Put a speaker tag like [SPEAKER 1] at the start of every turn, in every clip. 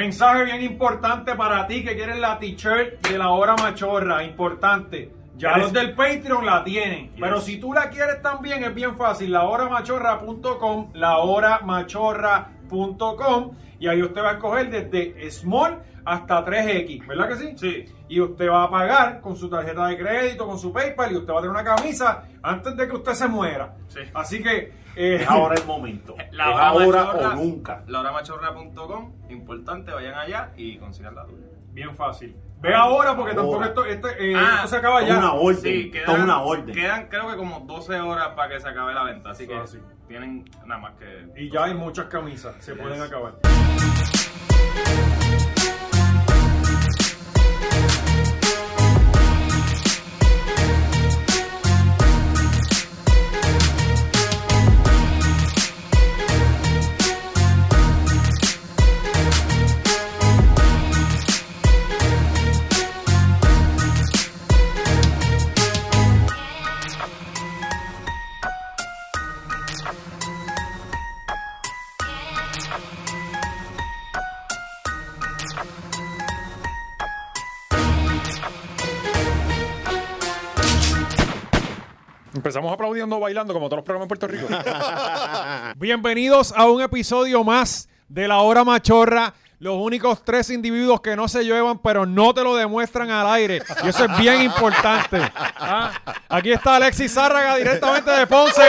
[SPEAKER 1] Mensaje bien importante para ti que quieres la t-shirt de la hora machorra. Importante. Ya
[SPEAKER 2] ¿Quieres?
[SPEAKER 1] los del Patreon la tienen. Pero si tú la quieres también es bien fácil. Lahoramachorra.com, lahoramachorra.com. Y ahí usted va a escoger desde small hasta 3X. ¿Verdad que sí?
[SPEAKER 2] Sí.
[SPEAKER 1] Y usted va a pagar con su tarjeta de crédito, con su PayPal. Y usted va a tener una camisa antes de que usted se muera.
[SPEAKER 2] Sí.
[SPEAKER 1] Así que... eh,
[SPEAKER 2] Es ahora el momento.
[SPEAKER 3] La
[SPEAKER 2] es
[SPEAKER 3] hora
[SPEAKER 2] ahora
[SPEAKER 3] machorra.
[SPEAKER 2] o nunca.
[SPEAKER 3] Lahormachorra.com, importante, vayan allá y consigan la tuya.
[SPEAKER 1] Bien fácil. Ve ahora porque tampoco
[SPEAKER 2] Ahora.
[SPEAKER 1] esto, este, eh,
[SPEAKER 3] Ah,
[SPEAKER 1] esto se acaba ya.
[SPEAKER 2] una orden.
[SPEAKER 3] Sí, quedan,
[SPEAKER 2] toda una orden.
[SPEAKER 3] Quedan creo que como 12 horas para que se acabe la venta, así
[SPEAKER 1] Eso
[SPEAKER 3] que
[SPEAKER 1] así.
[SPEAKER 3] tienen nada más que...
[SPEAKER 1] Y ya hay muchas camisas, se pueden
[SPEAKER 3] Yes.
[SPEAKER 1] acabar. Empezamos aplaudiendo, bailando, como todos los programas en Puerto Rico. Bienvenidos a un episodio más de La Hora Machorra. Los únicos tres individuos que no se llevan, pero no te lo demuestran al aire. Y eso es bien importante. ¿ah? Aquí está Alexis Zárraga, directamente de Ponce.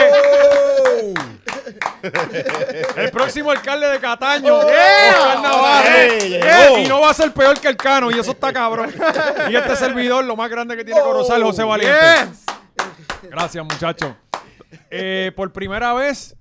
[SPEAKER 1] El próximo alcalde de Cataño, Oscar Navarro.
[SPEAKER 2] Hey,
[SPEAKER 1] Yeah,
[SPEAKER 2] llegó.
[SPEAKER 1] Y no va a ser peor que el Cano, y eso está cabrón. Y este servidor, lo más grande que tiene
[SPEAKER 4] Oh,
[SPEAKER 1] Corozal, José Valiente. Gracias, muchachos. Eh, por primera vez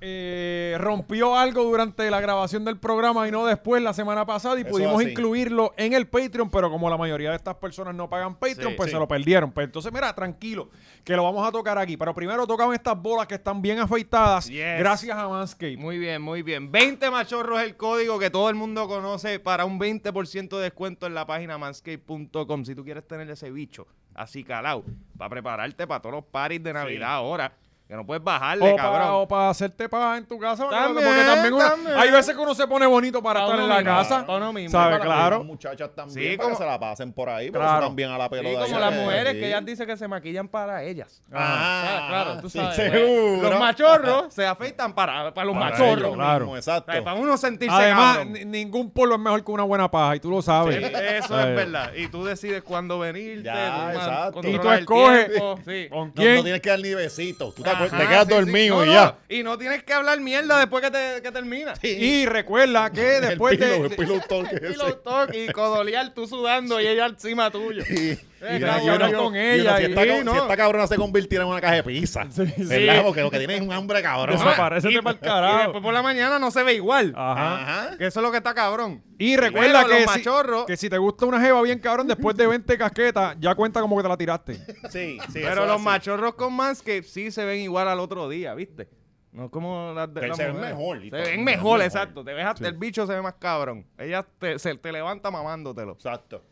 [SPEAKER 1] eh, rompió algo durante la grabación del programa y no después la semana pasada y
[SPEAKER 4] Eso
[SPEAKER 1] pudimos
[SPEAKER 4] así.
[SPEAKER 1] incluirlo en el Patreon, pero como la mayoría de estas personas no pagan Patreon,
[SPEAKER 4] Sí,
[SPEAKER 1] pues
[SPEAKER 4] sí.
[SPEAKER 1] se lo perdieron. Pues entonces, mira, tranquilo, que lo vamos a tocar aquí. Pero primero tocan estas bolas que están bien afeitadas.
[SPEAKER 5] Yes.
[SPEAKER 1] Gracias a Manscaped.
[SPEAKER 5] Muy bien, muy bien. 20 machorros es el código que todo el mundo conoce para un 20% de descuento en la página manscape.com. Si tú quieres tener ese bicho así calado, para prepararte para todos los parties de Navidad ahora, que no puedes bajarle,
[SPEAKER 1] O para,
[SPEAKER 5] cabrón.
[SPEAKER 1] o para hacerte paja en tu casa. ¿verdad?
[SPEAKER 5] También,
[SPEAKER 1] porque también, uno-
[SPEAKER 5] también.
[SPEAKER 1] hay veces que uno se pone bonito para
[SPEAKER 5] Pa'
[SPEAKER 1] estar
[SPEAKER 5] uno
[SPEAKER 1] en la
[SPEAKER 5] mismo,
[SPEAKER 1] casa.
[SPEAKER 5] pa' uno mismo.
[SPEAKER 1] ¿Sabes?
[SPEAKER 5] Para
[SPEAKER 1] Claro.
[SPEAKER 4] Las muchachas también,
[SPEAKER 5] Pues Sí,
[SPEAKER 4] para
[SPEAKER 5] como-
[SPEAKER 4] que se la pasen por ahí, porque
[SPEAKER 1] Claro.
[SPEAKER 4] eso también a la
[SPEAKER 5] Sí,
[SPEAKER 4] pelota. de
[SPEAKER 5] como
[SPEAKER 4] ellas,
[SPEAKER 5] las mujeres
[SPEAKER 4] sí.
[SPEAKER 5] que ellas dicen que se maquillan para ellas.
[SPEAKER 4] Ah,
[SPEAKER 5] Ah, claro, tú
[SPEAKER 4] sí,
[SPEAKER 5] sabes. pues,
[SPEAKER 4] seguro.
[SPEAKER 5] Los machorros se afeitan para, para los
[SPEAKER 4] Para
[SPEAKER 5] machorros.
[SPEAKER 4] ellos
[SPEAKER 1] claro.
[SPEAKER 4] mismos,
[SPEAKER 5] O sea,
[SPEAKER 4] exacto.
[SPEAKER 5] Para uno sentirse
[SPEAKER 1] Además,
[SPEAKER 5] cabrón.
[SPEAKER 1] ni- ningún polo es mejor que una buena paja y tú lo sabes.
[SPEAKER 5] Sí, eso
[SPEAKER 1] Eh,
[SPEAKER 5] es verdad. Y tú decides cuándo venirte.
[SPEAKER 4] Ya,
[SPEAKER 5] tú man-
[SPEAKER 4] exacto.
[SPEAKER 5] controlas
[SPEAKER 1] Y tú
[SPEAKER 5] el
[SPEAKER 1] escoges.
[SPEAKER 5] tiempo, sí.
[SPEAKER 1] ¿Con
[SPEAKER 4] No, no
[SPEAKER 1] quién?
[SPEAKER 4] tienes que dar ni besitos. Tú te,
[SPEAKER 5] Ajá,
[SPEAKER 4] acuer- te quedas
[SPEAKER 5] sí, sí.
[SPEAKER 4] dormido
[SPEAKER 5] No,
[SPEAKER 4] y ya.
[SPEAKER 5] no, y no tienes que hablar mierda después que, te, que termina.
[SPEAKER 1] Y recuerda que
[SPEAKER 4] El
[SPEAKER 1] después
[SPEAKER 4] pillow,
[SPEAKER 1] de.
[SPEAKER 4] el pillow talk
[SPEAKER 5] Y
[SPEAKER 4] ese.
[SPEAKER 5] los toques y codolear tú sudando y ella encima tuyo.
[SPEAKER 4] Y-
[SPEAKER 5] Eh,
[SPEAKER 4] y
[SPEAKER 5] claro,
[SPEAKER 4] uno-
[SPEAKER 5] yo-
[SPEAKER 1] con
[SPEAKER 4] y uno,
[SPEAKER 1] ella
[SPEAKER 4] si,
[SPEAKER 1] y-
[SPEAKER 4] esta,
[SPEAKER 5] sí,
[SPEAKER 4] ca-
[SPEAKER 5] no.
[SPEAKER 4] si esta cabrona se convirtiera en una caja de pizza. ¿Verdad?
[SPEAKER 5] Sí.
[SPEAKER 4] Porque lo que tiene es un hambre cabrón. este
[SPEAKER 1] Desaparecete para el
[SPEAKER 5] Ah, Y
[SPEAKER 1] carajo.
[SPEAKER 5] después por la mañana no se ve igual.
[SPEAKER 4] Ah.
[SPEAKER 1] Ajá.
[SPEAKER 4] Ajá.
[SPEAKER 5] Que eso es lo que está cabrón.
[SPEAKER 1] Y recuerda
[SPEAKER 5] Pero
[SPEAKER 1] que
[SPEAKER 5] Ah. los
[SPEAKER 1] si,
[SPEAKER 5] machorros-
[SPEAKER 1] que si te gusta una jeva bien cabrón, después de 20 casquetas, ya cuenta como que te la tiraste.
[SPEAKER 4] Sí, sí. eso
[SPEAKER 5] Pero
[SPEAKER 4] es
[SPEAKER 5] los
[SPEAKER 4] así.
[SPEAKER 5] machorros con Manscaped sí se ven igual al otro día, ¿viste? No como las de
[SPEAKER 4] Que
[SPEAKER 5] las
[SPEAKER 4] se ven
[SPEAKER 5] mujeres.
[SPEAKER 4] mejor y
[SPEAKER 5] Se
[SPEAKER 4] todo,
[SPEAKER 5] ven
[SPEAKER 4] se ven
[SPEAKER 5] mejor,
[SPEAKER 4] mejor.
[SPEAKER 5] exacto. Te ves hasta el bicho se ve más cabrón. Ella te, se, te levanta mamándotelo.
[SPEAKER 4] Exacto.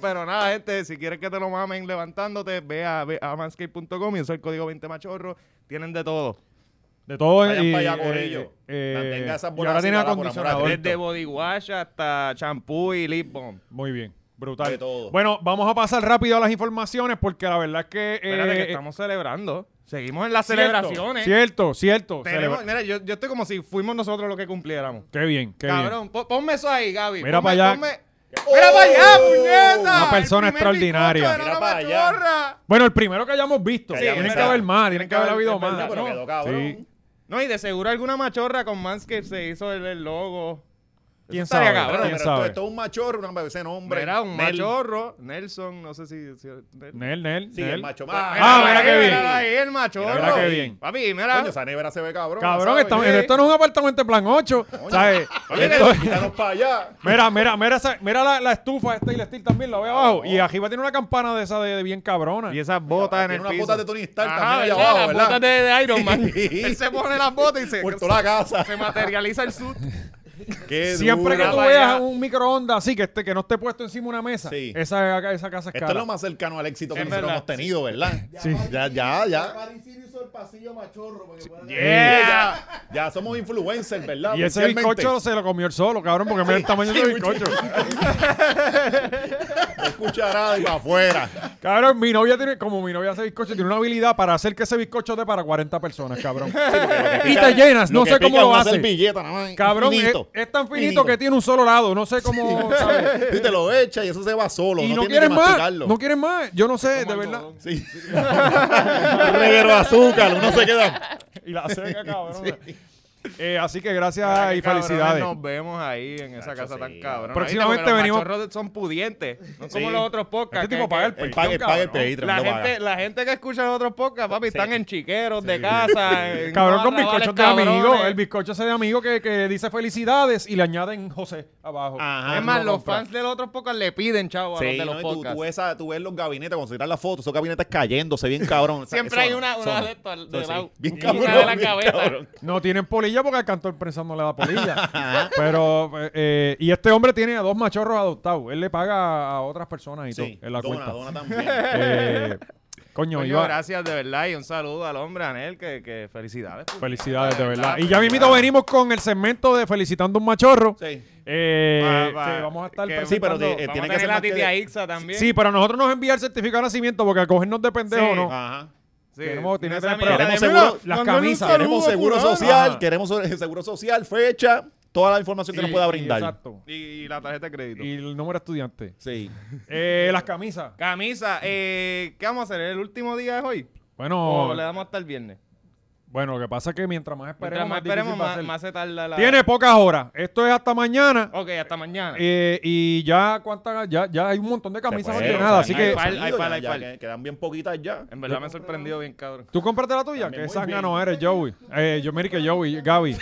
[SPEAKER 5] Pero nada, gente, si quieres que te lo mamen levantándote, ve a, ve a manscape.com y usa el código 20machorro. Tienen de todo.
[SPEAKER 1] De todo
[SPEAKER 4] Vayan
[SPEAKER 1] y,
[SPEAKER 4] pa' allá,
[SPEAKER 1] eh,
[SPEAKER 4] corillo.
[SPEAKER 1] eh,
[SPEAKER 4] Mantenga esas
[SPEAKER 1] y
[SPEAKER 4] bolas
[SPEAKER 1] ahora
[SPEAKER 4] así,
[SPEAKER 1] tiene
[SPEAKER 4] la- por amor a
[SPEAKER 1] acondicionador.
[SPEAKER 4] Dios.
[SPEAKER 5] Desde body wash hasta champú y lip balm.
[SPEAKER 1] Muy bien. Brutal.
[SPEAKER 4] De todo.
[SPEAKER 1] Bueno, vamos a pasar rápido a las informaciones porque la verdad es que. eh,
[SPEAKER 5] Espérate que
[SPEAKER 1] eh,
[SPEAKER 5] estamos celebrando. Seguimos en las
[SPEAKER 1] cierto,
[SPEAKER 5] celebraciones.
[SPEAKER 1] Cierto, cierto.
[SPEAKER 5] Tenemos-
[SPEAKER 1] celebra-
[SPEAKER 5] mira, yo, yo estoy como si fuimos nosotros los que cumpliéramos.
[SPEAKER 1] Qué bien, qué bien.
[SPEAKER 5] Cabrón, po- ponme eso ahí, Gaby.
[SPEAKER 1] Mira
[SPEAKER 5] Ponme-
[SPEAKER 1] pa' allá.
[SPEAKER 5] ponme- ¡Mira para allá,
[SPEAKER 4] ¡Oh!
[SPEAKER 5] puñeta!
[SPEAKER 1] Una persona
[SPEAKER 5] El primer
[SPEAKER 1] extraordinaria.
[SPEAKER 5] bizcocho de
[SPEAKER 4] Mira
[SPEAKER 5] la
[SPEAKER 4] pa' allá.
[SPEAKER 5] machorra.
[SPEAKER 1] Bueno, el primero que hayamos visto.
[SPEAKER 4] Que
[SPEAKER 1] Sí,
[SPEAKER 4] hayamos
[SPEAKER 1] tienen que
[SPEAKER 4] visto.
[SPEAKER 1] haber más, tienen que haber habido
[SPEAKER 5] Es verdad,
[SPEAKER 1] más.
[SPEAKER 4] pero
[SPEAKER 1] ¿no?
[SPEAKER 4] quedó cabrón.
[SPEAKER 1] Sí.
[SPEAKER 5] No, y de seguro alguna machorra con Manscaped se hizo el, el logo. Eso
[SPEAKER 1] ¿Quién
[SPEAKER 5] estaría
[SPEAKER 1] sabe?
[SPEAKER 4] Pero,
[SPEAKER 5] cabrón.
[SPEAKER 1] ¿Quién
[SPEAKER 4] pero esto,
[SPEAKER 1] sabe?
[SPEAKER 4] esto es un machorro, una ese nombre.
[SPEAKER 5] Era un
[SPEAKER 4] Nel.
[SPEAKER 5] machorro. Nelson, no sé si. si- Nel.
[SPEAKER 1] Nel, Nel,
[SPEAKER 4] Sí,
[SPEAKER 1] Nel.
[SPEAKER 4] el macho.
[SPEAKER 1] Ah, mira
[SPEAKER 5] ahí,
[SPEAKER 1] qué bien.
[SPEAKER 5] Míralo ahí, el machorro.
[SPEAKER 1] Mira qué bien.
[SPEAKER 5] Papi, mira.
[SPEAKER 4] Coño, esa nevera se ve cabrón.
[SPEAKER 1] Cabrón,
[SPEAKER 4] ¿sabes?
[SPEAKER 1] estamos-
[SPEAKER 5] Sí.
[SPEAKER 1] esto no es un apartamento en plan 8. ¿sabes?
[SPEAKER 4] Oye,
[SPEAKER 1] Esto-
[SPEAKER 4] quítanos para allá.
[SPEAKER 1] mira, mira, mira, esa- mira la, la estufa esta y la steel también, la veo
[SPEAKER 4] Oh,
[SPEAKER 1] abajo. Y arriba tiene una campana de esa de, de bien cabrona.
[SPEAKER 5] y esas botas en
[SPEAKER 4] Tiene
[SPEAKER 5] el
[SPEAKER 4] unas
[SPEAKER 5] piso.
[SPEAKER 4] botas de Tony Stark
[SPEAKER 5] Ajá,
[SPEAKER 4] también allá
[SPEAKER 5] ¿verdad?
[SPEAKER 4] abajo,
[SPEAKER 5] Las
[SPEAKER 4] ¿verdad?
[SPEAKER 5] botas de, de Iron Man. Él se pone las botas y se,
[SPEAKER 4] Por toda la casa.
[SPEAKER 5] se materializa el suit.
[SPEAKER 4] Qué
[SPEAKER 1] Siempre que
[SPEAKER 4] dura.
[SPEAKER 1] tú
[SPEAKER 5] Vaya.
[SPEAKER 1] veas un microondas así que, esté- que no esté puesto encima de una mesa,
[SPEAKER 4] Sí.
[SPEAKER 1] esa, esa casa es
[SPEAKER 4] Esto es
[SPEAKER 1] cara.
[SPEAKER 4] lo más cercano al éxito que
[SPEAKER 5] Es
[SPEAKER 4] nosotros
[SPEAKER 5] verdad.
[SPEAKER 4] hemos tenido, ¿verdad?
[SPEAKER 1] Sí.
[SPEAKER 4] Ya, ya, ya.
[SPEAKER 2] el pasillo machorro. para que puedan-
[SPEAKER 5] Yeah.
[SPEAKER 4] Ya somos influencers, ¿verdad?
[SPEAKER 1] Y ese
[SPEAKER 4] Oficialmente.
[SPEAKER 1] bizcocho se lo comió el solo, cabrón, porque mira el tamaño
[SPEAKER 4] sí,
[SPEAKER 1] del
[SPEAKER 4] mucho.
[SPEAKER 1] bizcocho.
[SPEAKER 4] Dos cucharadas y para afuera.
[SPEAKER 1] Cabrón, mi novia tiene, como mi novia hace bizcocho, tiene una habilidad para hacer que ese bizcocho dé para 40 personas, cabrón. y te llenas, no sé cómo lo hace.
[SPEAKER 4] servilleta nada más.
[SPEAKER 1] Cabrón, es,
[SPEAKER 4] finito.
[SPEAKER 1] es tan finito,
[SPEAKER 4] Finito.
[SPEAKER 1] que tiene un solo lado, no sé cómo. ¿sabes?
[SPEAKER 4] Y te lo echa y eso se va solo.
[SPEAKER 1] Y
[SPEAKER 4] no,
[SPEAKER 1] no,
[SPEAKER 4] tienes
[SPEAKER 1] quieren
[SPEAKER 4] que
[SPEAKER 1] más,
[SPEAKER 4] masticarlo.
[SPEAKER 1] no quieren más, yo no sé, de verdad.
[SPEAKER 4] Sí. Reguero de azúcar, uno se queda.
[SPEAKER 1] Y la seca, cabrón. Eh, así que gracias
[SPEAKER 5] Ay,
[SPEAKER 1] y
[SPEAKER 5] cabrones,
[SPEAKER 1] felicidades.
[SPEAKER 5] Nos vemos ahí en esa casa tan cabrón.
[SPEAKER 1] Próximamente
[SPEAKER 5] Porque los
[SPEAKER 1] venimos-
[SPEAKER 5] machorros son pudientes. No como
[SPEAKER 4] Sí.
[SPEAKER 5] los otros podcasts.
[SPEAKER 1] Este
[SPEAKER 5] que-
[SPEAKER 1] tipo paga el
[SPEAKER 5] que-
[SPEAKER 4] El pague, el pague el Patreon,
[SPEAKER 5] la
[SPEAKER 4] no
[SPEAKER 5] gente,
[SPEAKER 4] paga.
[SPEAKER 5] la gente que escucha los otros podcasts, papi, están en chiqueros de casa. en
[SPEAKER 1] Cabrón con
[SPEAKER 5] barra,
[SPEAKER 1] bizcochos de
[SPEAKER 5] vales,
[SPEAKER 1] amigo.
[SPEAKER 5] cabrones.
[SPEAKER 1] El bizcocho ese de amigo que, que dice felicidades y le añaden José abajo.
[SPEAKER 4] Ajá.
[SPEAKER 5] es más,
[SPEAKER 1] no
[SPEAKER 5] los
[SPEAKER 1] compra.
[SPEAKER 5] fans de los otros podcasts le piden, chavo, a
[SPEAKER 4] Sí,
[SPEAKER 5] los de
[SPEAKER 4] no,
[SPEAKER 5] los
[SPEAKER 4] y tú,
[SPEAKER 5] podcasts.
[SPEAKER 4] tú ves a- tú ves los gabinetes cuando se tiran las fotos, esos gabinetes cayéndose bien cabrón.
[SPEAKER 5] Siempre
[SPEAKER 4] Eso-
[SPEAKER 5] hay una, una
[SPEAKER 4] son-
[SPEAKER 5] de estas
[SPEAKER 4] son-
[SPEAKER 5] de
[SPEAKER 4] sí.
[SPEAKER 5] lado.
[SPEAKER 4] Bien
[SPEAKER 5] Una
[SPEAKER 4] cabrón,
[SPEAKER 5] de la
[SPEAKER 4] bien
[SPEAKER 5] cabeza.
[SPEAKER 4] cabrón.
[SPEAKER 1] No tienen polilla porque el cantor prensado no le da polilla. Pero, eh, eh, y este hombre tiene a dos machorros adoptados. Él le paga a otras personas y
[SPEAKER 4] Sí,
[SPEAKER 1] todo en la
[SPEAKER 4] dona,
[SPEAKER 1] cuenta.
[SPEAKER 4] dona también.
[SPEAKER 1] Eh, coño,
[SPEAKER 5] Coño,
[SPEAKER 1] iba-
[SPEAKER 5] gracias de verdad y un saludo al hombre, Anel, que, que felicidades.
[SPEAKER 1] Felicidades, de verdad. Y ya mismito venimos con el segmento de Felicitando a un Machorro.
[SPEAKER 4] Sí.
[SPEAKER 1] Eh,
[SPEAKER 5] Va, va.
[SPEAKER 1] que vamos a estar
[SPEAKER 5] Que-
[SPEAKER 4] Sí, pero
[SPEAKER 1] presentando-
[SPEAKER 4] de- eh,
[SPEAKER 5] Vamos
[SPEAKER 4] tiene
[SPEAKER 5] a
[SPEAKER 4] que
[SPEAKER 5] tener
[SPEAKER 4] ser
[SPEAKER 5] la
[SPEAKER 4] más que
[SPEAKER 5] titia
[SPEAKER 4] de-
[SPEAKER 5] Ixa también.
[SPEAKER 1] Sí, pero nosotros nos envía el certificado de nacimiento porque al cogernos de pendejo
[SPEAKER 5] Sí. Ah,
[SPEAKER 1] no.
[SPEAKER 4] Ajá.
[SPEAKER 5] Sí,
[SPEAKER 1] Tenemos- tiene que
[SPEAKER 5] esa
[SPEAKER 1] tener
[SPEAKER 5] mierda
[SPEAKER 1] pruebas.
[SPEAKER 5] de-
[SPEAKER 4] Tenemos seguro-
[SPEAKER 5] Mira,
[SPEAKER 1] las
[SPEAKER 5] mándale un
[SPEAKER 1] camisas.
[SPEAKER 5] saludo
[SPEAKER 4] Queremos
[SPEAKER 5] a
[SPEAKER 4] seguro
[SPEAKER 5] fulano.
[SPEAKER 4] social,
[SPEAKER 1] Ajá.
[SPEAKER 4] queremos sobre- seguro social, fecha, toda la información que nos pueda brindar.
[SPEAKER 1] Exacto.
[SPEAKER 5] Y, y la tarjeta de crédito.
[SPEAKER 1] Y el número de estudiante.
[SPEAKER 4] Sí.
[SPEAKER 1] Eh, las camisas.
[SPEAKER 5] Camisa, eh, ¿qué vamos a hacer? ¿El último día es hoy?
[SPEAKER 1] Bueno,
[SPEAKER 5] ¿O le damos hasta el viernes?
[SPEAKER 1] bueno, lo que pasa es que mientras más
[SPEAKER 5] Mientras
[SPEAKER 1] esperemos,
[SPEAKER 5] más
[SPEAKER 1] más,
[SPEAKER 5] esperemos,
[SPEAKER 1] difícil va a
[SPEAKER 5] más,
[SPEAKER 1] ser.
[SPEAKER 5] más se tarda la...
[SPEAKER 1] Tiene pocas horas. Esto es hasta mañana.
[SPEAKER 5] Ok, hasta mañana.
[SPEAKER 1] Eh, y ya cuántas, ya, ya hay un montón de
[SPEAKER 4] Se
[SPEAKER 1] camisas
[SPEAKER 4] fueron,
[SPEAKER 1] ordenadas. Así
[SPEAKER 4] se han
[SPEAKER 1] que
[SPEAKER 5] ido. Hay pal, hay
[SPEAKER 4] ido,
[SPEAKER 5] pal,
[SPEAKER 4] ya-
[SPEAKER 5] hay
[SPEAKER 4] ya
[SPEAKER 5] pal.
[SPEAKER 4] que- Quedan bien poquitas ya.
[SPEAKER 5] en verdad me sorprendió bien, cabrón.
[SPEAKER 1] tú cómprate la tuya,
[SPEAKER 4] También
[SPEAKER 1] que
[SPEAKER 4] muy
[SPEAKER 1] sangano eres, Joey. Eh, yo me que Joey, Gaby.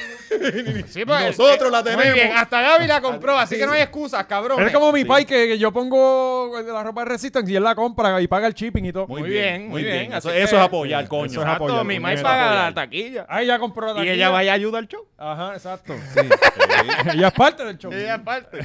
[SPEAKER 5] Sí, pues,
[SPEAKER 4] Nosotros la
[SPEAKER 5] muy
[SPEAKER 4] tenemos.
[SPEAKER 5] bien, hasta Gaby la compró, así que no hay excusas, cabrón.
[SPEAKER 1] Es como mi pai que, que yo pongo la ropa de Resistance y él la compra y paga el shipping y todo.
[SPEAKER 5] Muy bien, muy bien.
[SPEAKER 4] Eso,
[SPEAKER 5] Así
[SPEAKER 4] eso
[SPEAKER 5] que-
[SPEAKER 4] es apoyar, coño.
[SPEAKER 1] Eso es
[SPEAKER 5] Exacto,
[SPEAKER 1] apoyar,
[SPEAKER 5] mi
[SPEAKER 1] coño,
[SPEAKER 5] maíz
[SPEAKER 1] eso es
[SPEAKER 5] paga
[SPEAKER 1] apoyar.
[SPEAKER 5] la taquilla.
[SPEAKER 1] Ah, ella compró la
[SPEAKER 5] Y ella
[SPEAKER 1] taquilla.
[SPEAKER 5] vaya a ayudar al show.
[SPEAKER 1] Ajá, exacto. sí. ella es parte del show.
[SPEAKER 5] Ella parte.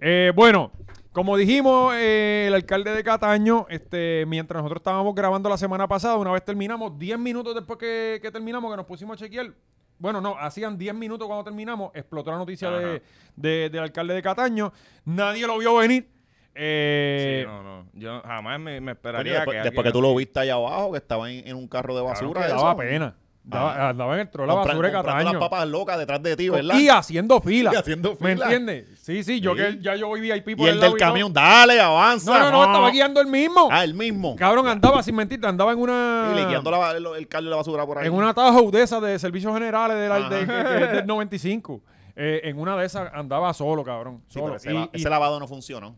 [SPEAKER 1] Eh, bueno, como dijimos, eh, el alcalde de Cataño, este, mientras nosotros estábamos grabando la semana pasada, una vez terminamos, 10 minutos después que, que terminamos, que nos pusimos a chequear. Bueno, no, hacían 10 minutos cuando terminamos, explotó la noticia de, de- del alcalde de Cataño. Nadie lo vio venir. Eh,
[SPEAKER 5] no, no. Yo jamás me, me
[SPEAKER 4] Coño,
[SPEAKER 5] esperaría
[SPEAKER 4] después,
[SPEAKER 5] que
[SPEAKER 4] después que tú lo viste allá abajo, que estaba en, en un carro de
[SPEAKER 1] claro
[SPEAKER 4] basura.
[SPEAKER 1] que
[SPEAKER 4] eso.
[SPEAKER 1] daba pena. Daba,
[SPEAKER 4] Ajá.
[SPEAKER 1] andaba en el troll la
[SPEAKER 4] Compra-
[SPEAKER 1] basura de
[SPEAKER 4] comprando
[SPEAKER 1] Cataño.
[SPEAKER 4] las papas locas detrás de ti, ¿verdad?
[SPEAKER 1] Y haciendo fila.
[SPEAKER 4] Y haciendo
[SPEAKER 1] ¿Me
[SPEAKER 4] fila.
[SPEAKER 1] entiendes? Sí, sí, yo
[SPEAKER 4] Sí.
[SPEAKER 1] que ya yo voy VIP por
[SPEAKER 4] Y el
[SPEAKER 1] lado todo.
[SPEAKER 4] del camión, dale, avanza.
[SPEAKER 1] No, no, no, estaba guiando el mismo.
[SPEAKER 4] Ah, el mismo.
[SPEAKER 1] Cabrón, andaba sin mentirte, andaba en
[SPEAKER 4] Y le
[SPEAKER 1] una.
[SPEAKER 4] guiando la- el, el carro de la basura por ahí.
[SPEAKER 1] En una Tahoe de esas de servicios generales de la- de-
[SPEAKER 4] Ajá.
[SPEAKER 1] que- que es del 95. Eh, en una de esas andaba solo, cabrón.
[SPEAKER 4] Sí,
[SPEAKER 1] solo.
[SPEAKER 4] pero ese,
[SPEAKER 1] Y-
[SPEAKER 4] la-
[SPEAKER 1] y-
[SPEAKER 4] ese lavado no funcionó.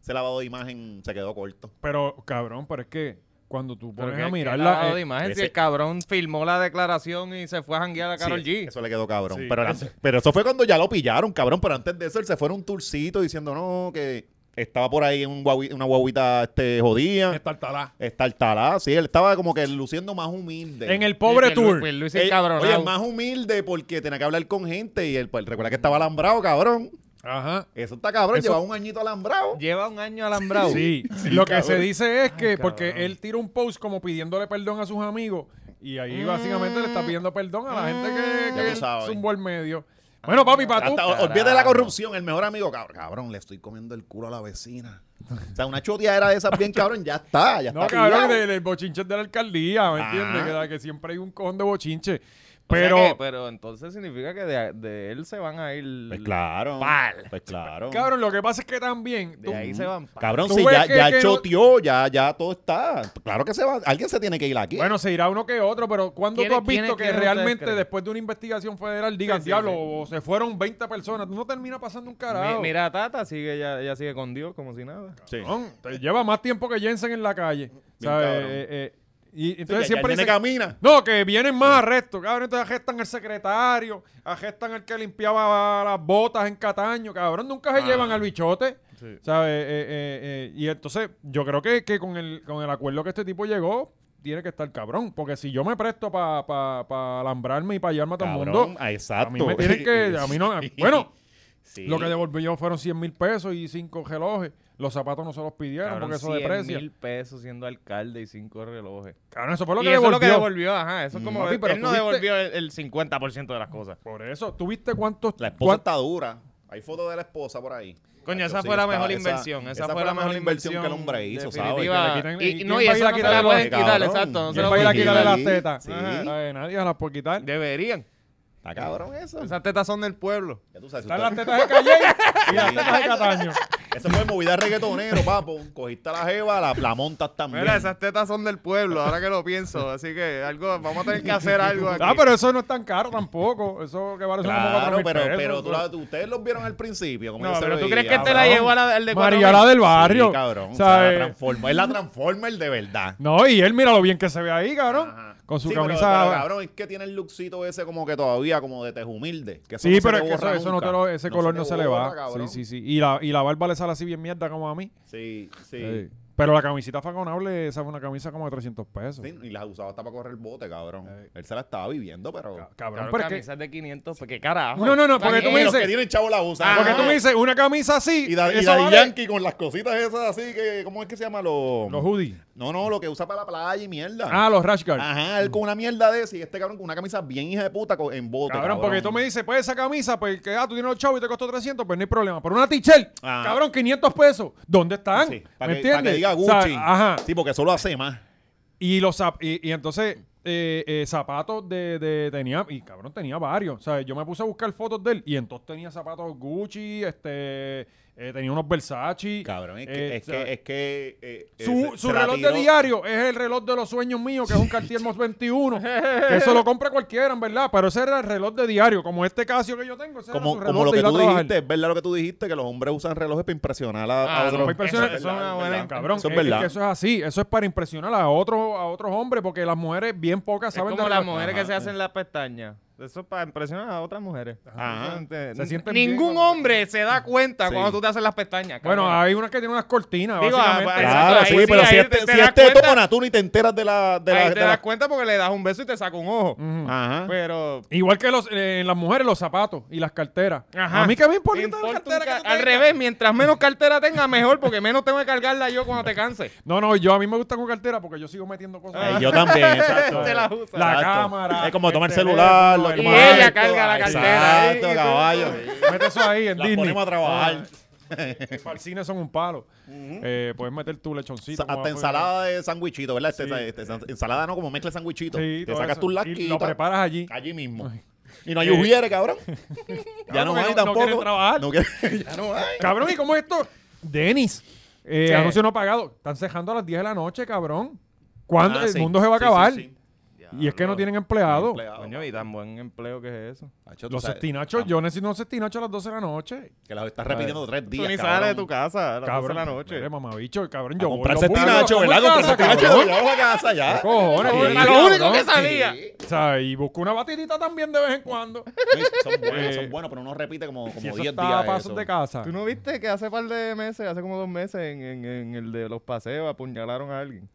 [SPEAKER 4] Ese lavado de imagen se quedó corto.
[SPEAKER 1] pero, cabrón, pero es que cuando tú
[SPEAKER 5] Pero
[SPEAKER 1] pones
[SPEAKER 5] que-
[SPEAKER 1] a
[SPEAKER 5] que
[SPEAKER 1] mirarla.
[SPEAKER 5] lavado de
[SPEAKER 1] eh,
[SPEAKER 5] imagen, si
[SPEAKER 4] ese-
[SPEAKER 5] el cabrón filmó la declaración y se fue a janguear a Carol
[SPEAKER 4] Sí,
[SPEAKER 5] G.
[SPEAKER 4] Eso le quedó cabrón.
[SPEAKER 1] Sí.
[SPEAKER 4] Pero, antes- pero eso fue cuando ya lo pillaron, cabrón. Pero antes de eso, él se fue en un turcito diciendo, no, que estaba por ahí en un guagui- una guaguita este, jodida.
[SPEAKER 1] está altalá.
[SPEAKER 4] Está talá, sí. Él estaba como que luciendo más humilde.
[SPEAKER 1] En el pobre
[SPEAKER 5] Y que Lu-
[SPEAKER 1] tour.
[SPEAKER 5] pues Luis
[SPEAKER 4] Ey,
[SPEAKER 5] el cabrón.
[SPEAKER 4] Oye, más humilde porque tenía que hablar con gente y él, pues, recuerda que estaba alambrado, cabrón.
[SPEAKER 1] Ajá.
[SPEAKER 4] Eso está cabrón,
[SPEAKER 1] Eso-
[SPEAKER 4] lleva un añito alambrado.
[SPEAKER 5] Lleva un año alambrado.
[SPEAKER 1] Sí, lo que se
[SPEAKER 4] cabrón.
[SPEAKER 1] dice es que
[SPEAKER 5] cabrón.
[SPEAKER 1] porque él tira un post como pidiéndole perdón a sus amigos y ahí básicamente le está pidiendo perdón a la gente que,
[SPEAKER 4] Mm. Ya
[SPEAKER 1] que
[SPEAKER 4] tú
[SPEAKER 1] él
[SPEAKER 4] sabes.
[SPEAKER 1] zumbó el medio. Bueno, papi, para tú.
[SPEAKER 4] Hasta-
[SPEAKER 5] carajo.
[SPEAKER 4] olvídate de la corrupción, el mejor amigo, cabrón, cabrón, le estoy comiendo el culo a la vecina. O sea, una choteadera de esas bien cabrón, ya está, ya
[SPEAKER 1] No,
[SPEAKER 4] está.
[SPEAKER 1] cabrón,
[SPEAKER 4] pillado.
[SPEAKER 1] del, del bochinche de la alcaldía, ¿me
[SPEAKER 4] Ajá.
[SPEAKER 1] entiendes? Que, la- que siempre hay un cojón de bochinche.
[SPEAKER 5] Ah. O sea
[SPEAKER 1] Pero,
[SPEAKER 5] que- pues, pero entonces significa que de, de él se van a ir.
[SPEAKER 4] Pues claro.
[SPEAKER 5] Pal.
[SPEAKER 4] Pues claro.
[SPEAKER 1] cabrón, lo que pasa es que también. tú-
[SPEAKER 5] De ahí se van. pal.
[SPEAKER 4] Cabrón,
[SPEAKER 1] Tú
[SPEAKER 4] si
[SPEAKER 1] ves
[SPEAKER 4] ya,
[SPEAKER 1] que-
[SPEAKER 4] ya
[SPEAKER 1] que no-
[SPEAKER 4] choteó, ya, ya todo está. Claro que se va. Alguien se tiene que ir aquí.
[SPEAKER 1] Bueno, se irá uno que otro, pero cuando tú
[SPEAKER 5] ¿Quiénes-
[SPEAKER 1] has visto
[SPEAKER 5] quiénes-
[SPEAKER 1] que
[SPEAKER 5] quiénes ustedes
[SPEAKER 1] realmente
[SPEAKER 5] creen?
[SPEAKER 1] después de una investigación federal digan,
[SPEAKER 5] sí,
[SPEAKER 1] diablo,
[SPEAKER 5] sí.
[SPEAKER 1] o se fueron 20 personas? No termina pasando un
[SPEAKER 5] Mi-
[SPEAKER 1] carajo.
[SPEAKER 5] mira, Tata sigue, ella, ella sigue con Dios como si nada.
[SPEAKER 4] Sí.
[SPEAKER 1] Cabrón, te lleva más tiempo que Jensen en la calle. ¿sabes?
[SPEAKER 4] cabrón.
[SPEAKER 1] Eh, eh, y
[SPEAKER 4] Sí, ya-
[SPEAKER 1] entonces
[SPEAKER 4] ya
[SPEAKER 1] siempre
[SPEAKER 4] el nene
[SPEAKER 1] dicen,
[SPEAKER 4] camina.
[SPEAKER 1] no, que vienen más arrestos, cabrón. Entonces arrestan al secretario, arrestan al que limpiaba las botas en Cataño, cabrón. Nunca
[SPEAKER 4] Ah.
[SPEAKER 1] se llevan al bichote. ¿Sabes? Eh, eh, eh, y entonces yo creo que, que con, el, con el acuerdo que este tipo llegó, tiene que estar cabrón. Porque si yo me presto para pa, pa alambrarme y para llevarme a todo el
[SPEAKER 4] Cabrón,
[SPEAKER 1] mundo,
[SPEAKER 4] ah, exacto.
[SPEAKER 1] a mí me tienen que. A mí no, bueno,
[SPEAKER 4] Sí.
[SPEAKER 1] Lo que devolvió fueron 100 mil pesos y cinco relojes. Los zapatos no se los pidieron
[SPEAKER 5] Cabrón,
[SPEAKER 1] porque eso
[SPEAKER 5] 100
[SPEAKER 1] deprecia.
[SPEAKER 5] mil pesos siendo alcalde y cinco relojes.
[SPEAKER 1] Cabrón, eso fue lo
[SPEAKER 5] Y
[SPEAKER 1] que
[SPEAKER 5] eso es
[SPEAKER 1] devolvió.
[SPEAKER 5] lo que devolvió, ajá. Eso es
[SPEAKER 4] Mm.
[SPEAKER 5] como.
[SPEAKER 1] Papi, pero
[SPEAKER 5] él no
[SPEAKER 1] tuviste-
[SPEAKER 5] devolvió el, el 50% de las cosas.
[SPEAKER 1] Por eso, ¿tuviste cuántos?
[SPEAKER 4] La esposa
[SPEAKER 1] cuán-
[SPEAKER 4] está dura. Hay fotos de la esposa por ahí.
[SPEAKER 5] Coño,
[SPEAKER 4] Hacho,
[SPEAKER 5] esa
[SPEAKER 4] sí,
[SPEAKER 5] fue la
[SPEAKER 4] está-
[SPEAKER 5] mejor inversión. Esa, fue la mejor inversión
[SPEAKER 4] que el hombre hizo, ¿sabes?
[SPEAKER 5] definitiva.
[SPEAKER 1] Que le quiten-
[SPEAKER 5] Y,
[SPEAKER 1] ¿y
[SPEAKER 5] no, y
[SPEAKER 1] quién va a ir
[SPEAKER 5] esa
[SPEAKER 1] a
[SPEAKER 5] no
[SPEAKER 1] quitarle
[SPEAKER 5] se la
[SPEAKER 1] los-
[SPEAKER 5] pueden
[SPEAKER 4] Cabrón,
[SPEAKER 5] quitar, exacto. No se
[SPEAKER 1] ¿Quién
[SPEAKER 5] la
[SPEAKER 1] va a ir
[SPEAKER 5] pueden
[SPEAKER 1] a quitarle
[SPEAKER 5] quitar.
[SPEAKER 1] las
[SPEAKER 4] Sí,
[SPEAKER 1] tetas?
[SPEAKER 4] sí.
[SPEAKER 1] Ajá, ¿sabes? Nadie las por quitar.
[SPEAKER 5] Deberían.
[SPEAKER 4] Está cabrón eso.
[SPEAKER 5] Esas tetas son del pueblo.
[SPEAKER 4] Ya tú sabes,
[SPEAKER 1] Están
[SPEAKER 4] usted-
[SPEAKER 1] las tetas de Calle y las tetas de Cataño.
[SPEAKER 4] Eso fue movida reggaetonero, papo. Cogiste a la jeva, la, la montas también.
[SPEAKER 5] Mira, esas tetas son del pueblo, ahora que lo pienso. Así que algo, vamos a tener que hacer algo aquí.
[SPEAKER 1] Ah, pero eso no es tan caro tampoco. Eso que vale son como
[SPEAKER 4] Claro,
[SPEAKER 1] 4.000
[SPEAKER 4] pero,
[SPEAKER 1] pesos.
[SPEAKER 4] pero tú la- tú- ustedes los vieron al principio. Como
[SPEAKER 5] No,
[SPEAKER 4] yo se
[SPEAKER 5] pero
[SPEAKER 4] lo
[SPEAKER 5] ¿tú
[SPEAKER 4] di,
[SPEAKER 5] crees que él te la
[SPEAKER 4] cabrón.
[SPEAKER 5] llevó a la, el de cuatro
[SPEAKER 1] María la
[SPEAKER 5] mil?
[SPEAKER 1] del barrio.
[SPEAKER 4] Sí, cabrón. O
[SPEAKER 5] eh,
[SPEAKER 4] sea,
[SPEAKER 1] ¿sabes?
[SPEAKER 4] la Transformer. Es la Transformer de verdad.
[SPEAKER 1] No, y él mira lo bien que se ve ahí, cabrón.
[SPEAKER 4] Ajá.
[SPEAKER 1] Con su
[SPEAKER 4] Sí, pero-
[SPEAKER 1] camisa.
[SPEAKER 4] Pero, cabrón, es que tiene el lookcito ese como que todavía como de tejumilde. Que eso
[SPEAKER 1] sí,
[SPEAKER 4] no se
[SPEAKER 1] pero
[SPEAKER 4] le
[SPEAKER 1] es que eso,
[SPEAKER 4] borra
[SPEAKER 1] eso no
[SPEAKER 4] nunca.
[SPEAKER 1] te lo, ese color no se le
[SPEAKER 4] borra,
[SPEAKER 1] va.
[SPEAKER 4] cabrón.
[SPEAKER 1] sí, sí, sí. Y la, y la barba le sale así bien mierda como a mí.
[SPEAKER 4] Sí, sí.
[SPEAKER 1] Sí. Pero la camisita faconable, esa fue una camisa como de 300 pesos.
[SPEAKER 4] Sí, y las usaba hasta para correr el bote, cabrón.
[SPEAKER 1] Ey.
[SPEAKER 4] Él se la estaba viviendo, pero.
[SPEAKER 1] Ca-
[SPEAKER 5] Cabrón,
[SPEAKER 1] Cabrón, pero
[SPEAKER 5] pero
[SPEAKER 1] es que-
[SPEAKER 5] camisas de 500, pues qué carajo.
[SPEAKER 1] No, no, no, porque
[SPEAKER 5] Está
[SPEAKER 1] tú
[SPEAKER 5] bien.
[SPEAKER 1] me
[SPEAKER 4] los
[SPEAKER 1] dices-
[SPEAKER 4] que tienen chavo la usan.
[SPEAKER 5] Ah,
[SPEAKER 1] Porque tú me dices, una camisa así.
[SPEAKER 4] Y, da, y
[SPEAKER 1] eso
[SPEAKER 4] Daddy
[SPEAKER 1] vale-
[SPEAKER 4] Yankee con las cositas esas así, que, ¿cómo es que se llama? Los,
[SPEAKER 1] Los hoodies.
[SPEAKER 4] no, no, lo que usa para la playa y mierda.
[SPEAKER 1] Ah, los rash guard.
[SPEAKER 4] Ajá, él con una mierda de esa y este cabrón con una camisa bien hija de puta co- en bote.
[SPEAKER 1] Cabrón, porque tú me dices, pues esa camisa, pues que ah, tú tienes los chavos y te costó 300, pues no hay problema. Pero una t-shirt,
[SPEAKER 4] Ah.
[SPEAKER 1] cabrón, 500 pesos. ¿Dónde están?
[SPEAKER 4] Sí,
[SPEAKER 1] ¿Me
[SPEAKER 4] para, que,
[SPEAKER 1] entiendes?
[SPEAKER 4] para que diga
[SPEAKER 1] O
[SPEAKER 4] Gucci.
[SPEAKER 1] sea, ajá.
[SPEAKER 4] Sí, porque eso lo hace más.
[SPEAKER 1] Y los zap- y, y entonces eh, eh, zapatos de, de- tenía y cabrón tenía varios, o sea, yo me puse a buscar fotos de él y entonces tenía zapatos Gucci, este eh, tenía unos Versace.
[SPEAKER 4] Cabrón, es que.
[SPEAKER 1] eh,
[SPEAKER 4] es
[SPEAKER 1] o sea,
[SPEAKER 4] que, es que eh, eh,
[SPEAKER 1] su,
[SPEAKER 4] se-
[SPEAKER 1] su
[SPEAKER 4] se la
[SPEAKER 1] reloj de
[SPEAKER 4] tiró.
[SPEAKER 1] diario es el reloj de los sueños míos, que es un Cartier Mos 21. que eso lo compra cualquiera, en verdad. Pero ese era el reloj de diario, como este Casio que yo tengo. Ese era
[SPEAKER 4] Como,
[SPEAKER 1] su reloj
[SPEAKER 4] como lo
[SPEAKER 1] de
[SPEAKER 4] que
[SPEAKER 1] ir a
[SPEAKER 4] tú
[SPEAKER 1] trabajar.
[SPEAKER 4] dijiste, es verdad lo que tú dijiste, que los hombres usan relojes para impresionar a, a
[SPEAKER 5] Ah,
[SPEAKER 4] otros.
[SPEAKER 5] no,
[SPEAKER 1] Para impresionar-
[SPEAKER 5] Eso- eso es una buena-
[SPEAKER 1] cabrón.
[SPEAKER 4] Eso es
[SPEAKER 1] es, es
[SPEAKER 4] verdad.
[SPEAKER 1] que eso es así. Eso es para impresionar a otros a otros hombres, porque las mujeres bien pocas
[SPEAKER 5] Es
[SPEAKER 1] saben
[SPEAKER 5] como
[SPEAKER 1] de
[SPEAKER 5] las
[SPEAKER 1] reloj.
[SPEAKER 5] mujeres que
[SPEAKER 4] Ajá.
[SPEAKER 5] se hacen las pestañas. Eso es para impresionar a otras mujeres.
[SPEAKER 4] Ajá.
[SPEAKER 5] Entonces,
[SPEAKER 1] Se sienten bien
[SPEAKER 5] Ningún
[SPEAKER 1] cuando-
[SPEAKER 5] hombre se da cuenta
[SPEAKER 4] Sí.
[SPEAKER 5] cuando tú te haces las pestañas.
[SPEAKER 1] Bueno,
[SPEAKER 5] cabrón.
[SPEAKER 1] hay unas que tienen unas cortinas,
[SPEAKER 5] Digo,
[SPEAKER 1] básicamente.
[SPEAKER 5] ah, pues,
[SPEAKER 4] Claro,
[SPEAKER 5] Exacto,
[SPEAKER 4] sí,
[SPEAKER 5] ahí sí,
[SPEAKER 4] pero si
[SPEAKER 5] ahí
[SPEAKER 4] este,
[SPEAKER 5] te- te
[SPEAKER 4] si
[SPEAKER 5] das
[SPEAKER 4] este
[SPEAKER 5] cuenta.
[SPEAKER 4] toma, tú ni te enteras de la. De la,
[SPEAKER 5] Ahí
[SPEAKER 4] de
[SPEAKER 5] te
[SPEAKER 4] la-
[SPEAKER 5] das cuenta porque le das un beso y te saca un ojo.
[SPEAKER 1] Ujú.
[SPEAKER 4] Ajá.
[SPEAKER 5] Pero.
[SPEAKER 1] Igual que los, eh, en las mujeres, los zapatos y las carteras.
[SPEAKER 5] Ajá.
[SPEAKER 1] A mí que me importa,
[SPEAKER 5] Importa
[SPEAKER 1] la
[SPEAKER 5] un
[SPEAKER 1] cartera
[SPEAKER 5] ca-
[SPEAKER 1] que tú
[SPEAKER 5] Al
[SPEAKER 1] tengas.
[SPEAKER 5] revés, mientras menos cartera tenga, mejor, porque menos tengo que cargarla yo cuando te canse.
[SPEAKER 1] No, no, yo a mí me gusta con cartera porque yo sigo metiendo cosas.
[SPEAKER 4] Eh, yo también, exacto.
[SPEAKER 5] Te la usa.
[SPEAKER 1] ah. La
[SPEAKER 4] Exacto.
[SPEAKER 1] cámara,
[SPEAKER 4] Es como tomar
[SPEAKER 1] el
[SPEAKER 4] celular.
[SPEAKER 1] teléfono,
[SPEAKER 4] lo
[SPEAKER 1] el
[SPEAKER 4] que
[SPEAKER 5] Y
[SPEAKER 4] más-
[SPEAKER 5] ella carga la cartera.
[SPEAKER 4] Exacto,
[SPEAKER 5] ahí.
[SPEAKER 4] caballo.
[SPEAKER 1] Mete eso ahí en
[SPEAKER 4] Las
[SPEAKER 1] ah, Disney.
[SPEAKER 4] ponemos a trabajar.
[SPEAKER 1] Ah, para el cine son un palo. Eh, puedes meter tu lechoncito.
[SPEAKER 4] Sa-
[SPEAKER 1] como
[SPEAKER 4] Hasta
[SPEAKER 1] afuera.
[SPEAKER 4] ensalada de sandwichito, ¿verdad? Este-
[SPEAKER 1] Sí.
[SPEAKER 4] este- esta- ensalada no, como mezcla de sandwichito.
[SPEAKER 1] Sí,
[SPEAKER 4] te
[SPEAKER 1] todo
[SPEAKER 4] sacas
[SPEAKER 1] eso.
[SPEAKER 4] tus
[SPEAKER 1] Y lo
[SPEAKER 4] lasquitas
[SPEAKER 1] preparas allí.
[SPEAKER 4] allí mismo. Y no hay
[SPEAKER 1] Eh.
[SPEAKER 4] ujieres, cabrón. ya no
[SPEAKER 1] porque no- no
[SPEAKER 4] hay tampoco.
[SPEAKER 1] quieren trabajar.
[SPEAKER 4] No quieren- ya no hay.
[SPEAKER 1] Cabrón, ¿y cómo es esto? Denis, eh,
[SPEAKER 5] Sí.
[SPEAKER 1] anuncio no pagado. Están cejando a las 10 de la noche, cabrón. ¿Cuándo?
[SPEAKER 4] Ah,
[SPEAKER 1] el
[SPEAKER 4] sí.
[SPEAKER 1] mundo se va a
[SPEAKER 4] Sí,
[SPEAKER 1] acabar.
[SPEAKER 4] sí, sí.
[SPEAKER 1] Y es que no
[SPEAKER 5] Diablo.
[SPEAKER 1] tienen empleado.
[SPEAKER 4] Empleado. ah.
[SPEAKER 5] Coño, y tan buen empleo que es eso.
[SPEAKER 4] Hacho, tú
[SPEAKER 1] Los
[SPEAKER 4] sabes,
[SPEAKER 1] cestinachos, yo necesito unos cestinachos a las 12 de la noche.
[SPEAKER 4] Que los estás repitiendo tres
[SPEAKER 5] Tú
[SPEAKER 4] días.
[SPEAKER 5] ni
[SPEAKER 4] cabrón.
[SPEAKER 5] sales de tu casa a las doce de
[SPEAKER 1] Cabrón.
[SPEAKER 5] la noche.
[SPEAKER 1] mire, mamabicho, cabrón.
[SPEAKER 4] A
[SPEAKER 1] Yo
[SPEAKER 4] comprar
[SPEAKER 1] voy, lo voy,
[SPEAKER 4] cestinacho,
[SPEAKER 1] lo
[SPEAKER 4] ¿verdad?
[SPEAKER 1] como en
[SPEAKER 4] Comprar
[SPEAKER 1] casa,
[SPEAKER 4] cestinacho.
[SPEAKER 1] cabrón.
[SPEAKER 4] Ya vamos a casa ya.
[SPEAKER 1] ¿Qué cojones?
[SPEAKER 5] Cabrón,
[SPEAKER 1] Sí,
[SPEAKER 5] lo único
[SPEAKER 1] cabrón.
[SPEAKER 5] que sabía.
[SPEAKER 1] O sea, y busco una batidita también de vez en cuando.
[SPEAKER 4] Sí, Son buenos, son buenos, pero uno repite como
[SPEAKER 1] eh, Si
[SPEAKER 4] como
[SPEAKER 1] eso
[SPEAKER 4] 10
[SPEAKER 1] está
[SPEAKER 4] días.
[SPEAKER 1] a pasos
[SPEAKER 4] eso.
[SPEAKER 1] de casa.
[SPEAKER 5] ¿Tú no viste que hace par de meses, hace como dos meses, en, en- en el de los paseos apuñalaron a alguien?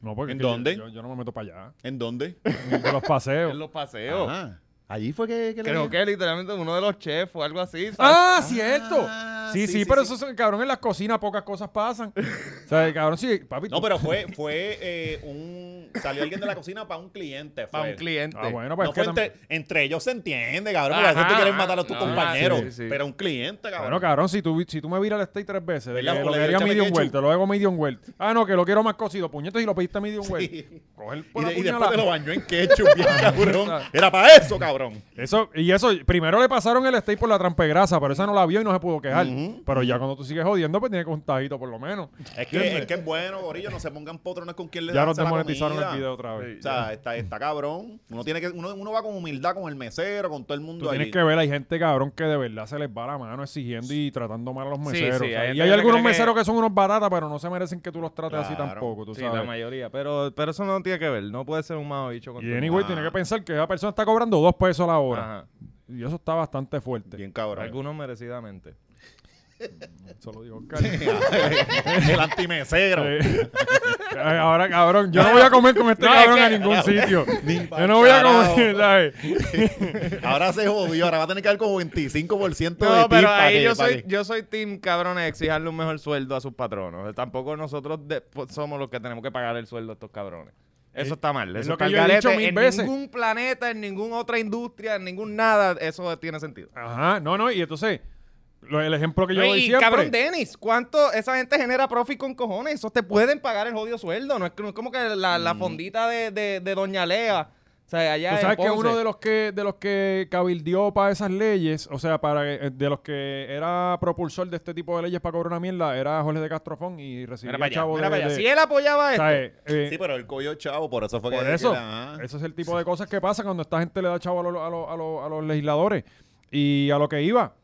[SPEAKER 1] No, porque
[SPEAKER 4] ¿En
[SPEAKER 1] es que yo-
[SPEAKER 4] dónde?
[SPEAKER 1] Yo, yo no me meto para allá.
[SPEAKER 4] ¿En dónde?
[SPEAKER 1] Ni De los paseos.
[SPEAKER 5] En los paseos.
[SPEAKER 4] Ajá. Allí fue que, que le
[SPEAKER 5] Creo
[SPEAKER 4] dieron.
[SPEAKER 5] que literalmente uno de los chefs o algo así. ¿sabes?
[SPEAKER 1] ¡Ah, cierto! sí,
[SPEAKER 4] Ah, sí,
[SPEAKER 1] sí,
[SPEAKER 4] sí,
[SPEAKER 1] pero
[SPEAKER 4] sí.
[SPEAKER 1] eso, son- cabrón, en las cocinas pocas cosas pasan. o sea, cabrón, sí, papi.
[SPEAKER 4] No, pero fue, fue eh, un. Salió alguien de la cocina para un cliente.
[SPEAKER 5] Para
[SPEAKER 4] fue.
[SPEAKER 5] un cliente.
[SPEAKER 1] Ah, bueno, pues
[SPEAKER 4] No
[SPEAKER 1] es que
[SPEAKER 4] fue
[SPEAKER 1] tam-
[SPEAKER 4] entre, entre ellos se entiende, cabrón. porque a veces tú
[SPEAKER 5] Ajá,
[SPEAKER 4] quieres matar a tus
[SPEAKER 5] no,
[SPEAKER 4] compañeros.
[SPEAKER 5] sí, sí.
[SPEAKER 4] Pero un cliente, cabrón.
[SPEAKER 1] Bueno, cabrón, si tú, si tú me viras el steak tres veces, de
[SPEAKER 4] ¿Verdad?
[SPEAKER 1] que
[SPEAKER 4] Pues
[SPEAKER 1] lo
[SPEAKER 4] le
[SPEAKER 1] quería
[SPEAKER 4] échame
[SPEAKER 1] medium
[SPEAKER 4] ketchup.
[SPEAKER 1] well, te lo hago medium well. Ah, no, que lo quiero más cocido, puñetos, y lo pediste medium well.
[SPEAKER 4] Sí.
[SPEAKER 1] Coge el-
[SPEAKER 4] Y,
[SPEAKER 1] la
[SPEAKER 4] de- y después
[SPEAKER 1] puñalada.
[SPEAKER 4] te lo bañó en ketchup, bien cabrón. Era para eso, cabrón.
[SPEAKER 1] Eso, y eso, primero le pasaron el steak por la trampegrasa, pero esa no la vio y no se pudo quejar. Pero ya cuando tú sigues jodiendo, pues tiene que un tajito por lo menos.
[SPEAKER 4] Es que, es que es bueno, gorillo. No se pongan potrones con quien le
[SPEAKER 1] Ya
[SPEAKER 4] dan
[SPEAKER 1] nos
[SPEAKER 4] la
[SPEAKER 1] desmonetizaron el
[SPEAKER 4] comida.
[SPEAKER 1] video otra vez.
[SPEAKER 4] O sea, está, está cabrón. Uno, tiene que, uno, uno va con humildad con el mesero, con todo el mundo
[SPEAKER 1] Tú
[SPEAKER 4] allí.
[SPEAKER 1] tienes que ver, hay gente cabrón que de verdad se les va la mano exigiendo y tratando mal a los
[SPEAKER 5] sí,
[SPEAKER 1] meseros.
[SPEAKER 5] hay
[SPEAKER 1] o sea,
[SPEAKER 5] gente
[SPEAKER 1] y hay
[SPEAKER 5] que
[SPEAKER 1] algunos
[SPEAKER 5] cree que-
[SPEAKER 1] meseros que... son unos baratas, pero no se merecen que tú los trates así
[SPEAKER 4] Claro.
[SPEAKER 1] tampoco, tú
[SPEAKER 5] Sí, la
[SPEAKER 1] sabes.
[SPEAKER 5] mayoría. Pero, pero eso no tiene que ver. No puede ser un mago bicho con
[SPEAKER 1] Y
[SPEAKER 5] todo el
[SPEAKER 1] anyway,
[SPEAKER 4] Ah.
[SPEAKER 1] tiene que pensar que esa persona está cobrando dos pesos a la
[SPEAKER 5] mundo.
[SPEAKER 1] hora.
[SPEAKER 5] Ajá.
[SPEAKER 1] Y eso está bastante fuerte.
[SPEAKER 4] Bien cabrón.
[SPEAKER 5] Algunos merecidamente.
[SPEAKER 1] Solo digo Oscar.
[SPEAKER 4] el antimesero.
[SPEAKER 1] Eh, Ahora, cabrón, yo no voy a comer con este
[SPEAKER 5] No, es
[SPEAKER 1] cabrón
[SPEAKER 5] que-
[SPEAKER 1] a ningún sitio.
[SPEAKER 4] pa'l
[SPEAKER 1] Yo no voy a
[SPEAKER 4] carajo.
[SPEAKER 1] comer, ¿sabes?
[SPEAKER 4] Ahora se jodió, ahora va a tener que dar como 25% de
[SPEAKER 5] No,
[SPEAKER 4] tip
[SPEAKER 5] pero
[SPEAKER 4] pa'
[SPEAKER 5] ahí
[SPEAKER 4] que-
[SPEAKER 5] yo
[SPEAKER 4] pa'
[SPEAKER 5] soy,
[SPEAKER 4] que-
[SPEAKER 5] yo soy team cabrón de exijarle un mejor sueldo a sus patronos. Tampoco nosotros de- po- somos los que tenemos que pagar el sueldo a estos cabrones. Eso está mal.
[SPEAKER 1] Eh, es
[SPEAKER 5] Eso
[SPEAKER 1] lo que
[SPEAKER 5] está al
[SPEAKER 1] yo he dicho
[SPEAKER 5] garete.
[SPEAKER 1] mil
[SPEAKER 5] en
[SPEAKER 1] veces.
[SPEAKER 5] ningún planeta, en ninguna otra industria, en ningún nada, eso tiene sentido.
[SPEAKER 1] Ajá, no, no, y entonces, lo- el ejemplo que yo
[SPEAKER 5] No,
[SPEAKER 1] doy
[SPEAKER 5] y
[SPEAKER 1] siempre.
[SPEAKER 5] cabrón Denis, ¿cuánto esa gente genera profit con cojones? Esos te pueden pagar el jodido sueldo. No es, que- no es como que la, la fondita de, de- de Doña Lea. O sea, allá
[SPEAKER 1] Mm. Tú
[SPEAKER 5] en
[SPEAKER 1] sabes que
[SPEAKER 5] Ponce.
[SPEAKER 1] uno de los que de los que cabildió para esas leyes, o sea, para eh, de los que era propulsor de este tipo de leyes para cobrar una mierda, era Jorge de Castrofón y
[SPEAKER 5] Mira
[SPEAKER 1] recibía
[SPEAKER 5] para allá,
[SPEAKER 1] chavo
[SPEAKER 5] mira
[SPEAKER 1] de,
[SPEAKER 5] para allá. este.
[SPEAKER 1] de-
[SPEAKER 5] Si él apoyaba esto.
[SPEAKER 1] ¿sabes? Eh,
[SPEAKER 4] Sí, pero el coyo chavo, por eso fue que... ah.
[SPEAKER 1] Por
[SPEAKER 4] que
[SPEAKER 1] eso,
[SPEAKER 4] la- ajá.
[SPEAKER 1] ese es el tipo de cosas que pasa cuando esta gente le da chavo a, los- a los- a los- a los legisladores. Y a lo que iba,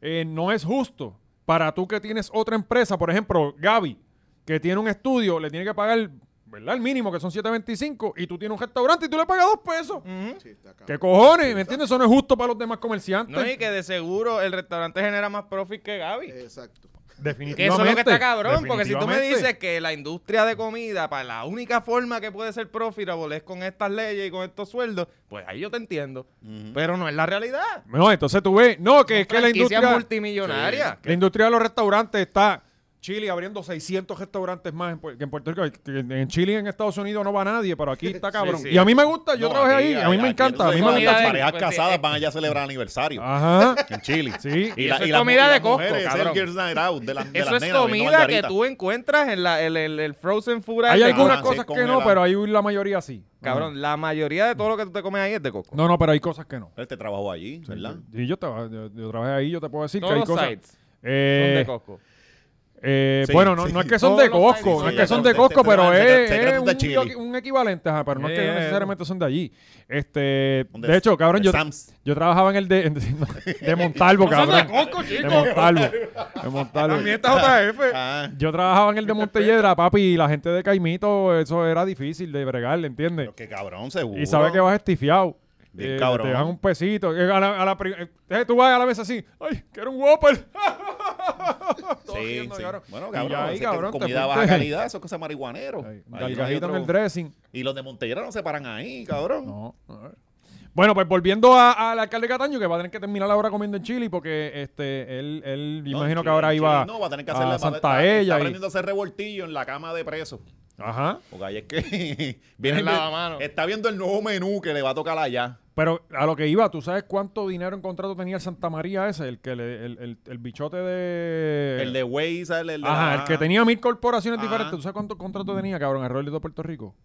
[SPEAKER 1] eh, no es justo para tú que tienes otra empresa, por ejemplo, Gaby, que tiene un estudio, le tiene que pagar, ¿verdad? El mínimo, que son 7.25, y tú tienes un restaurante y tú le pagas dos pesos.
[SPEAKER 5] Ujú.
[SPEAKER 2] Sí, está cabrón.
[SPEAKER 1] ¿Qué cojones? ¿Me entiendes? Eso no es justo para los demás comerciantes.
[SPEAKER 5] No, y que de seguro el restaurante genera más profit que Gaby.
[SPEAKER 2] Exacto.
[SPEAKER 5] Que
[SPEAKER 1] Definitivamente.
[SPEAKER 5] eso es lo que está cabrón, porque si tú me
[SPEAKER 1] definitivamente.
[SPEAKER 5] dices que la industria de comida, para la única forma que puede ser profitable es con estas leyes y con estos sueldos, pues ahí yo te entiendo. Pero no es la realidad.
[SPEAKER 1] No, entonces tú ves... No, que es que la
[SPEAKER 5] Franquicia
[SPEAKER 1] industria...
[SPEAKER 5] multimillonaria.
[SPEAKER 1] La industria de los restaurantes está. Chile abriendo 600 restaurantes más en, Pu- que en Puerto Rico. Que En Chile y en Estados Unidos no va nadie, pero aquí está cabrón.
[SPEAKER 5] sí.
[SPEAKER 1] Y a mí me gusta, yo
[SPEAKER 4] No,
[SPEAKER 1] trabajé
[SPEAKER 4] aquí-
[SPEAKER 1] ahí, a mí me
[SPEAKER 4] aquí
[SPEAKER 1] encanta. A mí
[SPEAKER 4] entonces
[SPEAKER 1] me
[SPEAKER 5] comida
[SPEAKER 1] gusta.
[SPEAKER 4] Las
[SPEAKER 5] de-
[SPEAKER 4] parejas
[SPEAKER 5] pues,
[SPEAKER 4] casadas
[SPEAKER 5] sí.
[SPEAKER 4] van allá a celebrar aniversario
[SPEAKER 1] Ajá.
[SPEAKER 4] en Chile.
[SPEAKER 1] Sí.
[SPEAKER 5] Y eso es
[SPEAKER 4] las mu-
[SPEAKER 5] comida de
[SPEAKER 4] las
[SPEAKER 5] Costco,
[SPEAKER 4] mujeres, es el
[SPEAKER 5] cabrón.
[SPEAKER 4] Girls Night Out de las- de
[SPEAKER 5] Eso
[SPEAKER 4] las
[SPEAKER 5] es
[SPEAKER 4] nenas, bebiendo
[SPEAKER 5] comida que
[SPEAKER 4] margarita.
[SPEAKER 5] tú encuentras en la, el, el- el frozen food.
[SPEAKER 1] Hay
[SPEAKER 5] de
[SPEAKER 1] algunas
[SPEAKER 5] Costco.
[SPEAKER 4] sí,
[SPEAKER 1] cosas que no,
[SPEAKER 4] congelado.
[SPEAKER 1] pero hay la mayoría sí.
[SPEAKER 5] Cabrón, la mayoría de todo lo que tú te comes ahí es de Coco.
[SPEAKER 1] No, no, pero hay cosas que no.
[SPEAKER 4] Él te trabajó allí, ¿verdad?
[SPEAKER 1] Y yo, traba- yo- yo trabajé ahí, yo te puedo decir
[SPEAKER 5] Todos
[SPEAKER 1] que hay
[SPEAKER 5] los
[SPEAKER 1] cosas.
[SPEAKER 5] sites son
[SPEAKER 1] Eh,
[SPEAKER 5] de Costco.
[SPEAKER 1] eh,
[SPEAKER 4] Sí,
[SPEAKER 1] bueno, no,
[SPEAKER 4] sí.
[SPEAKER 1] no es que son
[SPEAKER 5] Todos
[SPEAKER 1] de
[SPEAKER 5] los
[SPEAKER 1] Costco, no
[SPEAKER 5] sites son
[SPEAKER 1] es
[SPEAKER 5] de
[SPEAKER 1] que son de
[SPEAKER 4] Costco.
[SPEAKER 1] Costco, pero
[SPEAKER 4] Secretos de
[SPEAKER 1] es,
[SPEAKER 4] Chile.
[SPEAKER 1] es un, un equivalente, ajá, pero no es que
[SPEAKER 5] Yeah.
[SPEAKER 1] necesariamente son de allí. Este,
[SPEAKER 4] Donde-
[SPEAKER 1] de hecho, cabrón,
[SPEAKER 4] Eh. de
[SPEAKER 1] yo,
[SPEAKER 4] Sam's.
[SPEAKER 1] Yo trabajaba en el de, en- no, de Montalvo, cabrón. De Montalvo. De Montalvo.
[SPEAKER 4] Ah,
[SPEAKER 1] Yo trabajaba en el de Montelledra, papi, y la gente de Caimito, eso era difícil de bregar, ¿le entiendes?
[SPEAKER 4] pero qué cabrón, seguro.
[SPEAKER 1] Y sabe que vas estifiado.
[SPEAKER 4] Bien
[SPEAKER 1] Eh,
[SPEAKER 4] cabrón.
[SPEAKER 1] Te dan un pesito. Eh, A la, a la pri- eh, tú vas a la mesa así. ¡Ay, quiero un Whopper! Todo
[SPEAKER 4] Sí,
[SPEAKER 1] haciendo,
[SPEAKER 4] sí.
[SPEAKER 1] cabrón.
[SPEAKER 4] Bueno,
[SPEAKER 1] Y
[SPEAKER 4] cabrón,
[SPEAKER 1] ahí,
[SPEAKER 4] es que
[SPEAKER 1] cabrón, te
[SPEAKER 4] comida
[SPEAKER 1] fuiste.
[SPEAKER 4] baja calidad, son cosas marihuaneros.
[SPEAKER 1] Ay,
[SPEAKER 4] Ahí no hay
[SPEAKER 1] Delgadito en
[SPEAKER 4] otro-
[SPEAKER 1] el dressing.
[SPEAKER 4] Y los de Montellera no se paran ahí, cabrón.
[SPEAKER 1] No. Bueno, pues volviendo a- al alcalde Cataño, que va a tener que terminar la hora comiendo en Chile, porque este, él, él yo
[SPEAKER 4] No,
[SPEAKER 1] imagino que
[SPEAKER 4] Chile-
[SPEAKER 1] ahora
[SPEAKER 4] Chile
[SPEAKER 1] iba
[SPEAKER 4] No, va a tener que
[SPEAKER 1] a
[SPEAKER 4] hacer la
[SPEAKER 1] Santa
[SPEAKER 4] está- Está
[SPEAKER 1] Ella. y-
[SPEAKER 4] aprendiendo a hacer revoltillo en la cama de preso.
[SPEAKER 1] Ajá.
[SPEAKER 4] Porque ahí es que. viene
[SPEAKER 5] El lavamano.
[SPEAKER 4] Está viendo el nuevo menú que le va a tocar allá.
[SPEAKER 1] Pero a lo que iba, ¿tú sabes cuánto dinero en contrato tenía el Santa María ese? El que le- el, el- el bichote de...
[SPEAKER 4] El de Waze, el, el de.
[SPEAKER 1] Ajá,
[SPEAKER 4] la-
[SPEAKER 1] el que tenía mil corporaciones
[SPEAKER 4] Ajá.
[SPEAKER 1] diferentes. ¿Tú sabes cuánto contrato tenía, cabrón, el Rolly de Puerto Rico?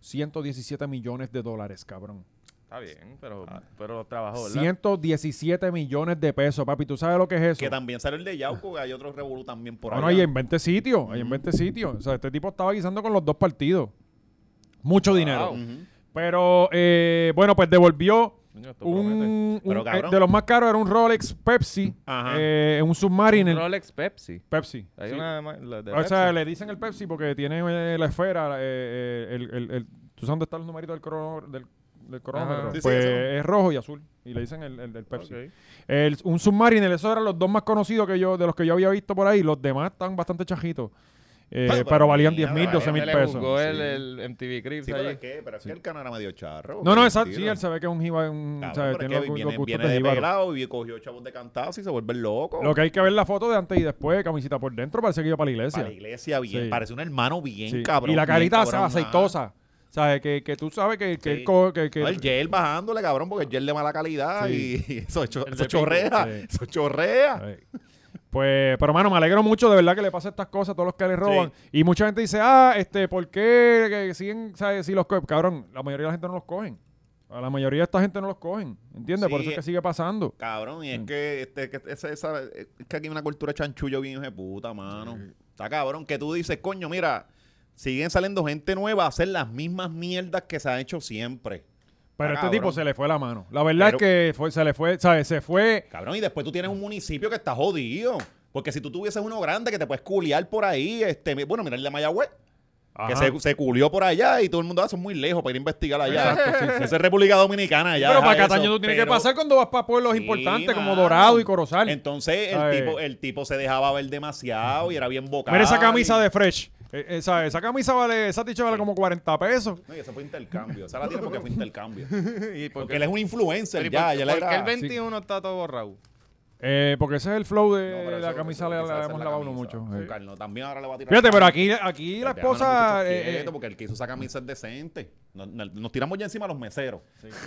[SPEAKER 1] 117 millones de dólares, cabrón.
[SPEAKER 5] Está bien, pero,
[SPEAKER 1] Ah.
[SPEAKER 5] pero los
[SPEAKER 4] Ah,
[SPEAKER 5] trabajos, ¿verdad?
[SPEAKER 1] 117 millones de pesos, papi. ¿Tú sabes lo que es eso?
[SPEAKER 4] Que también salió el de Yauco, que hay otro revolú también por ahí.
[SPEAKER 1] Bueno, ahí en 20 sitios, ahí en 20 sitios. O sea, este tipo estaba guisando con los dos partidos. Mucho dinero. Pero, eh, bueno, pues devolvió
[SPEAKER 5] Coño, esto promete.
[SPEAKER 1] un...
[SPEAKER 4] Pero,
[SPEAKER 1] un-
[SPEAKER 4] cabrón.
[SPEAKER 1] eh, de los más caros era un Rolex Pepsi,
[SPEAKER 4] Ajá.
[SPEAKER 1] eh, un Submariner.
[SPEAKER 5] Rolex Pepsi.
[SPEAKER 1] Pepsi.
[SPEAKER 5] Hay
[SPEAKER 1] sí.
[SPEAKER 5] una de- la de
[SPEAKER 1] O sea,
[SPEAKER 5] Pepsi.
[SPEAKER 1] le dicen el Pepsi porque tiene eh, la esfera, eh, eh, el, el- el- ¿tú sabes dónde están los numeritos del, crono- del, del cronómetro?
[SPEAKER 5] Ajá.
[SPEAKER 4] Sí, sí,
[SPEAKER 1] pues
[SPEAKER 4] eso.
[SPEAKER 1] es rojo y azul. Y le dicen el, el del Pepsi.
[SPEAKER 5] Ok.
[SPEAKER 1] El- un Submariner, esos eran los dos más conocidos que yo, de los que yo había visto por ahí. Los demás están bastante chajitos. Eh,
[SPEAKER 4] Pero,
[SPEAKER 1] pero,
[SPEAKER 4] pero
[SPEAKER 1] valían
[SPEAKER 4] mira,
[SPEAKER 1] 10 mil,
[SPEAKER 4] la
[SPEAKER 1] 12 mil
[SPEAKER 5] gente le
[SPEAKER 1] pesos.
[SPEAKER 5] jugó el,
[SPEAKER 4] Sí.
[SPEAKER 5] el MTV Crips
[SPEAKER 4] Sí, pero
[SPEAKER 5] allí.
[SPEAKER 4] es que, pero es que el canal era medio charro.
[SPEAKER 1] No, no,
[SPEAKER 4] qué
[SPEAKER 1] esa, sí,
[SPEAKER 4] mentira.
[SPEAKER 1] él se ve que es un jiba, un-
[SPEAKER 4] Cabrón,
[SPEAKER 1] sabe,
[SPEAKER 4] pero es
[SPEAKER 1] tiene
[SPEAKER 4] que
[SPEAKER 1] los,
[SPEAKER 4] viene,
[SPEAKER 1] los gustos
[SPEAKER 4] viene
[SPEAKER 1] de
[SPEAKER 4] de
[SPEAKER 1] jíbaro.
[SPEAKER 4] pelado y cogió chavos de cantazo y se vuelve loco.
[SPEAKER 1] Lo que hay que ver la foto de antes y después, camisita por dentro, parece que iba para la iglesia.
[SPEAKER 4] Para la iglesia bien,
[SPEAKER 1] Sí.
[SPEAKER 4] parece un hermano bien
[SPEAKER 1] Sí.
[SPEAKER 4] cabrón.
[SPEAKER 1] y la
[SPEAKER 4] bien
[SPEAKER 1] carita
[SPEAKER 4] cabrón, ajá.
[SPEAKER 1] aceitosa. ¿Sabes? Que, que tú sabes que, que
[SPEAKER 4] Sí.
[SPEAKER 1] él co- que- que-
[SPEAKER 4] No, el gel bajándole, cabrón, porque el gel de mala calidad
[SPEAKER 1] Sí.
[SPEAKER 4] y, y eso, cho-
[SPEAKER 5] El
[SPEAKER 4] eso
[SPEAKER 5] de pico.
[SPEAKER 4] chorrea,
[SPEAKER 1] Sí.
[SPEAKER 4] eso chorrea.
[SPEAKER 1] Ay. Pues, pero mano, me alegro mucho de verdad que le pasen estas cosas a todos los que le roban. Y mucha gente dice, ah, este, ¿por qué que siguen, sabes, si los cogen? Cabrón, la mayoría de la gente no los cogen. A la mayoría de esta gente no los cogen. ¿Entiendes? Por
[SPEAKER 4] Sí,
[SPEAKER 1] eso es
[SPEAKER 4] eh.
[SPEAKER 1] que sigue pasando.
[SPEAKER 4] Cabrón, y
[SPEAKER 1] Mm.
[SPEAKER 4] es que, este, que esa- esa- es que aquí hay una cultura de chanchullo bien hijo de puta, mano. Está cabrón, que tú dices, coño, mira, siguen saliendo gente nueva a hacer las mismas mierdas que se han hecho siempre.
[SPEAKER 1] Pero
[SPEAKER 4] Ah,
[SPEAKER 1] este
[SPEAKER 4] cabrón.
[SPEAKER 1] tipo se le fue la mano. La verdad
[SPEAKER 4] Pero-
[SPEAKER 1] es que fue- se le fue, ¿sabes? Se fue.
[SPEAKER 4] Cabrón, y después tú tienes un municipio que está jodido. Porque si tú tuvieses uno grande que te puedes culiar por ahí, este, bueno, mira el de Mayagüez.
[SPEAKER 1] Ajá.
[SPEAKER 4] Que se, se culió por allá y todo el mundo hace muy lejos para ir a investigar allá.
[SPEAKER 1] Exacto, sí, sí.
[SPEAKER 4] Esa es República Dominicana allá.
[SPEAKER 1] pero para
[SPEAKER 4] deja
[SPEAKER 1] Cataño
[SPEAKER 4] eso.
[SPEAKER 1] tú tienes
[SPEAKER 4] Pero-
[SPEAKER 1] que pasar cuando vas para pueblos
[SPEAKER 4] Sí,
[SPEAKER 1] importantes como
[SPEAKER 4] mano.
[SPEAKER 1] Dorado y Corozal.
[SPEAKER 4] Entonces el
[SPEAKER 1] Ay.
[SPEAKER 4] tipo, el tipo se dejaba ver demasiado y era bien vocal.
[SPEAKER 1] Mira esa camisa de Fresh. Eh, Esa, esa camisa vale, esa ticha vale como 40 pesos.
[SPEAKER 4] No, y esa fue intercambio. Esa la tiene porque fue intercambio.
[SPEAKER 5] ¿Y por
[SPEAKER 4] Porque
[SPEAKER 5] qué?
[SPEAKER 4] él es un influencer
[SPEAKER 5] Pero ¿y
[SPEAKER 4] ya.
[SPEAKER 5] por-
[SPEAKER 4] ya le
[SPEAKER 5] por qué el
[SPEAKER 4] era-
[SPEAKER 5] 21 está todo borrado?
[SPEAKER 1] Eh, porque ese es el flow
[SPEAKER 4] No,
[SPEAKER 1] de
[SPEAKER 4] pero
[SPEAKER 1] la
[SPEAKER 4] eso-
[SPEAKER 1] camisa,
[SPEAKER 4] eso-
[SPEAKER 1] la,
[SPEAKER 4] esa-
[SPEAKER 1] la
[SPEAKER 4] esa
[SPEAKER 1] hemos
[SPEAKER 4] es la
[SPEAKER 1] lavado uno
[SPEAKER 4] camisa.
[SPEAKER 1] mucho.
[SPEAKER 4] Sí,
[SPEAKER 1] eh.
[SPEAKER 4] Carlos, también ahora le va a tirar.
[SPEAKER 1] Fíjate, pero aquí, aquí la
[SPEAKER 4] Déjame los muchachos
[SPEAKER 1] esposa... eh,
[SPEAKER 4] quietos,
[SPEAKER 1] eh,
[SPEAKER 4] porque el que hizo esa camisa es decente. Nos, nos- nos tiramos ya encima a los meseros.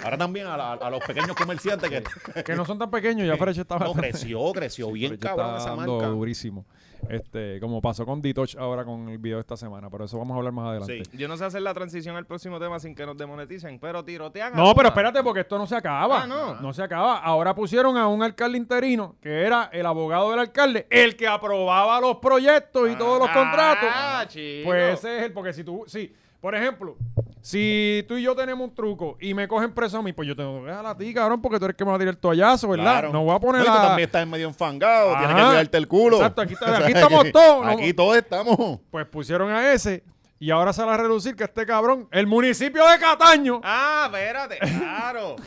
[SPEAKER 4] Ahora también a, la- a los pequeños comerciantes que.
[SPEAKER 1] que no son tan pequeños, ya Fresh estaba...
[SPEAKER 4] No, creció, creció bien
[SPEAKER 1] Fresh
[SPEAKER 4] cabrón
[SPEAKER 1] está
[SPEAKER 4] esa
[SPEAKER 1] dando
[SPEAKER 4] marca.
[SPEAKER 1] durísimo. Este, como pasó con Ditoch ahora con el video de esta semana, pero eso vamos a hablar más adelante.
[SPEAKER 4] Sí.
[SPEAKER 5] Yo no sé hacer la transición al próximo tema sin que nos demoneticen, pero tirotean. a
[SPEAKER 1] No, pero
[SPEAKER 5] una.
[SPEAKER 4] Ah,
[SPEAKER 1] espérate, porque esto no se acaba.
[SPEAKER 5] Ah,
[SPEAKER 1] no.
[SPEAKER 5] no.
[SPEAKER 1] se acaba. Ahora pusieron a un alcalde interino, que era el abogado del alcalde, el que aprobaba los proyectos y todos los
[SPEAKER 5] Ah,
[SPEAKER 1] contratos.
[SPEAKER 5] chico.
[SPEAKER 1] Pues ese es el, porque si tú, sí, por ejemplo, si tú y yo tenemos un truco y me cogen preso a mí, pues yo tengo que dejar a ti, cabrón, porque tú eres el que me va a tirar el toallazo, ¿verdad?
[SPEAKER 4] Claro.
[SPEAKER 1] No voy a poner
[SPEAKER 4] No, y tú
[SPEAKER 1] a...
[SPEAKER 4] también estás medio enfangado, tienes que
[SPEAKER 1] Ajá.
[SPEAKER 4] cuidarte el culo.
[SPEAKER 1] Exacto, aquí está-
[SPEAKER 4] O sea,
[SPEAKER 1] aquí estamos todos, ¿no?
[SPEAKER 4] Aquí todos estamos.
[SPEAKER 1] Pues pusieron a ese y ahora sale a relucir que este cabrón, el municipio de Cataño...
[SPEAKER 5] Ah, espérate, claro.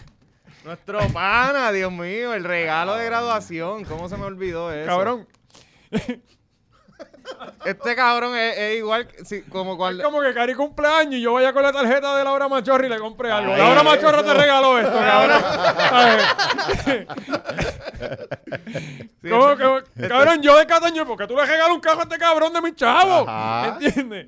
[SPEAKER 5] Nuestro pana, Dios mío, el regalo de graduación. ¿Cómo se me olvidó eso?
[SPEAKER 1] Cabrón,
[SPEAKER 5] Este cabrón es, es igual que- si- como
[SPEAKER 1] es
[SPEAKER 5] cuando.
[SPEAKER 1] como que Cari cumpleaños y yo vaya con la tarjeta de Laura Machorra y le compré algo.
[SPEAKER 4] Ay,
[SPEAKER 1] Laura
[SPEAKER 4] eso.
[SPEAKER 1] Machorra te regaló esto, cabrón. Ay. ¿Cómo que- cabrón, yo de Cataño, porque tú le regalas un cajo a este cabrón de mi chavo.
[SPEAKER 4] Ajá.
[SPEAKER 1] ¿Entiendes?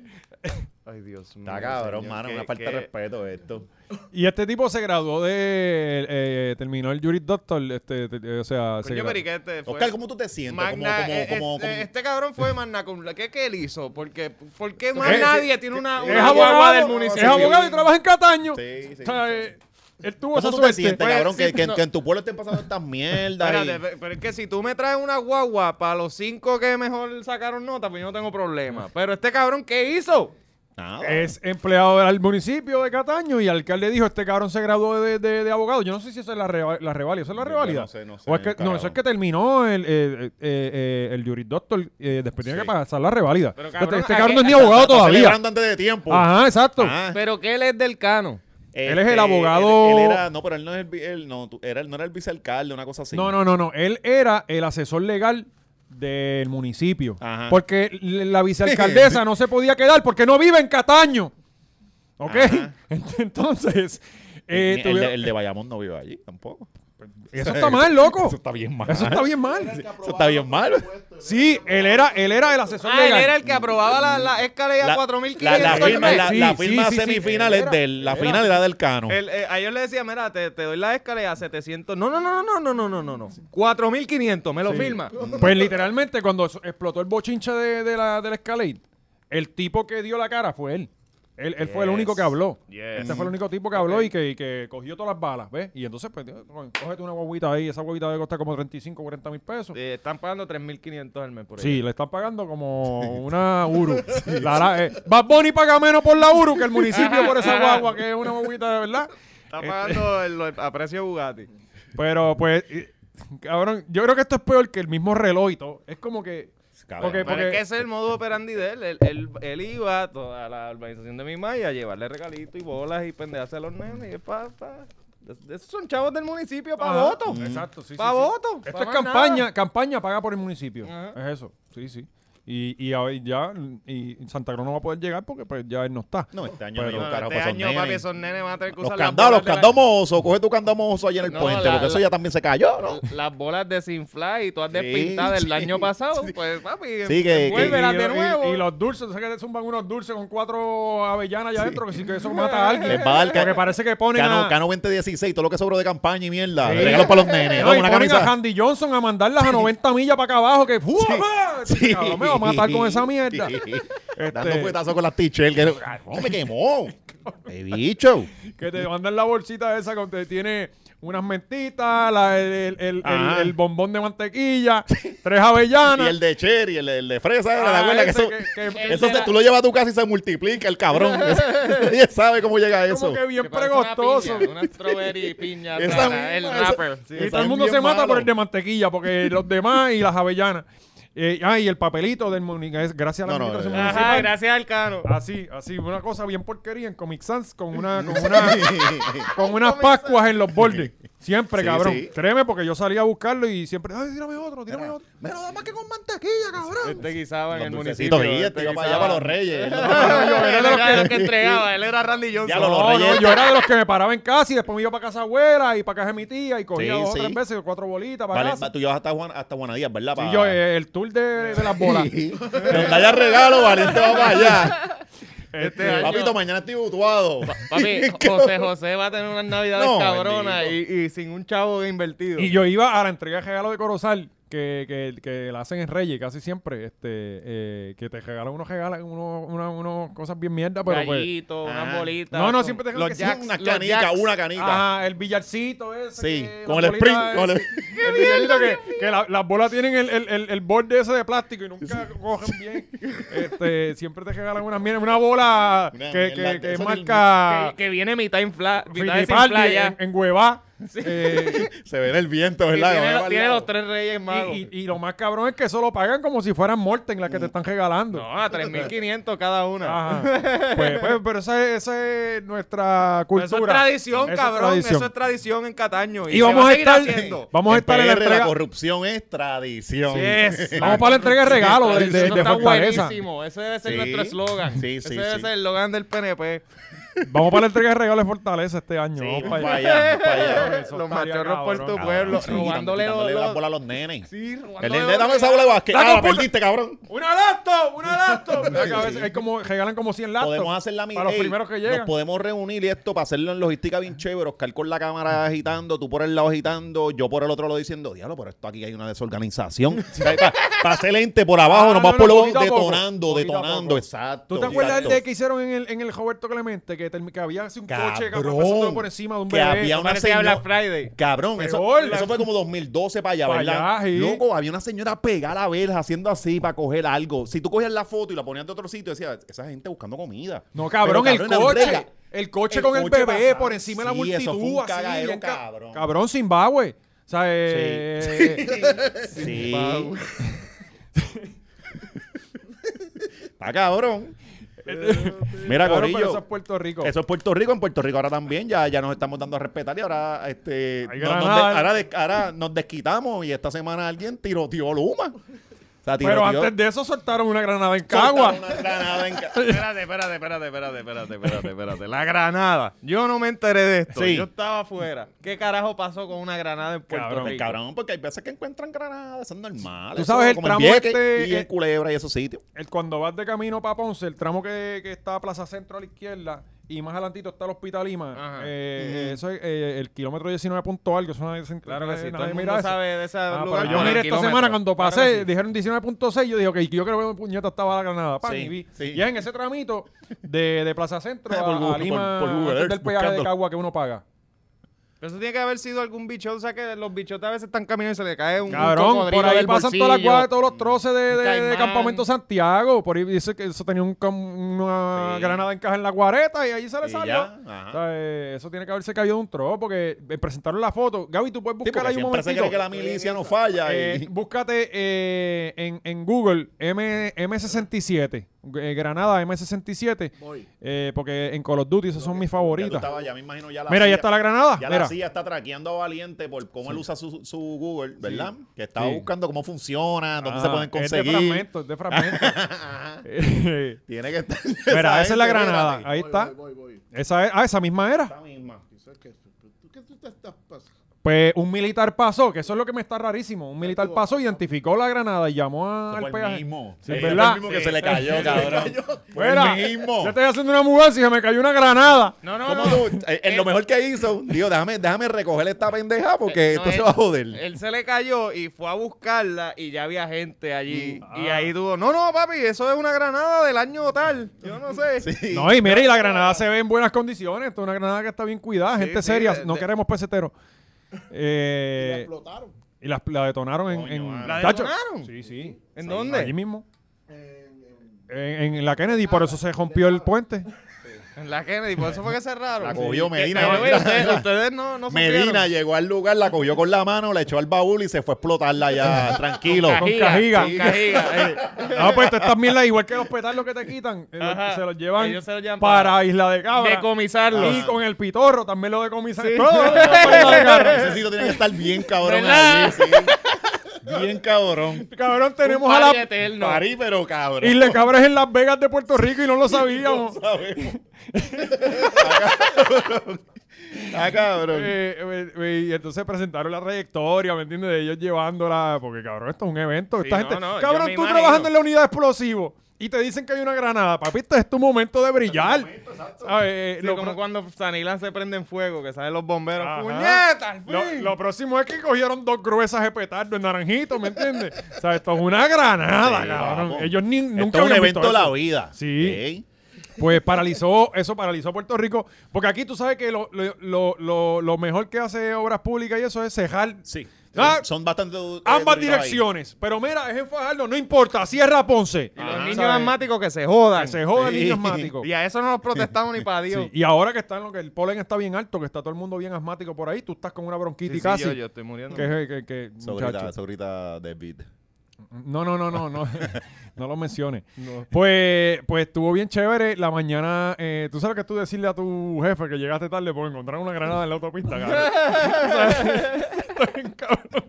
[SPEAKER 5] Ay, Dios mío.
[SPEAKER 4] Está cabrón,
[SPEAKER 5] señor,
[SPEAKER 4] mano.
[SPEAKER 5] qué-
[SPEAKER 4] Una falta
[SPEAKER 5] qué-
[SPEAKER 4] de respeto esto.
[SPEAKER 1] Y este tipo se graduó de. eh, terminó el Juris Doctor. Este, te- eh, o sea, se
[SPEAKER 5] Coño,
[SPEAKER 1] graduó.
[SPEAKER 5] pero ¿y qué este fue?
[SPEAKER 4] Oscar, ¿cómo tú te sientes? Como-
[SPEAKER 5] Magna-
[SPEAKER 4] como-
[SPEAKER 5] eh,
[SPEAKER 4] como-
[SPEAKER 5] eh,
[SPEAKER 4] como-
[SPEAKER 5] Este cabrón fue Magna cum laude. ¿Qué, ¿Qué él hizo? Porque, ¿Por qué más
[SPEAKER 1] Eh,
[SPEAKER 5] nadie tiene una,
[SPEAKER 1] es
[SPEAKER 5] una
[SPEAKER 1] abogado,
[SPEAKER 5] guagua del municipio?
[SPEAKER 1] Es abogado y trabaja en Cataño.
[SPEAKER 4] Sí, sí,
[SPEAKER 1] O sea,
[SPEAKER 4] sí.
[SPEAKER 1] eh, él tuvo
[SPEAKER 4] este, ¿Cómo
[SPEAKER 1] esa
[SPEAKER 4] tú
[SPEAKER 1] suerte.
[SPEAKER 4] te sientes,
[SPEAKER 5] Pues,
[SPEAKER 4] cabrón?
[SPEAKER 5] sí,
[SPEAKER 4] que, que-
[SPEAKER 5] no.
[SPEAKER 4] que en tu pueblo estén pasando estas mierdas. y-
[SPEAKER 5] Espérate, pe- pero es que si tú me traes una guagua para los cinco que mejor sacaron nota, pues yo no tengo problema. Pero este cabrón, ¿qué hizo?
[SPEAKER 4] Nada.
[SPEAKER 1] Es empleado del municipio de Cataño y el alcalde dijo, este cabrón se graduó de, de- de abogado. Yo no sé si esa es la, reva- la reválida. ¿Esa es la
[SPEAKER 4] Yo
[SPEAKER 1] reválida?
[SPEAKER 4] no sé, no sé,
[SPEAKER 1] O es que- no,
[SPEAKER 4] carajo.
[SPEAKER 1] eso es que terminó el, eh, eh, eh, el juris doctor. eh, después tiene
[SPEAKER 4] Sí.
[SPEAKER 1] que pasar la reválida.
[SPEAKER 5] Pero,
[SPEAKER 1] Este-
[SPEAKER 5] cabrón,
[SPEAKER 1] este
[SPEAKER 5] ¿a
[SPEAKER 1] cabrón
[SPEAKER 5] qué-
[SPEAKER 1] no es ni
[SPEAKER 5] a-
[SPEAKER 1] abogado
[SPEAKER 4] Está
[SPEAKER 1] todavía.
[SPEAKER 4] celebrando antes de tiempo.
[SPEAKER 1] Ajá, exacto.
[SPEAKER 4] Ah.
[SPEAKER 5] Pero que él es del cano.
[SPEAKER 1] Él es el abogado-
[SPEAKER 4] Él, él era, no, pero él no es el, vi- él no, tú- era, él no era el vicealcalde, una cosa así.
[SPEAKER 1] No, no, no, no. Él era el asesor legal del municipio.
[SPEAKER 4] Ajá.
[SPEAKER 1] Porque l- la vicealcaldesa no se podía quedar porque no vive en Cataño. ¿Ok?
[SPEAKER 4] Ajá.
[SPEAKER 1] Entonces... eh,
[SPEAKER 4] Ni- el,
[SPEAKER 1] tuvieron-
[SPEAKER 4] de, el de Bayamón no vive allí tampoco.
[SPEAKER 1] Eso está mal, loco.
[SPEAKER 4] Eso está bien mal.
[SPEAKER 1] Eso está bien mal.
[SPEAKER 4] Eso está bien mal.
[SPEAKER 1] Sí, él era, él era el asesor
[SPEAKER 5] Ah, él
[SPEAKER 1] legal.
[SPEAKER 5] era el que aprobaba la, la escalera
[SPEAKER 4] La, la,
[SPEAKER 5] 4500.
[SPEAKER 4] la
[SPEAKER 1] ¿quién
[SPEAKER 4] firma,
[SPEAKER 1] es?
[SPEAKER 4] la,
[SPEAKER 1] Sí,
[SPEAKER 4] la
[SPEAKER 1] sí,
[SPEAKER 4] firma
[SPEAKER 1] sí, sí.
[SPEAKER 4] semifinal
[SPEAKER 1] Él
[SPEAKER 4] es
[SPEAKER 1] era,
[SPEAKER 4] del. La
[SPEAKER 1] él
[SPEAKER 4] final era del Cano.
[SPEAKER 5] El- eh, a ellos le decía, mira, te, te doy la escalera a 700. No, no, no, no, no, no, no, no, no. 4500, me lo firma.
[SPEAKER 1] Pues literalmente cuando eso- explotó el bochinche de, de la, del Escalade, el tipo que dio la cara fue él. Él, él fue el
[SPEAKER 5] Yes.
[SPEAKER 1] único que habló.
[SPEAKER 5] Yes.
[SPEAKER 1] Este fue el único tipo que habló y, que, y que cogió todas las balas, ¿ves? Y entonces, pues, cógete una guaguita ahí. Esa guaguita debe costar como 35, 40 mil pesos.
[SPEAKER 5] Eh, están pagando 3500 al mes por
[SPEAKER 1] Sí, le están pagando como una Uru. La- la- eh, Bad Bunny paga menos por la Uru que el municipio por esa guagua que es una guaguita de verdad.
[SPEAKER 5] Está pagando el- el- Este- a precio de Bugatti.
[SPEAKER 1] Pero pues, eh, cabrón, yo creo que esto es peor que el mismo reloj y todo. Es como que.
[SPEAKER 4] Cabrón.
[SPEAKER 1] porque-
[SPEAKER 5] Pero es que ese es el modo operandi de él. Él, él- él iba a toda la urbanización de mi maya a llevarle regalitos y bolas y pendejarse a los nenes. Y es pa, pa. Es- Esos son chavos del municipio para
[SPEAKER 1] Ajá.
[SPEAKER 5] votos.
[SPEAKER 1] ah, mm, Exacto, sí. sí,
[SPEAKER 5] Pa'
[SPEAKER 1] sí.
[SPEAKER 5] voto,
[SPEAKER 1] Esto
[SPEAKER 5] pa'
[SPEAKER 1] es
[SPEAKER 5] más
[SPEAKER 1] campaña,
[SPEAKER 5] nada.
[SPEAKER 1] campaña paga por el municipio.
[SPEAKER 5] Ajá.
[SPEAKER 1] Es eso, sí, sí. Y, y a- y ya, y Santa Cruz no va a poder llegar porque pues ya él no está.
[SPEAKER 4] No, este año
[SPEAKER 1] Pero-
[SPEAKER 4] no hay un
[SPEAKER 5] No,
[SPEAKER 4] carajo
[SPEAKER 5] este
[SPEAKER 4] para esos
[SPEAKER 5] año,
[SPEAKER 4] nenes.
[SPEAKER 5] papi, esos nenes van a tener que
[SPEAKER 4] Los
[SPEAKER 5] usar
[SPEAKER 4] candados, los
[SPEAKER 5] las bolas de la-
[SPEAKER 4] candados mohosos. Coge tu candado mohoso allá en el
[SPEAKER 5] No,
[SPEAKER 4] puente,
[SPEAKER 5] la-
[SPEAKER 4] porque eso
[SPEAKER 5] la-
[SPEAKER 4] ya también se cayó, ¿no?
[SPEAKER 5] Las bolas desinfladas y todas
[SPEAKER 4] Sí,
[SPEAKER 5] despintadas del
[SPEAKER 4] sí,
[SPEAKER 5] año pasado, pues papi,
[SPEAKER 4] Sí, que-
[SPEAKER 5] envuélvelas
[SPEAKER 1] y,
[SPEAKER 5] de
[SPEAKER 1] y-
[SPEAKER 5] nuevo.
[SPEAKER 1] y los dulces, tú sabes que te zumban unos dulces con cuatro avellanas allá adentro, que sí que eso mata a alguien.
[SPEAKER 4] Les va a dar ca-
[SPEAKER 1] Porque parece que ponen
[SPEAKER 4] Cano,
[SPEAKER 1] a,
[SPEAKER 4] Cano 2016, todo lo que sobró de campaña y mierda.
[SPEAKER 1] Sí.
[SPEAKER 4] Regalos para los nenes.
[SPEAKER 1] No,
[SPEAKER 4] Toma,
[SPEAKER 1] y
[SPEAKER 4] una
[SPEAKER 1] ponen
[SPEAKER 4] camisa.
[SPEAKER 1] a Handy Johnson a mandarlas a 90 millas para acá abajo, que ¡fua!
[SPEAKER 4] Sí.
[SPEAKER 1] Cabrón, me va a matar con esa mierda.
[SPEAKER 4] Sí.
[SPEAKER 1] Este-
[SPEAKER 4] Dando puetazos con las t-shirts. que- ¡Ah, no, me quemó! ¡Qué bicho!
[SPEAKER 1] Que te mandan la bolsita esa que te tiene unas mentitas, la- el, el- el-
[SPEAKER 4] Ajá.
[SPEAKER 1] el- el bombón de mantequilla, tres
[SPEAKER 4] Y
[SPEAKER 1] avellanas.
[SPEAKER 4] el de cherry, el, el de fresa, era la
[SPEAKER 1] Ah,
[SPEAKER 4] abuela, que
[SPEAKER 1] ese
[SPEAKER 4] eso,
[SPEAKER 1] que- que-
[SPEAKER 4] eso
[SPEAKER 5] el de
[SPEAKER 4] se-
[SPEAKER 5] la-
[SPEAKER 4] tú lo llevas a tu casa y se multiplica el cabrón. Ella sabe cómo llega a eso.
[SPEAKER 1] como que bien
[SPEAKER 5] Que parece una
[SPEAKER 1] pregostoso.
[SPEAKER 5] piña, Una strawberry piña,
[SPEAKER 4] Esa
[SPEAKER 5] rara,
[SPEAKER 4] misma,
[SPEAKER 5] el
[SPEAKER 4] esa-
[SPEAKER 5] rapper. sí.
[SPEAKER 1] Y
[SPEAKER 4] Esa
[SPEAKER 1] todo el
[SPEAKER 4] es
[SPEAKER 1] mundo
[SPEAKER 4] bien
[SPEAKER 1] se mata
[SPEAKER 4] malo.
[SPEAKER 1] por el de mantequilla, porque los demás y las avellanas. Eh, ah, y el papelito del municipio. Gracias a la
[SPEAKER 4] No, no,
[SPEAKER 1] administración
[SPEAKER 4] eh,
[SPEAKER 5] Ajá,
[SPEAKER 1] municipal.
[SPEAKER 5] pues, gracias al cano.
[SPEAKER 1] Así, así, una cosa bien porquería en Comic Sans con una, con una, con unas pascuas en los bordes. Siempre,
[SPEAKER 4] Sí,
[SPEAKER 1] cabrón.
[SPEAKER 4] sí.
[SPEAKER 1] Créeme, porque yo salía a buscarlo y siempre, ay, tírame otro, tírame otro.
[SPEAKER 4] Pero nada más que con mantequilla, cabrón.
[SPEAKER 5] Este guisaba en el
[SPEAKER 4] Los
[SPEAKER 5] municipio.
[SPEAKER 4] dulcecitos y este
[SPEAKER 5] este
[SPEAKER 4] iba para allá
[SPEAKER 5] guisaba.
[SPEAKER 4] para los reyes.
[SPEAKER 5] Él era el que entregaba, él era Randy Johnson.
[SPEAKER 4] Ya lo- los
[SPEAKER 1] No,
[SPEAKER 4] reyes.
[SPEAKER 1] no, yo era de los que me paraba en casa y después me iba para casa abuela y para casa de mi tía y cogía
[SPEAKER 4] Sí,
[SPEAKER 1] dos
[SPEAKER 4] sí.
[SPEAKER 1] o tres veces cuatro bolitas para
[SPEAKER 4] Vale,
[SPEAKER 1] casa.
[SPEAKER 4] va- tú llevas hasta Juan, hasta Juanadías, ¿verdad?
[SPEAKER 1] Sí,
[SPEAKER 4] Pa-
[SPEAKER 1] yo, eh, el tour de, de las bolas.
[SPEAKER 4] Donde haya regalo, Valiente va para allá.
[SPEAKER 5] Este año-
[SPEAKER 4] Papito, mañana estoy butuado.
[SPEAKER 5] Papi, José José va a tener unas navidades
[SPEAKER 4] No,
[SPEAKER 5] cabronas y, y sin un chavo invertido.
[SPEAKER 1] Y yo iba a la entrega de regalo de Corozal, que, que, que la hacen en Reyes casi siempre, este eh, que te regalan unos regalos, unos, unos- unas cosas bien mierda, pero pues...
[SPEAKER 5] Gallito, unas
[SPEAKER 4] Ah.
[SPEAKER 5] bolitas.
[SPEAKER 1] No, no,
[SPEAKER 5] con-
[SPEAKER 1] siempre te
[SPEAKER 4] Los
[SPEAKER 1] que sea-
[SPEAKER 4] jacks, una
[SPEAKER 5] los
[SPEAKER 4] canica,
[SPEAKER 5] jacks.
[SPEAKER 4] una canica.
[SPEAKER 1] Ajá, el billarcito ese.
[SPEAKER 4] Sí,
[SPEAKER 1] que-
[SPEAKER 4] con
[SPEAKER 1] la
[SPEAKER 4] el sprint.
[SPEAKER 1] bolita
[SPEAKER 4] con el-
[SPEAKER 1] ese. El billarcito que, que la- las bolas tienen el, el, el, el borde ese de plástico y nunca cogen bien. Este, siempre te regalan una, mierda, una bola
[SPEAKER 4] Una
[SPEAKER 1] que, que,
[SPEAKER 4] mierda,
[SPEAKER 1] que
[SPEAKER 4] eso ni-
[SPEAKER 1] marca
[SPEAKER 5] Que, que viene mitad infla, mitad
[SPEAKER 1] Fittipaldi
[SPEAKER 5] desinfla ya.
[SPEAKER 1] en, en Huevá. Eh,
[SPEAKER 4] Se ve en el viento,
[SPEAKER 5] Y
[SPEAKER 4] ¿verdad? Que
[SPEAKER 5] tiene,
[SPEAKER 4] va
[SPEAKER 5] los-
[SPEAKER 4] para
[SPEAKER 5] tiene
[SPEAKER 4] el lado.
[SPEAKER 5] los tres reyes magos.
[SPEAKER 1] y, y- y lo más cabrón es que eso lo pagan como si fueran Morten la que te están regalando.
[SPEAKER 5] No, a 3.500 cada una.
[SPEAKER 1] Ajá. Pues, pues, pero esa es, esa es nuestra
[SPEAKER 5] Pero
[SPEAKER 1] cultura.
[SPEAKER 5] Eso es tradición,
[SPEAKER 1] Esa es
[SPEAKER 5] cabrón.
[SPEAKER 1] tradición.
[SPEAKER 5] Eso es tradición en Cataño.
[SPEAKER 1] Y vamos
[SPEAKER 5] se va
[SPEAKER 1] a
[SPEAKER 5] seguir
[SPEAKER 1] estar,
[SPEAKER 5] haciendo.
[SPEAKER 1] vamos a estar en la
[SPEAKER 4] PR, La
[SPEAKER 1] entrega.
[SPEAKER 4] corrupción es tradición.
[SPEAKER 5] Yes.
[SPEAKER 1] Vamos para la entrega de regalos de, de- de
[SPEAKER 5] Eso está
[SPEAKER 1] Fortaleza.
[SPEAKER 5] buenísimo. Ese debe ser
[SPEAKER 4] Sí.
[SPEAKER 5] nuestro eslogan.
[SPEAKER 4] Sí,
[SPEAKER 5] Ese
[SPEAKER 4] sí,
[SPEAKER 5] debe
[SPEAKER 4] sí.
[SPEAKER 5] ser el eslogan del PNP.
[SPEAKER 1] Vamos para la entrega de regalos de Fortaleza este año.
[SPEAKER 4] Sí,
[SPEAKER 1] vamos
[SPEAKER 4] vamos
[SPEAKER 1] para
[SPEAKER 4] para
[SPEAKER 1] allá.
[SPEAKER 4] allá, vamos
[SPEAKER 1] Cabrón, eso
[SPEAKER 4] para allá.
[SPEAKER 5] Los
[SPEAKER 1] estaría
[SPEAKER 5] machorros por
[SPEAKER 1] cabrón.
[SPEAKER 5] tu pueblo.
[SPEAKER 4] Sí,
[SPEAKER 5] Robándole
[SPEAKER 4] quitándole
[SPEAKER 5] los-
[SPEAKER 4] las
[SPEAKER 5] los...
[SPEAKER 4] bolas a los nenes.
[SPEAKER 5] Sí,
[SPEAKER 4] El
[SPEAKER 5] robándole
[SPEAKER 4] nene,
[SPEAKER 5] los-
[SPEAKER 4] dame esa bola de básquet.
[SPEAKER 1] La
[SPEAKER 4] Ah, la
[SPEAKER 1] computa-
[SPEAKER 4] perdiste, cabrón.
[SPEAKER 1] ¡Una laptop! ¡Una laptop! Acá a veces hay como, regalan como 100 laptops.
[SPEAKER 4] Podemos hacer la mitad.
[SPEAKER 1] Para los primeros que llegan.
[SPEAKER 4] Nos podemos reunir y esto para hacerlo en logística bien chévere. Oscar con la cámara agitando, tú por el lado agitando, yo por el otro lado diciendo, diablo, pero esto aquí hay una desorganización. para hacer ente por abajo,
[SPEAKER 1] Ah,
[SPEAKER 4] nomás
[SPEAKER 1] no,
[SPEAKER 4] por
[SPEAKER 1] no,
[SPEAKER 4] lo
[SPEAKER 1] poquito a poco,
[SPEAKER 4] detonando,
[SPEAKER 1] poquito a
[SPEAKER 4] detonando.
[SPEAKER 1] poco.
[SPEAKER 4] Exacto.
[SPEAKER 1] ¿Tú te acuerdas
[SPEAKER 4] exacto.
[SPEAKER 1] de que hicieron en el, en el Roberto Clemente? Que, termi- que había así un coche que
[SPEAKER 4] Cabrón,
[SPEAKER 1] pasó todo por encima de un
[SPEAKER 4] que
[SPEAKER 1] bebé.
[SPEAKER 4] había una
[SPEAKER 5] Parecía
[SPEAKER 4] señora-
[SPEAKER 5] Black Friday.
[SPEAKER 4] Cabrón, eso,
[SPEAKER 1] Peor, la-
[SPEAKER 4] eso fue como 2012 para allá,
[SPEAKER 1] Pa'
[SPEAKER 4] ¿verdad?
[SPEAKER 1] allá, sí.
[SPEAKER 4] Loco, había una señora pegada a la verja haciendo así para coger algo. Si tú cogías la foto y la ponías de otro sitio, decía, esa gente buscando comida.
[SPEAKER 1] No, cabrón,
[SPEAKER 4] Pero,
[SPEAKER 1] el
[SPEAKER 4] en
[SPEAKER 1] coche.
[SPEAKER 4] Aurrera,
[SPEAKER 1] el coche
[SPEAKER 4] el
[SPEAKER 1] con el
[SPEAKER 4] coche
[SPEAKER 1] bebé
[SPEAKER 4] pasaba.
[SPEAKER 1] por encima de la
[SPEAKER 4] Sí,
[SPEAKER 1] multitud.
[SPEAKER 4] eso fue un
[SPEAKER 1] así,
[SPEAKER 4] cagadero,
[SPEAKER 1] bien ca-
[SPEAKER 4] cabrón.
[SPEAKER 1] Cabrón, Zimbabue. O sea, eh,
[SPEAKER 4] Sí. Está cabrón. Mira,
[SPEAKER 1] Eh, cabrón,
[SPEAKER 4] Corillo.
[SPEAKER 1] pero eso es Puerto Rico.
[SPEAKER 4] Eso es Puerto Rico, en Puerto Rico ahora también, ya, ya nos estamos dando a respetar y ahora este
[SPEAKER 1] Ay,
[SPEAKER 4] nos- nos
[SPEAKER 1] Granada.
[SPEAKER 4] de- ahora, des- ahora nos desquitamos y esta semana alguien tiroteó a Luma. O sea,
[SPEAKER 1] pero
[SPEAKER 4] tiroteó-
[SPEAKER 1] antes de eso soltaron una granada en Cagua.
[SPEAKER 4] soltaron una granada en ca-
[SPEAKER 5] Espérate, espérate, espérate, espérate, espérate, espérate, espérate. La granada. Yo no me enteré de esto.
[SPEAKER 4] Sí.
[SPEAKER 5] Yo estaba afuera. ¿Qué carajo pasó con una granada en Puerto
[SPEAKER 1] Cabrón,
[SPEAKER 5] Rico?
[SPEAKER 4] Cabrón, porque hay veces que encuentran granadas, son normales.
[SPEAKER 1] Tú sabes
[SPEAKER 4] eso,
[SPEAKER 1] el
[SPEAKER 4] como en
[SPEAKER 1] tramo
[SPEAKER 4] Vieques
[SPEAKER 1] este-
[SPEAKER 4] y en Culebra y esos sitios.
[SPEAKER 1] El, cuando vas de camino para Ponce, el tramo que, que está Plaza Centro a la izquierda y más adelantito está el Hospital Lima.
[SPEAKER 5] Ajá.
[SPEAKER 1] Eh, Eso es eh, el kilómetro 19 punto algo. Eso nadie, se-
[SPEAKER 5] Claro que
[SPEAKER 1] eh, nadie-
[SPEAKER 5] sí. Todo
[SPEAKER 1] nadie
[SPEAKER 5] el
[SPEAKER 1] mira
[SPEAKER 5] mundo
[SPEAKER 1] eso.
[SPEAKER 5] sabe de ese
[SPEAKER 1] Ah,
[SPEAKER 5] lugar.
[SPEAKER 1] pero
[SPEAKER 5] por
[SPEAKER 1] yo
[SPEAKER 5] el
[SPEAKER 1] miré esta
[SPEAKER 5] kilómetro.
[SPEAKER 1] semana cuando
[SPEAKER 5] Claro
[SPEAKER 1] pasé,
[SPEAKER 5] que sí.
[SPEAKER 1] dijeron 19.6, yo dije, ok, yo creo que puñeta estaba la granada. pan,
[SPEAKER 4] Sí,
[SPEAKER 1] y, vi.
[SPEAKER 4] sí.
[SPEAKER 1] Y es en ese tramito de, de Plaza Centro
[SPEAKER 4] Por
[SPEAKER 1] a,
[SPEAKER 4] Google,
[SPEAKER 1] a Lima,
[SPEAKER 4] por- por Google
[SPEAKER 1] antes del
[SPEAKER 4] Earth,
[SPEAKER 1] peaje de
[SPEAKER 4] buscándolo.
[SPEAKER 1] Cagua que uno paga.
[SPEAKER 5] Pero eso tiene que haber sido algún bicho. O sea, que los bichotes a veces están caminando y se le cae un un
[SPEAKER 1] Cabrón,
[SPEAKER 5] cocodrilo
[SPEAKER 1] por ahí
[SPEAKER 5] del
[SPEAKER 1] pasan todas las
[SPEAKER 5] bolsillo.
[SPEAKER 1] cuadras, todos los troces de, de- de
[SPEAKER 5] Caimán.
[SPEAKER 1] Campamento Santiago. Por ahí dice que eso tenía un cam- una
[SPEAKER 4] Sí.
[SPEAKER 1] granada encaja en la guareta y ahí se le
[SPEAKER 4] Y
[SPEAKER 1] salió.
[SPEAKER 4] ya,
[SPEAKER 1] O
[SPEAKER 4] ajá.
[SPEAKER 1] sea, eh, eso tiene que haberse caído de un trozo porque eh, presentaron la foto. Gaby, tú puedes
[SPEAKER 4] Sí,
[SPEAKER 1] buscar
[SPEAKER 4] porque
[SPEAKER 1] ahí un
[SPEAKER 4] siempre se
[SPEAKER 1] momentito.
[SPEAKER 4] cree que la milicia no falla.
[SPEAKER 1] Eh,
[SPEAKER 4] y-
[SPEAKER 1] búscate eh, en, en Google M, M67, eh, Granada M67, eh, porque en Call of Duty esas son mis
[SPEAKER 4] Ya tú
[SPEAKER 1] favoritas.
[SPEAKER 4] estabas, ya me imagino ya la
[SPEAKER 1] Mira, ya
[SPEAKER 4] CIA-
[SPEAKER 1] está la granada.
[SPEAKER 4] Ya
[SPEAKER 1] Ah, Mira.
[SPEAKER 4] la CIA está traqueando a Valiente por cómo él usa su, su Google, ¿verdad? Que está
[SPEAKER 1] Sí.
[SPEAKER 4] buscando cómo funciona, dónde se
[SPEAKER 1] Ah,
[SPEAKER 4] pueden
[SPEAKER 1] Es de
[SPEAKER 4] conseguir.
[SPEAKER 1] fragmentos, es de fragmentos. Eh,
[SPEAKER 4] Tiene que estar.
[SPEAKER 1] Mira, esa es la
[SPEAKER 4] gente,
[SPEAKER 1] granada.
[SPEAKER 4] espérate.
[SPEAKER 1] Ahí
[SPEAKER 2] Voy,
[SPEAKER 1] está.
[SPEAKER 2] Voy, voy, voy.
[SPEAKER 1] Esa es- ah, esa misma era.
[SPEAKER 4] Esa misma.
[SPEAKER 2] Eso es que- ¿tú- ¿Qué tú te estás pasando?
[SPEAKER 1] Pues un militar pasó, que eso es lo que me está rarísimo. Un militar
[SPEAKER 2] tú,
[SPEAKER 1] pasó, identificó la granada y llamó
[SPEAKER 4] Ese
[SPEAKER 1] a-
[SPEAKER 4] fue
[SPEAKER 1] al
[SPEAKER 4] el
[SPEAKER 1] peaje.
[SPEAKER 4] mismo.
[SPEAKER 1] Sí,
[SPEAKER 4] Ese fue
[SPEAKER 1] ¿verdad?
[SPEAKER 4] el mismo que se le cayó, cabrón. Fue
[SPEAKER 1] Mira,
[SPEAKER 4] el mismo.
[SPEAKER 1] yo estoy haciendo una mudanza y se me cayó una granada.
[SPEAKER 5] No, no,
[SPEAKER 4] ¿Cómo
[SPEAKER 5] no.
[SPEAKER 4] tú? Eh, eh, lo mejor que hizo, digo, déjame, déjame recoger esta pendeja porque
[SPEAKER 5] Eh,
[SPEAKER 4] esto
[SPEAKER 5] no,
[SPEAKER 4] se
[SPEAKER 5] él-
[SPEAKER 4] va a joder.
[SPEAKER 5] Él se le cayó y fue a buscarla y ya había gente allí.
[SPEAKER 1] Mm.
[SPEAKER 5] Y
[SPEAKER 1] Ah.
[SPEAKER 5] ahí tuvo, no, no, papi, eso es una granada del año tal. Yo no sé.
[SPEAKER 4] Sí.
[SPEAKER 1] No, y mira, y la granada se ve en buenas condiciones. Esto es una granada que está bien cuidada, gente
[SPEAKER 5] sí,
[SPEAKER 1] seria.
[SPEAKER 5] de-
[SPEAKER 1] no
[SPEAKER 5] de-
[SPEAKER 1] queremos peseteros.
[SPEAKER 2] Y la
[SPEAKER 1] Eh,
[SPEAKER 2] explotaron
[SPEAKER 1] y la, la detonaron en.
[SPEAKER 4] Coño,
[SPEAKER 1] en-
[SPEAKER 4] mano.
[SPEAKER 5] ¿La
[SPEAKER 1] Tacho,
[SPEAKER 5] detonaron?
[SPEAKER 1] Sí, sí.
[SPEAKER 5] ¿En
[SPEAKER 1] Sí,
[SPEAKER 5] dónde?
[SPEAKER 1] Allí mismo.
[SPEAKER 2] en- en-
[SPEAKER 1] En, en la Kennedy, por eso se rompió el puente.
[SPEAKER 5] En la Kennedy, por eso fue que cerraron.
[SPEAKER 4] La cogió Medina,
[SPEAKER 5] Que, by the way,
[SPEAKER 4] Medina.
[SPEAKER 5] ustedes, ustedes no, no
[SPEAKER 4] Medina
[SPEAKER 5] supieron.
[SPEAKER 4] llegó al lugar, la cogió con la mano, la echó al baúl y se fue a explotarla ya, tranquilo.
[SPEAKER 1] Con cajiga.
[SPEAKER 5] Con cajiga, eh.
[SPEAKER 1] No, pues estas mierdas, igual que los petardos que te quitan, eh,
[SPEAKER 5] Ajá.
[SPEAKER 1] se los llevan,
[SPEAKER 5] Ellos se los llevan
[SPEAKER 1] para,
[SPEAKER 5] para
[SPEAKER 1] Isla de Cabra.
[SPEAKER 5] Decomisarlos.
[SPEAKER 1] Y con el pitorro también lo decomisan.
[SPEAKER 5] Sí.
[SPEAKER 1] Todo lo decomisan para Isla de Cabra.
[SPEAKER 4] Ese sitio tiene que estar bien cabrón
[SPEAKER 5] ¿Verdad?
[SPEAKER 4] ahí, sí. Bien cabrón.
[SPEAKER 1] Cabrón, tenemos
[SPEAKER 5] Un
[SPEAKER 1] a
[SPEAKER 5] party
[SPEAKER 1] la
[SPEAKER 5] eterno.
[SPEAKER 4] Parí, pero cabrón.
[SPEAKER 1] Isla de Cabra es en Las Vegas de Puerto Rico y no lo sabíamos.
[SPEAKER 4] sabemos. Está cabrón. Está cabrón.
[SPEAKER 1] Eh, eh, eh, y entonces presentaron la trayectoria, ¿me entiendes? De ellos llevándola, porque cabrón, esto es un evento.
[SPEAKER 5] Sí,
[SPEAKER 1] Esta
[SPEAKER 5] no,
[SPEAKER 1] gente,
[SPEAKER 5] no, yo
[SPEAKER 1] cabrón,
[SPEAKER 5] me
[SPEAKER 1] tú
[SPEAKER 5] imagino.
[SPEAKER 1] trabajando en la unidad de explosivos y te dicen que hay una granada. Papi, este es tu momento de brillar. ¿Sabes? Eh,
[SPEAKER 5] Sí,
[SPEAKER 1] lo
[SPEAKER 5] como
[SPEAKER 1] pro-
[SPEAKER 5] cuando San Ilan se prende en fuego, que salen los bomberos.
[SPEAKER 1] Ajá.
[SPEAKER 5] ¡Puñeta, al
[SPEAKER 1] Lo,
[SPEAKER 5] fin!
[SPEAKER 1] lo próximo es que cogieron dos gruesas de petardo en naranjito, ¿me entiendes? o sea, esto es una granada,
[SPEAKER 4] Sí,
[SPEAKER 1] cabrón.
[SPEAKER 4] vamos.
[SPEAKER 1] Ellos ni,
[SPEAKER 4] Esto
[SPEAKER 1] nunca
[SPEAKER 4] es un
[SPEAKER 1] habían visto
[SPEAKER 4] evento de la
[SPEAKER 1] eso.
[SPEAKER 4] vida.
[SPEAKER 1] Sí. Pues paralizó, eso paralizó a Puerto Rico. Porque aquí tú sabes que lo, lo- lo- lo- lo mejor que hace Obras Públicas y eso es cejar
[SPEAKER 4] Sí.
[SPEAKER 1] Ah,
[SPEAKER 4] Son- son bastante. du- eh,
[SPEAKER 1] ambas
[SPEAKER 4] duritos ahí.
[SPEAKER 1] direcciones. Pero mira, es en Fajardo, no importa, cierra Ponce.
[SPEAKER 5] Y los
[SPEAKER 1] Ajá.
[SPEAKER 5] niños
[SPEAKER 1] ¿Sabes?
[SPEAKER 5] asmáticos que se jodan.
[SPEAKER 1] Que se joda el
[SPEAKER 4] Sí.
[SPEAKER 1] niño asmático.
[SPEAKER 5] Y a eso no nos protestamos ni para Dios.
[SPEAKER 1] Sí, Y ahora que están, lo que el polen está bien alto, que está todo el mundo bien asmático por ahí, tú estás con una
[SPEAKER 5] Sí,
[SPEAKER 1] bronquitis
[SPEAKER 5] sí,
[SPEAKER 1] casi.
[SPEAKER 5] yo, yo estoy muriendo.
[SPEAKER 1] Que, es- que- que-
[SPEAKER 4] Eso
[SPEAKER 1] muchacho.
[SPEAKER 4] grita- eso grita David.
[SPEAKER 1] No, no, no, no, no, no lo menciones. Pues, pues estuvo bien chévere la mañana. eh, tú sabes que tú decirle a tu jefe que llegaste tarde porque encontraron una granada en la autopista, cabrón. O sea, está bien cabrón.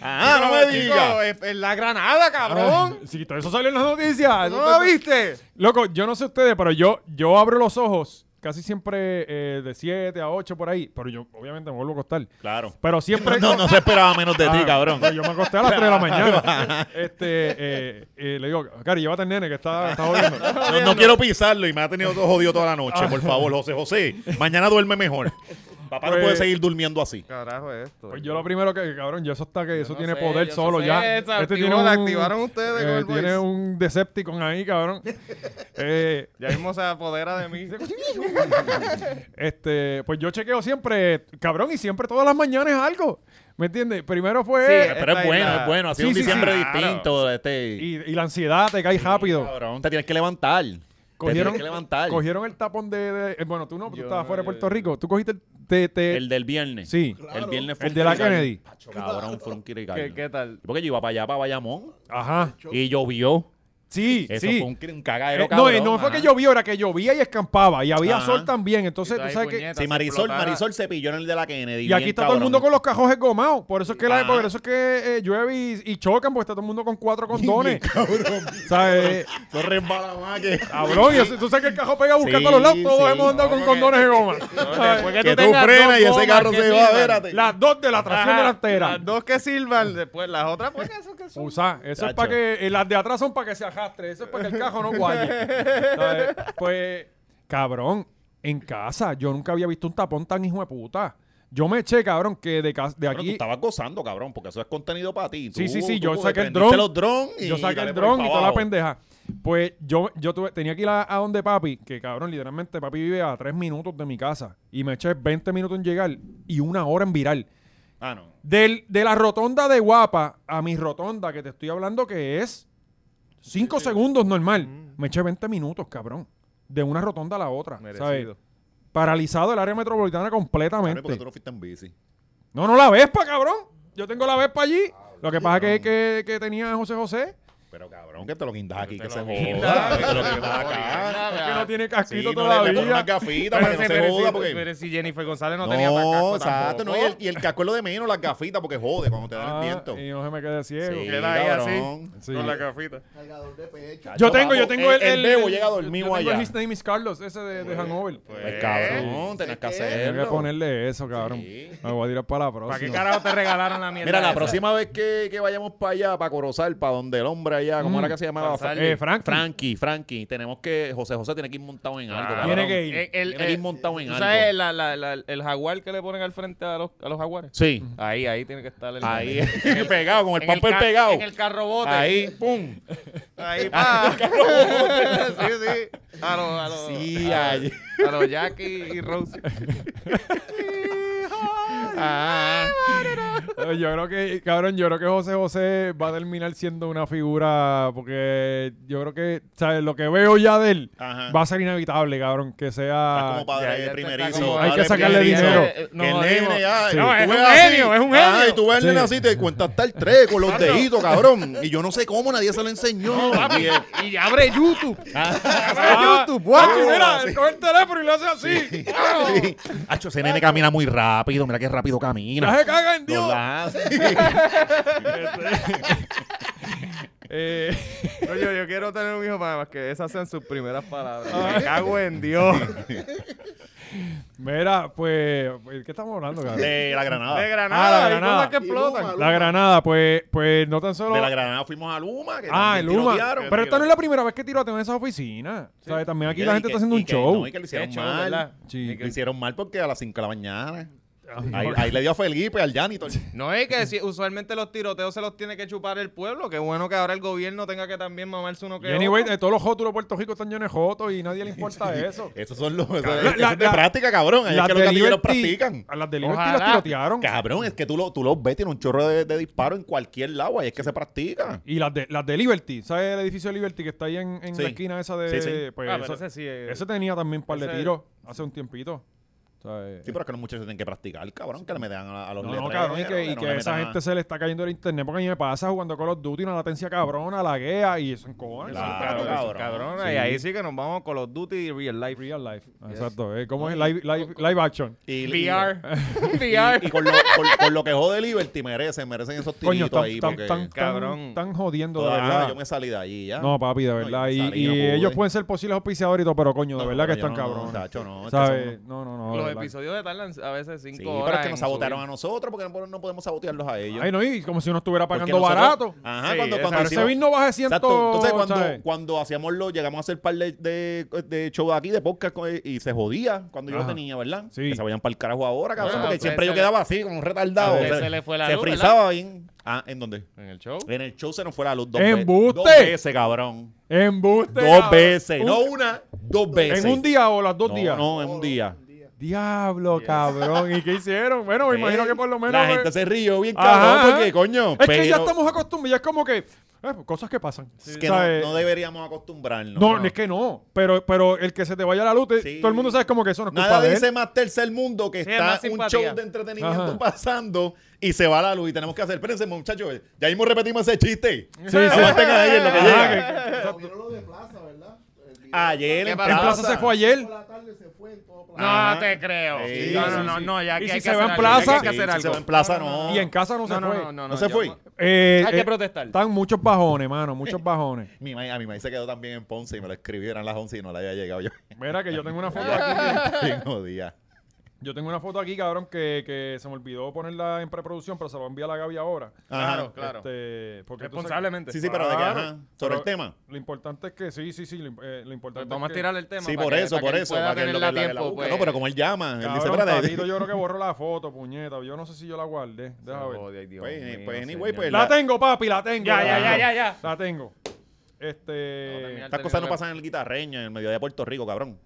[SPEAKER 4] Ah, no me digas.
[SPEAKER 5] En la granada,
[SPEAKER 4] Ah,
[SPEAKER 5] cabrón.
[SPEAKER 1] Sí, todo eso salió en las noticias.
[SPEAKER 5] ¿No
[SPEAKER 1] Eso está-
[SPEAKER 5] lo viste?
[SPEAKER 1] Loco, yo no sé ustedes, pero yo, yo abro los ojos casi siempre eh, de 7 a 8 por ahí. Pero yo obviamente me vuelvo a acostar.
[SPEAKER 4] Claro.
[SPEAKER 1] Pero siempre...
[SPEAKER 4] No, no se esperaba menos de ti,
[SPEAKER 1] Ah,
[SPEAKER 4] cabrón.
[SPEAKER 1] pues Yo me acosté a las 3 de la mañana. Este, eh, eh, le digo, Cari, llévate al nene que está, está jodiendo.
[SPEAKER 4] No, no quiero pisarlo y me ha tenido todo jodido toda la
[SPEAKER 1] Ah.
[SPEAKER 4] noche. Por favor, José José, mañana duerme mejor. Papá no
[SPEAKER 1] Pues-
[SPEAKER 4] puede seguir durmiendo así.
[SPEAKER 5] Carajo esto.
[SPEAKER 1] Pues yo lo primero que, cabrón, yo eso está que eso
[SPEAKER 5] no
[SPEAKER 1] tiene
[SPEAKER 5] sé,
[SPEAKER 1] poder
[SPEAKER 5] yo
[SPEAKER 1] solo
[SPEAKER 5] no sé,
[SPEAKER 1] ya. Este
[SPEAKER 5] se activó, la activaron ustedes con
[SPEAKER 1] eh,
[SPEAKER 5] el voice.
[SPEAKER 1] tiene un Decepticon ahí, cabrón. Eh,
[SPEAKER 5] Ya mismo se apodera de mí.
[SPEAKER 1] este, pues yo chequeo siempre, cabrón, y siempre todas las mañanas algo. ¿Me entiendes? Primero
[SPEAKER 5] Sí,
[SPEAKER 1] fue eh,
[SPEAKER 5] Esta
[SPEAKER 4] Pero es
[SPEAKER 5] es
[SPEAKER 4] bueno,
[SPEAKER 5] la-
[SPEAKER 4] es bueno. Ha sido
[SPEAKER 1] Sí,
[SPEAKER 4] un
[SPEAKER 1] sí, sí.
[SPEAKER 4] diciembre
[SPEAKER 5] Claro.
[SPEAKER 4] distinto. Este,
[SPEAKER 1] y, y la ansiedad te cae rápido.
[SPEAKER 4] Cabrón, te tienes que levantar. te
[SPEAKER 1] Cogieron,
[SPEAKER 4] tienes que levantar.
[SPEAKER 1] cogieron el tapón de, de- eh, bueno, tú no, tú
[SPEAKER 5] Yo
[SPEAKER 1] estabas
[SPEAKER 5] no,
[SPEAKER 1] fuera de
[SPEAKER 5] yo-
[SPEAKER 1] Puerto Rico. Tú cogiste el, te- te-
[SPEAKER 4] El del viernes.
[SPEAKER 1] sí,
[SPEAKER 4] El viernes fue
[SPEAKER 1] el
[SPEAKER 4] un
[SPEAKER 1] de la
[SPEAKER 4] crical.
[SPEAKER 1] Kennedy.
[SPEAKER 4] Pacho, Cabrón, fue un crical.
[SPEAKER 5] ¿Qué, qué tal?
[SPEAKER 4] Porque yo iba para allá, para Bayamón,
[SPEAKER 1] Ajá.
[SPEAKER 4] y llovió.
[SPEAKER 1] Sí,
[SPEAKER 4] Eso
[SPEAKER 1] sí.
[SPEAKER 4] fue un, cri- un cagadero,
[SPEAKER 1] Eh, no,
[SPEAKER 4] cabrón.
[SPEAKER 1] eh, no fue
[SPEAKER 4] ajá.
[SPEAKER 1] que llovió, era que llovía y escampaba y había
[SPEAKER 4] Ajá.
[SPEAKER 1] sol también.
[SPEAKER 5] Y
[SPEAKER 1] Entonces,
[SPEAKER 5] tú
[SPEAKER 1] tú
[SPEAKER 5] ahí,
[SPEAKER 1] sabes que
[SPEAKER 5] puñeta.
[SPEAKER 4] Sí,
[SPEAKER 5] Si
[SPEAKER 4] Marisol,
[SPEAKER 5] explotara-
[SPEAKER 4] Marisol se pilló en el de la Kennedy.
[SPEAKER 1] Y
[SPEAKER 4] bien
[SPEAKER 1] aquí está todo el
[SPEAKER 4] cabrón.
[SPEAKER 1] mundo con los cajones gomados. Por eso es que, la,
[SPEAKER 4] Ajá.
[SPEAKER 1] por eso es que eh, llueve y, y chocan, porque está todo el mundo con cuatro condones. ¿Sabes?
[SPEAKER 4] Eso resbala más que...
[SPEAKER 1] Cabrón, y eso- tú sabes que el cajo pega buscando
[SPEAKER 4] Sí,
[SPEAKER 1] a los lados. Todos
[SPEAKER 4] sí.
[SPEAKER 1] hemos andado con
[SPEAKER 5] No,
[SPEAKER 1] condones de goma.
[SPEAKER 5] Después que,
[SPEAKER 4] Que
[SPEAKER 5] tú
[SPEAKER 4] tú
[SPEAKER 5] tengas
[SPEAKER 4] frenas
[SPEAKER 5] dos
[SPEAKER 4] y ese
[SPEAKER 5] gomas
[SPEAKER 4] carro
[SPEAKER 5] que
[SPEAKER 4] se va,
[SPEAKER 5] sirvan.
[SPEAKER 4] espérate.
[SPEAKER 1] Las dos de la tracción
[SPEAKER 5] Ajá,
[SPEAKER 1] delantera.
[SPEAKER 5] Las dos que sirvan, después las otras, pues eso que son.
[SPEAKER 1] Usa, eso es
[SPEAKER 4] Chacho.
[SPEAKER 1] para que. eh, las de atrás son para que se ajastre. Eso es para que el cajo no guaye. ¿Sabes? Pues, cabrón, en casa yo nunca había visto un tapón tan hijo de puta. Yo me eché, cabrón, que de, cas- de
[SPEAKER 4] Pero tú
[SPEAKER 1] aquí.
[SPEAKER 4] estabas gozando, cabrón, porque eso es contenido para ti.
[SPEAKER 1] Sí,
[SPEAKER 4] Tú-
[SPEAKER 1] sí, sí,
[SPEAKER 4] tú
[SPEAKER 1] yo
[SPEAKER 4] coges,
[SPEAKER 1] saqué el
[SPEAKER 4] prendiste
[SPEAKER 1] dron.
[SPEAKER 4] los dron y
[SPEAKER 1] yo saqué
[SPEAKER 4] dale
[SPEAKER 1] el
[SPEAKER 4] por
[SPEAKER 1] dron
[SPEAKER 4] ahí
[SPEAKER 1] y
[SPEAKER 4] pa'
[SPEAKER 1] toda la
[SPEAKER 4] abajo.
[SPEAKER 1] pendeja. Pues yo, yo tuve, tenía que ir a, a donde papi, que cabrón, literalmente papi vive a tres minutos de mi casa. Y me eché 20 minutos en llegar y una hora en viral.
[SPEAKER 4] Ah, no.
[SPEAKER 1] Del, de la rotonda de Guapa a mi rotonda, que te estoy hablando que es 5 segundos normal.
[SPEAKER 4] Mm.
[SPEAKER 1] Me eché 20 minutos, cabrón. De una rotonda a la otra. ¿sabes?
[SPEAKER 5] Merecido.
[SPEAKER 1] Paralizado el área metropolitana
[SPEAKER 4] Cabrón, porque
[SPEAKER 1] completamente.
[SPEAKER 4] tú no fuiste en bici.
[SPEAKER 1] No, no, la Vespa, cabrón. Yo tengo la Vespa allí. Lo que pasa es que, que, que tenía José José.
[SPEAKER 4] Pero cabrón, que te lo guindas aquí, que se
[SPEAKER 5] guindas,
[SPEAKER 4] joda. Te lo guindas acá.
[SPEAKER 1] Que no tiene
[SPEAKER 4] Ah, Sí,
[SPEAKER 1] casquito
[SPEAKER 4] no, le- le
[SPEAKER 1] todavía.
[SPEAKER 4] pones unas gafitas para que no se joda, porque...
[SPEAKER 5] pero si Jennifer González no,
[SPEAKER 4] No,
[SPEAKER 5] tenía casco
[SPEAKER 4] exacto. No, y, el,
[SPEAKER 5] tampoco.
[SPEAKER 4] y el casco es lo de menos, las gafitas, porque jode cuando te dan
[SPEAKER 1] Ah,
[SPEAKER 4] el viento.
[SPEAKER 1] y no se me quede ciego.
[SPEAKER 4] Sí,
[SPEAKER 5] Era ahí así, Pues,
[SPEAKER 4] cabrón.
[SPEAKER 1] Sí.
[SPEAKER 5] con la cafita.
[SPEAKER 2] Cargador de pecho.
[SPEAKER 1] Yo
[SPEAKER 4] Chacho,
[SPEAKER 1] tengo, yo
[SPEAKER 4] papo,
[SPEAKER 1] tengo el...
[SPEAKER 4] El bebo llega
[SPEAKER 1] yo
[SPEAKER 4] dormido
[SPEAKER 1] tengo el
[SPEAKER 4] allá.
[SPEAKER 1] His name is Carlos, ese de, de Hangover.
[SPEAKER 4] Pues cabrón, tenés que
[SPEAKER 1] Tengo que
[SPEAKER 4] hacerlo.
[SPEAKER 1] ponerle eso, cabrón.
[SPEAKER 4] Sí.
[SPEAKER 1] Me voy a tirar para la próxima.
[SPEAKER 5] ¿Para qué carajo te regalaron la mierda?
[SPEAKER 4] Mira, la
[SPEAKER 5] esa?
[SPEAKER 4] próxima vez que, que vayamos para allá, para Corozal, para donde el hombre allá, ¿cómo
[SPEAKER 1] Mm.
[SPEAKER 4] era que se llamaba?
[SPEAKER 5] González.
[SPEAKER 1] Eh, Frankie.
[SPEAKER 4] Frankie, Frankie, tenemos que, José José tiene que ir montado en algo.
[SPEAKER 5] Ah,
[SPEAKER 4] cabrón.
[SPEAKER 1] tiene que ir.
[SPEAKER 5] Eh, el-
[SPEAKER 4] Tiene que ir
[SPEAKER 5] eh,
[SPEAKER 4] montado en
[SPEAKER 5] ¿Tú sabes
[SPEAKER 4] algo.
[SPEAKER 5] la- la- la- el jaguar que le ponen al frente a los, a los jaguares?
[SPEAKER 4] Sí,
[SPEAKER 5] Ahí, ahí tiene que estar el
[SPEAKER 4] ahí,
[SPEAKER 5] Mm. En
[SPEAKER 4] pegado, con el papel
[SPEAKER 5] ca-
[SPEAKER 4] pegado.
[SPEAKER 5] En el carro bote.
[SPEAKER 4] Ahí, pum.
[SPEAKER 5] Ahí, pa. sí, sí. A los, a los,
[SPEAKER 4] Sí,
[SPEAKER 5] a,
[SPEAKER 4] ahí.
[SPEAKER 5] a los Jackie y Rose.
[SPEAKER 4] Ah,
[SPEAKER 1] Eh, Yo creo que, cabrón, yo creo que José José va a terminar siendo una figura, porque yo creo que, ¿sabes? Lo que veo ya de él
[SPEAKER 4] Ajá.
[SPEAKER 1] va a ser inevitable, cabrón, que
[SPEAKER 4] Está
[SPEAKER 1] sea...
[SPEAKER 4] como padre
[SPEAKER 5] ya, ya está
[SPEAKER 4] primerizo.
[SPEAKER 5] como-
[SPEAKER 1] hay
[SPEAKER 4] padre
[SPEAKER 1] que sacarle
[SPEAKER 4] primerizo.
[SPEAKER 1] dinero.
[SPEAKER 4] Que
[SPEAKER 5] Nos
[SPEAKER 4] el
[SPEAKER 5] jodimos.
[SPEAKER 4] nene, ay,
[SPEAKER 1] Sí.
[SPEAKER 4] tú
[SPEAKER 5] No, es un
[SPEAKER 4] ves así,
[SPEAKER 5] genio, es un
[SPEAKER 4] ay,
[SPEAKER 5] genio.
[SPEAKER 4] tú ves el nene
[SPEAKER 1] Sí.
[SPEAKER 4] así, te cuentas hasta el 3 con los
[SPEAKER 5] Exacto.
[SPEAKER 4] deditos, cabrón. Y yo no sé cómo nadie se lo enseñó.
[SPEAKER 5] Papi, y abre YouTube.
[SPEAKER 1] Ah,
[SPEAKER 5] abre YouTube.
[SPEAKER 1] guacho,
[SPEAKER 4] Ah,
[SPEAKER 1] mira,
[SPEAKER 4] sí.
[SPEAKER 1] coge el teléfono y lo hace así.
[SPEAKER 4] Sí. Acho, ese nene camina muy rápido, mira qué rápido camina.
[SPEAKER 1] Ya se caga en
[SPEAKER 4] Los
[SPEAKER 1] Dios.
[SPEAKER 4] la-
[SPEAKER 1] Eh,
[SPEAKER 5] No, yo, yo quiero tener un hijo para más que esas sean sus primeras palabras. Me cago en Dios.
[SPEAKER 1] mira, pues, ¿de ¿qué estamos hablando, cabrón?
[SPEAKER 4] De la Granada.
[SPEAKER 5] De
[SPEAKER 4] De,
[SPEAKER 5] Granada,
[SPEAKER 1] Ah, la
[SPEAKER 5] hay
[SPEAKER 1] Granada.
[SPEAKER 5] cosas que
[SPEAKER 2] Y Luma,
[SPEAKER 5] explotan.
[SPEAKER 1] La Granada, pues, pues no tan solo...
[SPEAKER 4] la Granada fuimos a Luma. Que
[SPEAKER 1] Ah, el
[SPEAKER 4] también
[SPEAKER 1] Luma.
[SPEAKER 4] tirotearon.
[SPEAKER 1] Pero esta no es la primera vez que tirotean en esas oficinas. ¿Sabes? También aquí
[SPEAKER 4] Y
[SPEAKER 1] la
[SPEAKER 4] que-
[SPEAKER 1] gente
[SPEAKER 4] y
[SPEAKER 1] está haciendo un
[SPEAKER 4] que- y que-
[SPEAKER 1] show.
[SPEAKER 4] No, y que lo hicieron
[SPEAKER 5] Qué show,
[SPEAKER 4] mal.
[SPEAKER 5] ¿verdad?
[SPEAKER 1] Sí. Ah,
[SPEAKER 4] Y que lo hicieron mal porque a las 5 de la mañana. Ahí,
[SPEAKER 1] Ay,
[SPEAKER 4] ahí le dio a Felipe, al Janito.
[SPEAKER 5] No es que si- usualmente los tiroteos se los tiene que chupar el pueblo. Qué bueno que ahora el gobierno tenga que también mamarse uno
[SPEAKER 1] Y
[SPEAKER 5] que
[SPEAKER 1] anyway,
[SPEAKER 5] otro. Ah,
[SPEAKER 1] eh, todos los jótulos de Puerto Rico están llenos de jotos y nadie le importa eso.
[SPEAKER 4] Esos son los.
[SPEAKER 1] Cabrón,
[SPEAKER 4] eso- eso
[SPEAKER 1] la-
[SPEAKER 4] es de
[SPEAKER 1] la-
[SPEAKER 4] práctica, cabrón. Ahí es que los
[SPEAKER 1] delivery-
[SPEAKER 4] gatilleros practican.
[SPEAKER 1] A las delivery
[SPEAKER 5] Ojalá.
[SPEAKER 1] los tirotearon.
[SPEAKER 4] Cabrón, es que tú, lo, tú los ves, tiene un chorro de, de disparo en cualquier lado. Ahí es que se practica.
[SPEAKER 1] Y las de, las de Liberty, ¿sabes el edificio de Liberty que está ahí en, en
[SPEAKER 4] Sí.
[SPEAKER 1] la esquina esa de...
[SPEAKER 4] Sí, sí.
[SPEAKER 1] Pues
[SPEAKER 5] Ah,
[SPEAKER 1] eso-
[SPEAKER 5] pero ese sí es-
[SPEAKER 1] ese tenía también un par de
[SPEAKER 5] ese-
[SPEAKER 1] tiros hace un tiempito. ¿Sabes?
[SPEAKER 4] Sí, pero es que los muchachos tienen que practicar, cabrón, que le metan a, a los
[SPEAKER 1] No, no,
[SPEAKER 4] letreros,
[SPEAKER 1] cabrón, y que, y
[SPEAKER 4] no
[SPEAKER 1] que
[SPEAKER 4] le
[SPEAKER 1] a esa
[SPEAKER 4] metan
[SPEAKER 1] gente se le está cayendo el internet porque a mí me pasa jugando Call of Duty, una latencia cabrona, laguea y eso en
[SPEAKER 4] Claro,
[SPEAKER 5] Claro,
[SPEAKER 4] cabrón.
[SPEAKER 5] cabrón. cabrón. Y ahí sí que nos vamos con los Duty y Real Life.
[SPEAKER 1] Real life. Exacto. eh, ¿Cómo es? Live, live, live action.
[SPEAKER 4] Y, y-
[SPEAKER 5] VR.
[SPEAKER 4] y- y con, lo, con- con lo que jode Liberty merecen, merecen esos
[SPEAKER 1] Coño,
[SPEAKER 4] tiritos
[SPEAKER 1] están,
[SPEAKER 4] ahí.
[SPEAKER 1] están-
[SPEAKER 4] porque
[SPEAKER 1] están- están-
[SPEAKER 5] cabrón.
[SPEAKER 1] están jodiendo, de
[SPEAKER 4] todavía
[SPEAKER 1] verdad.
[SPEAKER 4] yo me salí de ahí ya.
[SPEAKER 1] No, papi, de
[SPEAKER 4] No, yo
[SPEAKER 1] verdad.
[SPEAKER 4] me
[SPEAKER 1] y
[SPEAKER 4] salí,
[SPEAKER 1] y
[SPEAKER 4] no pude.
[SPEAKER 1] ellos pueden ser posibles auspiciadores y todo, pero coño, de
[SPEAKER 4] No,
[SPEAKER 1] verdad que
[SPEAKER 4] yo
[SPEAKER 1] están
[SPEAKER 4] no,
[SPEAKER 1] cabrones.
[SPEAKER 4] tacho, no, es que
[SPEAKER 1] ¿Sabes?
[SPEAKER 4] son-
[SPEAKER 1] no, no, no. de
[SPEAKER 5] Los
[SPEAKER 1] verdad.
[SPEAKER 5] episodios de tardan a veces cinco
[SPEAKER 4] Sí,
[SPEAKER 5] horas.
[SPEAKER 4] pero es que nos
[SPEAKER 5] en
[SPEAKER 4] sabotearon a
[SPEAKER 5] subir.
[SPEAKER 4] nosotros porque no, no podemos sabotearlos a ellos.
[SPEAKER 1] ¿eh? Ay, no, y como si uno estuviera
[SPEAKER 4] Porque
[SPEAKER 1] pagando
[SPEAKER 4] nosotros-
[SPEAKER 1] barato.
[SPEAKER 4] Ajá,
[SPEAKER 5] Sí,
[SPEAKER 4] cuando,
[SPEAKER 5] esa-
[SPEAKER 4] cuando
[SPEAKER 1] Pero ese
[SPEAKER 4] hicimos-
[SPEAKER 1] vino baja de 100.
[SPEAKER 4] Exacto. Entonces,
[SPEAKER 1] ¿sabes?
[SPEAKER 4] cuando, cuando hacíamos lo, llegamos a hacer par de, de, de show aquí, de podcast, con- y se jodía cuando yo
[SPEAKER 1] Ajá.
[SPEAKER 4] lo tenía, ¿verdad?
[SPEAKER 1] Sí.
[SPEAKER 4] Que se vayan para el carajo ahora, cabrón,
[SPEAKER 5] Ah,
[SPEAKER 4] porque
[SPEAKER 5] pues
[SPEAKER 4] siempre
[SPEAKER 5] se
[SPEAKER 4] yo
[SPEAKER 5] le-
[SPEAKER 4] quedaba así, como un retardado.
[SPEAKER 5] Ah, pues se le fue la
[SPEAKER 4] se
[SPEAKER 5] luz, ¿verdad?
[SPEAKER 4] frizaba bien. Ah, ¿en dónde?
[SPEAKER 5] En el show.
[SPEAKER 4] En el show se nos fue la luz dos
[SPEAKER 1] ¡Embuste!
[SPEAKER 4] veces. Dos veces, cabrón.
[SPEAKER 1] Embuste.
[SPEAKER 4] Dos
[SPEAKER 1] cabrón.
[SPEAKER 4] veces.
[SPEAKER 1] Un-
[SPEAKER 4] no una, dos veces.
[SPEAKER 1] ¿En un día o las dos
[SPEAKER 4] No,
[SPEAKER 1] días?
[SPEAKER 4] No, en un día.
[SPEAKER 1] Diablo, cabrón. ¿Y qué hicieron? Bueno, me imagino que por lo menos.
[SPEAKER 4] La
[SPEAKER 1] eh,
[SPEAKER 4] gente se rió bien
[SPEAKER 1] Ajá,
[SPEAKER 4] cabrón
[SPEAKER 1] ajá.
[SPEAKER 4] porque, coño.
[SPEAKER 1] Es que ya
[SPEAKER 4] pero
[SPEAKER 1] estamos acostumbrados. Es como que. eh, cosas que pasan.
[SPEAKER 4] es que
[SPEAKER 1] ¿sabes?
[SPEAKER 4] no, no deberíamos acostumbrarnos.
[SPEAKER 1] No, es que no. Pero, pero el que se te vaya la luz, te-
[SPEAKER 4] Sí.
[SPEAKER 1] todo el mundo sabe como que eso no es culpa
[SPEAKER 4] Nada
[SPEAKER 1] de él.
[SPEAKER 4] dice más tercer mundo que
[SPEAKER 5] Sí,
[SPEAKER 4] está
[SPEAKER 5] más
[SPEAKER 4] un
[SPEAKER 5] simpatía.
[SPEAKER 4] show de entretenimiento
[SPEAKER 1] Ajá.
[SPEAKER 4] pasando y se va la luz y tenemos que hacer. Espérense, muchachos, ya mismo repetimos ese chiste. Ah.
[SPEAKER 1] Sí,
[SPEAKER 4] No
[SPEAKER 1] sí.
[SPEAKER 4] mantengan ahí en lo que
[SPEAKER 1] Ajá,
[SPEAKER 4] llega.
[SPEAKER 1] que-
[SPEAKER 2] Vieron lo de Plaza, ¿verdad? El video.
[SPEAKER 4] Ayer
[SPEAKER 5] ¿Qué
[SPEAKER 4] en
[SPEAKER 5] pasó?
[SPEAKER 1] en
[SPEAKER 4] plaza,
[SPEAKER 1] plaza se fue ayer.
[SPEAKER 2] Por la tarde se fue en todo Plaza.
[SPEAKER 5] No
[SPEAKER 4] Ajá.
[SPEAKER 5] te creo.
[SPEAKER 4] Sí,
[SPEAKER 5] no,
[SPEAKER 4] sí,
[SPEAKER 5] no,
[SPEAKER 4] sí,
[SPEAKER 5] no,
[SPEAKER 1] sí.
[SPEAKER 5] no, ya
[SPEAKER 1] Y
[SPEAKER 5] que
[SPEAKER 1] si
[SPEAKER 5] hay que
[SPEAKER 1] se
[SPEAKER 5] hacer
[SPEAKER 1] va en
[SPEAKER 5] algo, ya que
[SPEAKER 1] plaza-
[SPEAKER 5] hay que hacer
[SPEAKER 4] Sí, si se va
[SPEAKER 5] algo.
[SPEAKER 4] en plaza, no.
[SPEAKER 1] Y en casa no se
[SPEAKER 5] No, no,
[SPEAKER 1] fue.
[SPEAKER 5] no, no.
[SPEAKER 4] ¿No se
[SPEAKER 5] yo-
[SPEAKER 4] fue?
[SPEAKER 1] Eh,
[SPEAKER 5] Hay que
[SPEAKER 1] eh,
[SPEAKER 5] protestar.
[SPEAKER 1] Están muchos bajones, mano. Muchos bajones.
[SPEAKER 4] Mi maíz, a mi maíz se quedó también en Ponce y me lo escribí, eran las 11 y no le había llegado yo.
[SPEAKER 1] Mira que yo tengo una foto aquí.
[SPEAKER 4] Bien jodida.
[SPEAKER 1] Yo tengo una foto aquí, cabrón, que, que se me olvidó ponerla en preproducción, pero se lo envía a la Gaby ahora.
[SPEAKER 5] Claro,
[SPEAKER 4] Ajá.
[SPEAKER 5] claro.
[SPEAKER 1] Este, porque tú sabes-
[SPEAKER 5] Responsablemente. Ah.
[SPEAKER 4] Sí, sí, pero de qué,
[SPEAKER 1] Claro.
[SPEAKER 4] ajá. Sobre el
[SPEAKER 1] Pero
[SPEAKER 4] tema.
[SPEAKER 1] Lo importante es que, sí, sí, sí, lo, eh, lo importante
[SPEAKER 5] Pues vamos
[SPEAKER 1] es
[SPEAKER 5] a
[SPEAKER 1] que-
[SPEAKER 5] tirar el tema.
[SPEAKER 4] Sí,
[SPEAKER 5] para
[SPEAKER 4] por
[SPEAKER 5] que-
[SPEAKER 4] eso,
[SPEAKER 5] para
[SPEAKER 4] por
[SPEAKER 5] que él
[SPEAKER 4] eso.
[SPEAKER 5] pueda
[SPEAKER 4] para que
[SPEAKER 5] tenerla
[SPEAKER 4] lo-
[SPEAKER 5] a
[SPEAKER 4] la- la- la
[SPEAKER 5] tiempo,
[SPEAKER 4] busca.
[SPEAKER 5] pues.
[SPEAKER 4] No, pero como él llama, él dice,
[SPEAKER 1] Cabrón,
[SPEAKER 4] espérate.
[SPEAKER 1] Tatito, yo creo que borró la foto, puñeta. Yo no sé si yo la guardé. Deja ver.
[SPEAKER 5] Joder, Dios
[SPEAKER 4] Pues,
[SPEAKER 5] mío,
[SPEAKER 4] pues,
[SPEAKER 5] señor.
[SPEAKER 4] anyway, pues,
[SPEAKER 1] La, tengo, papi, la tengo.
[SPEAKER 5] Ya,
[SPEAKER 1] la
[SPEAKER 5] ya, ya,
[SPEAKER 1] tengo.
[SPEAKER 5] ya, ya.
[SPEAKER 1] La tengo. Este.
[SPEAKER 5] terminar.
[SPEAKER 4] Estas cosas no pasan en el guitarreño, en el medio de Puerto Rico, cabrón.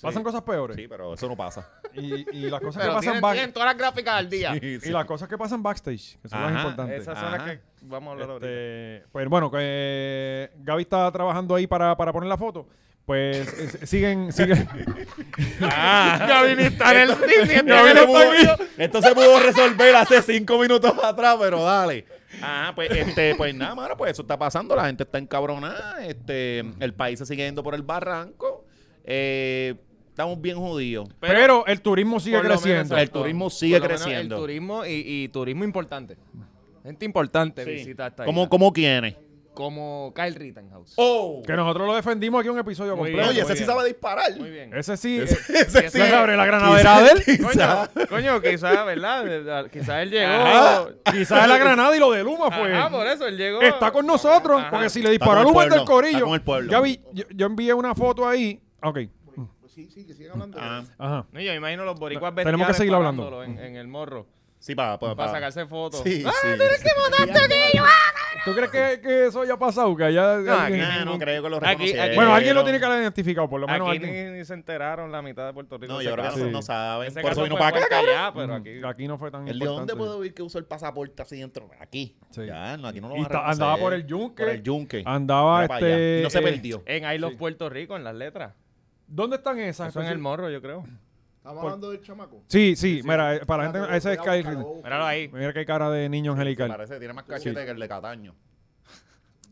[SPEAKER 1] pasan cosas peores.
[SPEAKER 4] Sí, pero eso no pasa.
[SPEAKER 1] Y, y las cosas que
[SPEAKER 5] Pero
[SPEAKER 1] pasan
[SPEAKER 5] tienen,
[SPEAKER 1] back-
[SPEAKER 5] tienen todas las gráficas al día.
[SPEAKER 4] Sí, sí.
[SPEAKER 1] y las cosas que pasan backstage, que son
[SPEAKER 4] Ajá,
[SPEAKER 1] las importantes.
[SPEAKER 5] Esas son las
[SPEAKER 4] Ajá.
[SPEAKER 5] que vamos a hablar ahorita.
[SPEAKER 1] Este, pues bueno, que eh, Gaby está trabajando ahí para, para poner la foto. Pues eh, siguen, siguen.
[SPEAKER 4] Ah.
[SPEAKER 5] Gaby está en el Disney.
[SPEAKER 4] Gaby
[SPEAKER 1] Gaby
[SPEAKER 4] se
[SPEAKER 1] está
[SPEAKER 4] pudo-
[SPEAKER 1] aquí.
[SPEAKER 4] Esto se pudo resolver hace cinco minutos atrás, pero dale. Ah, pues, este, pues nada, mano, pues eso está pasando. La gente está encabronada. Este, el país se sigue yendo por el barranco. Eh, estamos bien jodidos.
[SPEAKER 1] Pero, el turismo sigue
[SPEAKER 5] Por lo menos,
[SPEAKER 1] creciendo.
[SPEAKER 4] El
[SPEAKER 5] exacto.
[SPEAKER 4] turismo sigue
[SPEAKER 5] Por lo menos
[SPEAKER 4] creciendo.
[SPEAKER 5] El turismo y, y turismo importante. Gente importante
[SPEAKER 4] Sí.
[SPEAKER 5] visita esta
[SPEAKER 4] ¿Cómo,
[SPEAKER 5] isla.
[SPEAKER 4] cómo quiénes?
[SPEAKER 5] Como Kyle Rittenhouse.
[SPEAKER 4] ¡Oh!
[SPEAKER 1] Que nosotros lo defendimos aquí en un episodio
[SPEAKER 5] Muy
[SPEAKER 1] completo.
[SPEAKER 4] Oye, ese
[SPEAKER 5] muy
[SPEAKER 4] sí
[SPEAKER 5] bien.
[SPEAKER 4] sabe disparar.
[SPEAKER 5] Muy bien.
[SPEAKER 1] Ese sí. eh,
[SPEAKER 4] Ese sí.
[SPEAKER 1] ¿Se abre la granadera de él?
[SPEAKER 4] Quizá.
[SPEAKER 5] Coño, coño, quizás, ¿verdad? Quizás él llegó.
[SPEAKER 1] Ah,
[SPEAKER 4] Ajá.
[SPEAKER 1] Quizás la granada y lo de Luma fue.
[SPEAKER 5] Ajá, por eso él llegó.
[SPEAKER 1] ah, pues, Está con nosotros,
[SPEAKER 5] Ajá.
[SPEAKER 1] porque si le
[SPEAKER 4] Está con
[SPEAKER 1] disparó
[SPEAKER 4] el
[SPEAKER 1] Luma es del
[SPEAKER 4] pueblo,
[SPEAKER 1] corillo.
[SPEAKER 4] está con el pueblo.
[SPEAKER 1] Gaby, yo, yo envié una foto ahí. Ok.
[SPEAKER 2] Pues sí, sí, que sigan hablando. de
[SPEAKER 4] Ah,
[SPEAKER 2] eso.
[SPEAKER 1] Ajá.
[SPEAKER 5] No, yo imagino los boricuas
[SPEAKER 1] Tenemos que
[SPEAKER 5] bestiales
[SPEAKER 1] seguir hablando.
[SPEAKER 5] parándolo En, en el morro.
[SPEAKER 4] Sí, para
[SPEAKER 5] Para sacarse fotos.
[SPEAKER 4] Sí, sí.
[SPEAKER 5] ¡Ah, tú eres que mataste a aquello! ¡Ah,
[SPEAKER 1] ¿Tú crees que, que eso haya pasado? Que haya-
[SPEAKER 5] No, aquí-
[SPEAKER 1] alguien-
[SPEAKER 4] Nah, no creo que lo
[SPEAKER 5] Aquí- aquí-
[SPEAKER 4] reconocieron.
[SPEAKER 1] Bueno, alguien lo tiene que haber identificado, por lo menos
[SPEAKER 5] Aquí
[SPEAKER 1] alguien.
[SPEAKER 5] ni, ni se enteraron la mitad de Puerto Rico.
[SPEAKER 4] No,
[SPEAKER 5] de
[SPEAKER 4] yo
[SPEAKER 5] ese
[SPEAKER 4] creo que
[SPEAKER 5] caso.
[SPEAKER 4] no, no saben.
[SPEAKER 5] Ese
[SPEAKER 4] Por eso
[SPEAKER 5] caso
[SPEAKER 4] vino
[SPEAKER 5] fue
[SPEAKER 4] para acá.
[SPEAKER 5] fuerte allá, pero aquí...
[SPEAKER 1] Mm, no fue tan
[SPEAKER 4] ¿El de
[SPEAKER 1] importante.
[SPEAKER 4] dónde puedo ir que uso el pasaporte así dentro? Aquí.
[SPEAKER 1] Sí.
[SPEAKER 4] Ya, no, aquí no lo
[SPEAKER 1] Y
[SPEAKER 4] van a
[SPEAKER 1] ta-
[SPEAKER 4] reconocer.
[SPEAKER 1] andaba por el yunque.
[SPEAKER 4] Por el yunque.
[SPEAKER 1] Andaba
[SPEAKER 4] Mira para allá.
[SPEAKER 1] este...
[SPEAKER 4] Y no se
[SPEAKER 1] eh,
[SPEAKER 4] perdió.
[SPEAKER 5] En I Love Puerto Rico, en las letras.
[SPEAKER 1] ¿Dónde están esas?
[SPEAKER 5] Eso en el morro, yo creo.
[SPEAKER 2] Estamos hablando del chamaco.
[SPEAKER 1] Sí, sí, mira, eh, para la
[SPEAKER 2] Espérate,
[SPEAKER 1] gente, ese es
[SPEAKER 2] voy a
[SPEAKER 1] Kyle
[SPEAKER 2] buscarlo, voy a
[SPEAKER 1] Rittenhouse.
[SPEAKER 5] Míralo
[SPEAKER 2] buscarlo.
[SPEAKER 5] ahí.
[SPEAKER 1] Mira qué cara de niño angelical.
[SPEAKER 4] Parece que tiene más cachete que el de Cataño.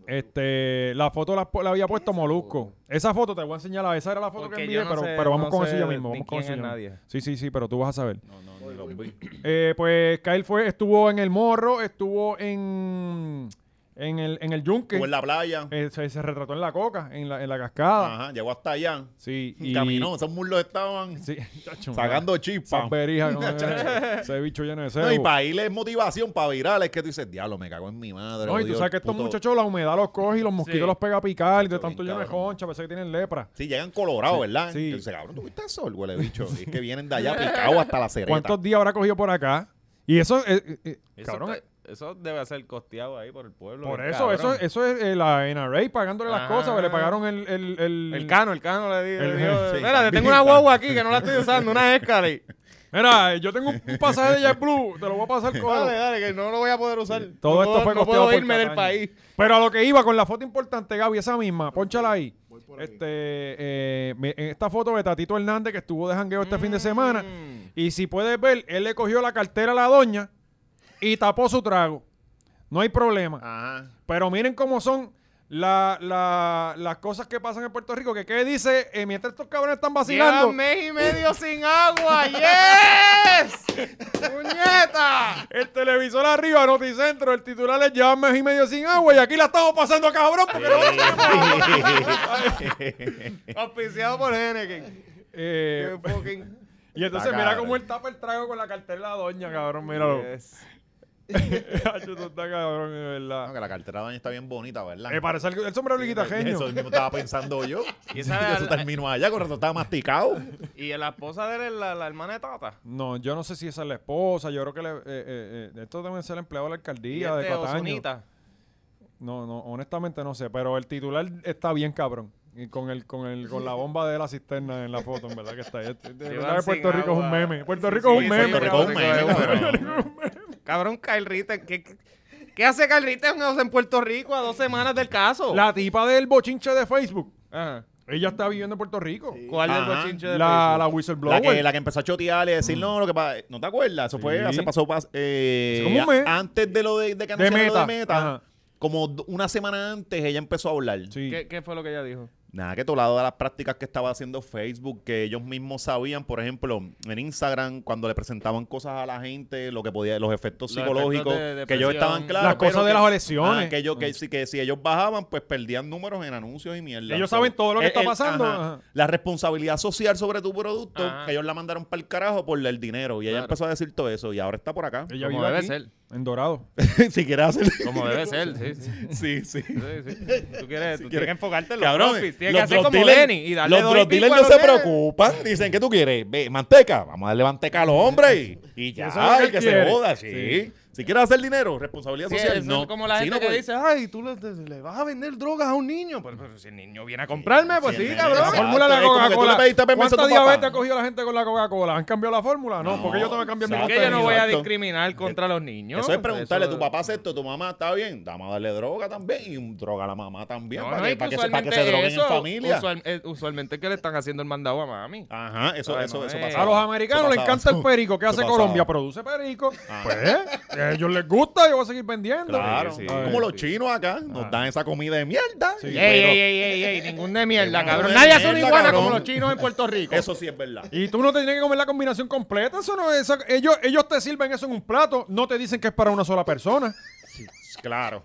[SPEAKER 1] Este, la foto la, la había puesto Molusco. Esa foto te voy a enseñar, esa era la foto
[SPEAKER 5] Porque
[SPEAKER 1] que
[SPEAKER 5] yo
[SPEAKER 1] envié,
[SPEAKER 5] no
[SPEAKER 1] pero,
[SPEAKER 5] sé-
[SPEAKER 1] pero vamos
[SPEAKER 5] no
[SPEAKER 1] con
[SPEAKER 5] sé
[SPEAKER 1] eso ya mismo.
[SPEAKER 5] ni
[SPEAKER 1] Vamos con
[SPEAKER 5] quién
[SPEAKER 1] eso
[SPEAKER 5] es
[SPEAKER 1] ya
[SPEAKER 5] nadie.
[SPEAKER 1] mismo. Sí, sí, sí, pero tú vas a saber.
[SPEAKER 4] No, no, ni los vi.
[SPEAKER 1] Eh, pues Kyle fue, estuvo en el morro, estuvo en, en, el, en el yunque,
[SPEAKER 4] O en la playa.
[SPEAKER 1] Eh, se, se retrató en la coca, en la, en la cascada.
[SPEAKER 4] Ajá, llegó hasta allá.
[SPEAKER 1] Sí, y
[SPEAKER 4] Y caminó. Esos muslos estaban
[SPEAKER 1] Sí, chacho,
[SPEAKER 4] sacando
[SPEAKER 1] esas
[SPEAKER 4] chispas.
[SPEAKER 1] berijas, como ese, ese bicho lleno de cebo.
[SPEAKER 4] No, y para irle es motivación, para virales, que tú dices, diablo, me cago en mi madre.
[SPEAKER 1] No, y tú
[SPEAKER 4] odio
[SPEAKER 1] sabes que
[SPEAKER 4] el
[SPEAKER 1] estos
[SPEAKER 4] puto-".
[SPEAKER 1] muchachos la humedad los coge y los mosquitos
[SPEAKER 5] Sí.
[SPEAKER 1] los pega a picar y de
[SPEAKER 4] Eso
[SPEAKER 1] tanto
[SPEAKER 4] bien
[SPEAKER 1] lleno de
[SPEAKER 4] cabrón.
[SPEAKER 1] concha, parece que tienen lepra.
[SPEAKER 4] Sí, llegan colorados, ¿verdad?
[SPEAKER 1] sí.
[SPEAKER 4] Y tú dices, cabrón, tú viste el sol, huele bicho. Y es que vienen de allá picados hasta la cereta.
[SPEAKER 1] ¿Cuántos días habrá cogido por acá? Y eso, eh, eh, eh,
[SPEAKER 5] Eso,
[SPEAKER 1] cabrón,
[SPEAKER 5] te- eso debe ser costeado ahí por el pueblo.
[SPEAKER 1] por
[SPEAKER 5] bien
[SPEAKER 1] eso, eso,
[SPEAKER 5] cabrón.
[SPEAKER 1] eso es eh, la NRA pagándole las
[SPEAKER 5] Ah.
[SPEAKER 1] cosas, pues, le pagaron el... el, el-
[SPEAKER 5] El cano, el cano le di- le
[SPEAKER 1] El-
[SPEAKER 5] dijo...
[SPEAKER 4] sí,
[SPEAKER 5] Espérate, tengo
[SPEAKER 4] también.
[SPEAKER 5] una guagua aquí que no la estoy usando, una Escalade.
[SPEAKER 1] Mira, eh, yo tengo un un pasaje de JetBlue, te lo voy a pasar con...
[SPEAKER 5] Dale, dale, que no lo voy a poder usar.
[SPEAKER 1] Todo
[SPEAKER 5] No
[SPEAKER 1] esto
[SPEAKER 5] puedo-
[SPEAKER 1] fue
[SPEAKER 5] No
[SPEAKER 1] costeado
[SPEAKER 5] puedo
[SPEAKER 1] por
[SPEAKER 5] irme del
[SPEAKER 1] Cataño.
[SPEAKER 5] país.
[SPEAKER 1] Pero a lo que iba con la foto importante, Gaby, esa misma, ponchala ahí.
[SPEAKER 2] Voy por aquí.
[SPEAKER 1] Este, eh, me- en esta foto de Tatito Hernández que estuvo de jangueo este fin de semana.
[SPEAKER 5] Mm.
[SPEAKER 1] Y si puedes ver, él le cogió la cartera a la doña y tapó su trago. No hay problema.
[SPEAKER 4] Ajá.
[SPEAKER 1] Pero miren cómo son la- la- las cosas que pasan en Puerto Rico. Que qué dice, eh, mientras estos cabrones están vacilando,
[SPEAKER 5] Llevan mes y medio sin agua, yes! ¡Puñeta!
[SPEAKER 1] el televisor arriba, Noticentro, el titular es llevan mes y medio sin agua y aquí la estamos pasando cabrón. porque no-
[SPEAKER 5] Auspiciado por Henneken.
[SPEAKER 1] Eh,
[SPEAKER 5] Qué fucking-
[SPEAKER 1] y entonces
[SPEAKER 4] Está
[SPEAKER 1] mira
[SPEAKER 4] cabrón.
[SPEAKER 1] cómo él tapa el trago con la cartera de la doña, cabrón, míralo.
[SPEAKER 5] Yes.
[SPEAKER 1] Hacho, tú estás cabrón, de
[SPEAKER 4] No,
[SPEAKER 1] verdad.
[SPEAKER 4] Ah, que la cartera de doña está bien bonita, ¿verdad?
[SPEAKER 1] Eh, parece el, el sombrero de guitajeño.
[SPEAKER 4] Eso mismo estaba pensando yo.
[SPEAKER 5] Y
[SPEAKER 4] Y
[SPEAKER 5] esa-
[SPEAKER 4] eso terminó allá, con razón estaba masticado.
[SPEAKER 5] Y la esposa de él es la, la hermana de Tata.
[SPEAKER 1] No, yo no sé si esa es la esposa, yo creo que le, eh, eh, eh, esto debe ser el empleado de la
[SPEAKER 5] Y
[SPEAKER 1] alcaldía de
[SPEAKER 5] este
[SPEAKER 1] Cataño.
[SPEAKER 5] Ozonita.
[SPEAKER 1] No, no, honestamente no sé, pero el titular está bien cabrón. Y con el, con el, con la bomba de la cisterna en la foto, en verdad que está. Este- de
[SPEAKER 5] Llevan
[SPEAKER 1] verdad que Puerto
[SPEAKER 5] sin
[SPEAKER 1] Rico es un
[SPEAKER 5] agua.
[SPEAKER 1] meme. Puerto
[SPEAKER 5] Sí,
[SPEAKER 1] Rico es
[SPEAKER 5] sí,
[SPEAKER 1] un
[SPEAKER 5] sí,
[SPEAKER 1] meme.
[SPEAKER 4] Puerto Rico es un
[SPEAKER 1] cabrón.
[SPEAKER 4] meme,
[SPEAKER 5] cabrón. Cabrón, Kyle Ritter. ¿Qué, qué hace Kyle Ritter en Puerto Rico a dos semanas del caso?
[SPEAKER 1] La tipa del bochinche de Facebook,
[SPEAKER 5] Ajá.
[SPEAKER 1] ella está viviendo en Puerto Rico.
[SPEAKER 5] ¿Cuál del
[SPEAKER 4] Ajá.
[SPEAKER 5] bochinche de
[SPEAKER 1] La,
[SPEAKER 5] Facebook?
[SPEAKER 1] la
[SPEAKER 4] La
[SPEAKER 1] whistleblower.
[SPEAKER 4] que, la que empezó a chotear y decir, no, lo que pasa, ¿no te acuerdas?
[SPEAKER 1] Mm.
[SPEAKER 4] Eso
[SPEAKER 1] Sí.
[SPEAKER 4] fue, se pasó pas- eh,
[SPEAKER 1] Hace como un mes.
[SPEAKER 4] a- antes de lo de, de que
[SPEAKER 1] de
[SPEAKER 4] anunciaron
[SPEAKER 1] meta.
[SPEAKER 4] lo de Meta.
[SPEAKER 1] Ajá.
[SPEAKER 4] Como d- una semana antes ella empezó a hablar.
[SPEAKER 1] Sí.
[SPEAKER 5] ¿Qué, qué fue lo que ella dijo?
[SPEAKER 4] Nada, que todo lado de las prácticas que estaba haciendo Facebook, que ellos mismos sabían, por ejemplo, en Instagram, cuando le presentaban cosas a la gente, lo que podía, los efectos
[SPEAKER 5] Los
[SPEAKER 4] psicológicos,
[SPEAKER 5] efectos de depresión. Mm.
[SPEAKER 4] que ellos estaban claros.
[SPEAKER 1] Las cosas
[SPEAKER 4] pero
[SPEAKER 1] de
[SPEAKER 4] que-
[SPEAKER 1] las elecciones.
[SPEAKER 4] Ah, que, ellos, que, si- que si ellos bajaban, pues perdían números en anuncios y mierda. eh,
[SPEAKER 1] Ellos saben todo lo que está pasando. Ajá.
[SPEAKER 4] La responsabilidad social sobre tu producto,
[SPEAKER 5] Ajá.
[SPEAKER 4] que ellos la mandaron para el carajo por el dinero. Y ella
[SPEAKER 5] Claro.
[SPEAKER 4] empezó a decir todo eso y ahora está por acá.
[SPEAKER 1] Ella
[SPEAKER 5] Como
[SPEAKER 1] vive
[SPEAKER 5] debe
[SPEAKER 1] aquí,
[SPEAKER 5] ser.
[SPEAKER 1] En Dorado.
[SPEAKER 4] si quieres hacer...
[SPEAKER 5] Como debe ser, sí, sí.
[SPEAKER 4] sí,
[SPEAKER 5] Sí,
[SPEAKER 4] sí.
[SPEAKER 5] sí. Tú, quieres, tú tienes que enfocarte en los
[SPEAKER 4] Cabrón,
[SPEAKER 5] profits. Tienes que
[SPEAKER 4] los
[SPEAKER 5] hacer
[SPEAKER 4] drug
[SPEAKER 5] como
[SPEAKER 4] dealers-
[SPEAKER 5] Lenny y darle
[SPEAKER 4] Los
[SPEAKER 5] dos y
[SPEAKER 4] drug
[SPEAKER 5] pico
[SPEAKER 4] dealers
[SPEAKER 5] a
[SPEAKER 4] no
[SPEAKER 5] los
[SPEAKER 4] se
[SPEAKER 5] nenes.
[SPEAKER 4] preocupan. Dicen, ¿qué tú quieres? Ve, manteca. Vamos a darle manteca al hombre. Y, y ya,
[SPEAKER 1] Eso es lo que
[SPEAKER 4] y que
[SPEAKER 1] quiere.
[SPEAKER 4] se joda, sí.
[SPEAKER 1] Sí.
[SPEAKER 4] Si quieres hacer dinero, responsabilidad
[SPEAKER 5] Sí,
[SPEAKER 4] social,
[SPEAKER 5] es
[SPEAKER 4] no.
[SPEAKER 5] como la
[SPEAKER 4] Sí,
[SPEAKER 5] gente
[SPEAKER 4] no,
[SPEAKER 5] que
[SPEAKER 4] pues,
[SPEAKER 5] dice, ay, tú le, le vas a vender drogas a un niño. Pero, pero si el niño viene a comprarme, pues
[SPEAKER 4] sí,
[SPEAKER 5] sí,
[SPEAKER 4] el nene
[SPEAKER 1] La
[SPEAKER 4] Ah,
[SPEAKER 5] cabrón.
[SPEAKER 1] fórmula de la
[SPEAKER 4] es como que tú
[SPEAKER 1] Coca-Cola.
[SPEAKER 4] le pediste permiso a tu
[SPEAKER 1] ¿Cuánta
[SPEAKER 4] papá?
[SPEAKER 1] diabetes ha cogido la gente con la Coca-Cola? ¿Han cambiado la fórmula? No,
[SPEAKER 4] No,
[SPEAKER 1] porque yo tengo que cambiar mi
[SPEAKER 4] ¿sabes
[SPEAKER 5] Es
[SPEAKER 4] qué?
[SPEAKER 5] que yo no
[SPEAKER 1] contenido.
[SPEAKER 5] voy a
[SPEAKER 4] Exacto.
[SPEAKER 5] discriminar contra los niños.
[SPEAKER 4] Eso es preguntarle,
[SPEAKER 5] pues, Eso-
[SPEAKER 4] tu papá hace esto, tu mamá está bien, vamos a darle droga también y droga a la mamá también
[SPEAKER 5] No,
[SPEAKER 4] para,
[SPEAKER 5] no,
[SPEAKER 4] que,
[SPEAKER 5] y
[SPEAKER 4] para que se, para
[SPEAKER 5] usualmente
[SPEAKER 4] que se droguen
[SPEAKER 5] eso-
[SPEAKER 4] en familia. Ah,
[SPEAKER 5] usual- eh, usualmente que le están haciendo el mandado a mami.
[SPEAKER 4] Ajá, eso,
[SPEAKER 5] Ay,
[SPEAKER 4] eso,
[SPEAKER 5] no,
[SPEAKER 4] eso
[SPEAKER 5] eh.
[SPEAKER 4] pasa.
[SPEAKER 1] A los
[SPEAKER 4] Eso
[SPEAKER 1] americanos les
[SPEAKER 4] pasaba.
[SPEAKER 1] encanta el perico. ¿Qué
[SPEAKER 4] Eso
[SPEAKER 1] hace
[SPEAKER 4] pasaba.
[SPEAKER 1] Colombia? Produce perico.
[SPEAKER 4] Ah.
[SPEAKER 1] Pues, a ellos les gusta, yo voy a seguir vendiendo.
[SPEAKER 4] Claro,
[SPEAKER 5] Sí, sí.
[SPEAKER 4] como los chinos acá, nos dan esa comida de mierda.
[SPEAKER 1] Sí.
[SPEAKER 5] Ey,
[SPEAKER 4] pero
[SPEAKER 5] ey, ey, ey, ey, ningún de mierda,
[SPEAKER 4] Ningún
[SPEAKER 5] cabrón.
[SPEAKER 4] de
[SPEAKER 5] Nadie hace una
[SPEAKER 4] mierda,
[SPEAKER 5] iguana
[SPEAKER 4] cabrón.
[SPEAKER 5] como los chinos en Puerto Rico.
[SPEAKER 4] Eso sí es verdad.
[SPEAKER 1] Y tú no te tienes que comer la combinación completa. Eso no, es- eso- ellos, ellos te sirven eso en un plato. No te dicen que es para una sola persona.
[SPEAKER 4] Claro,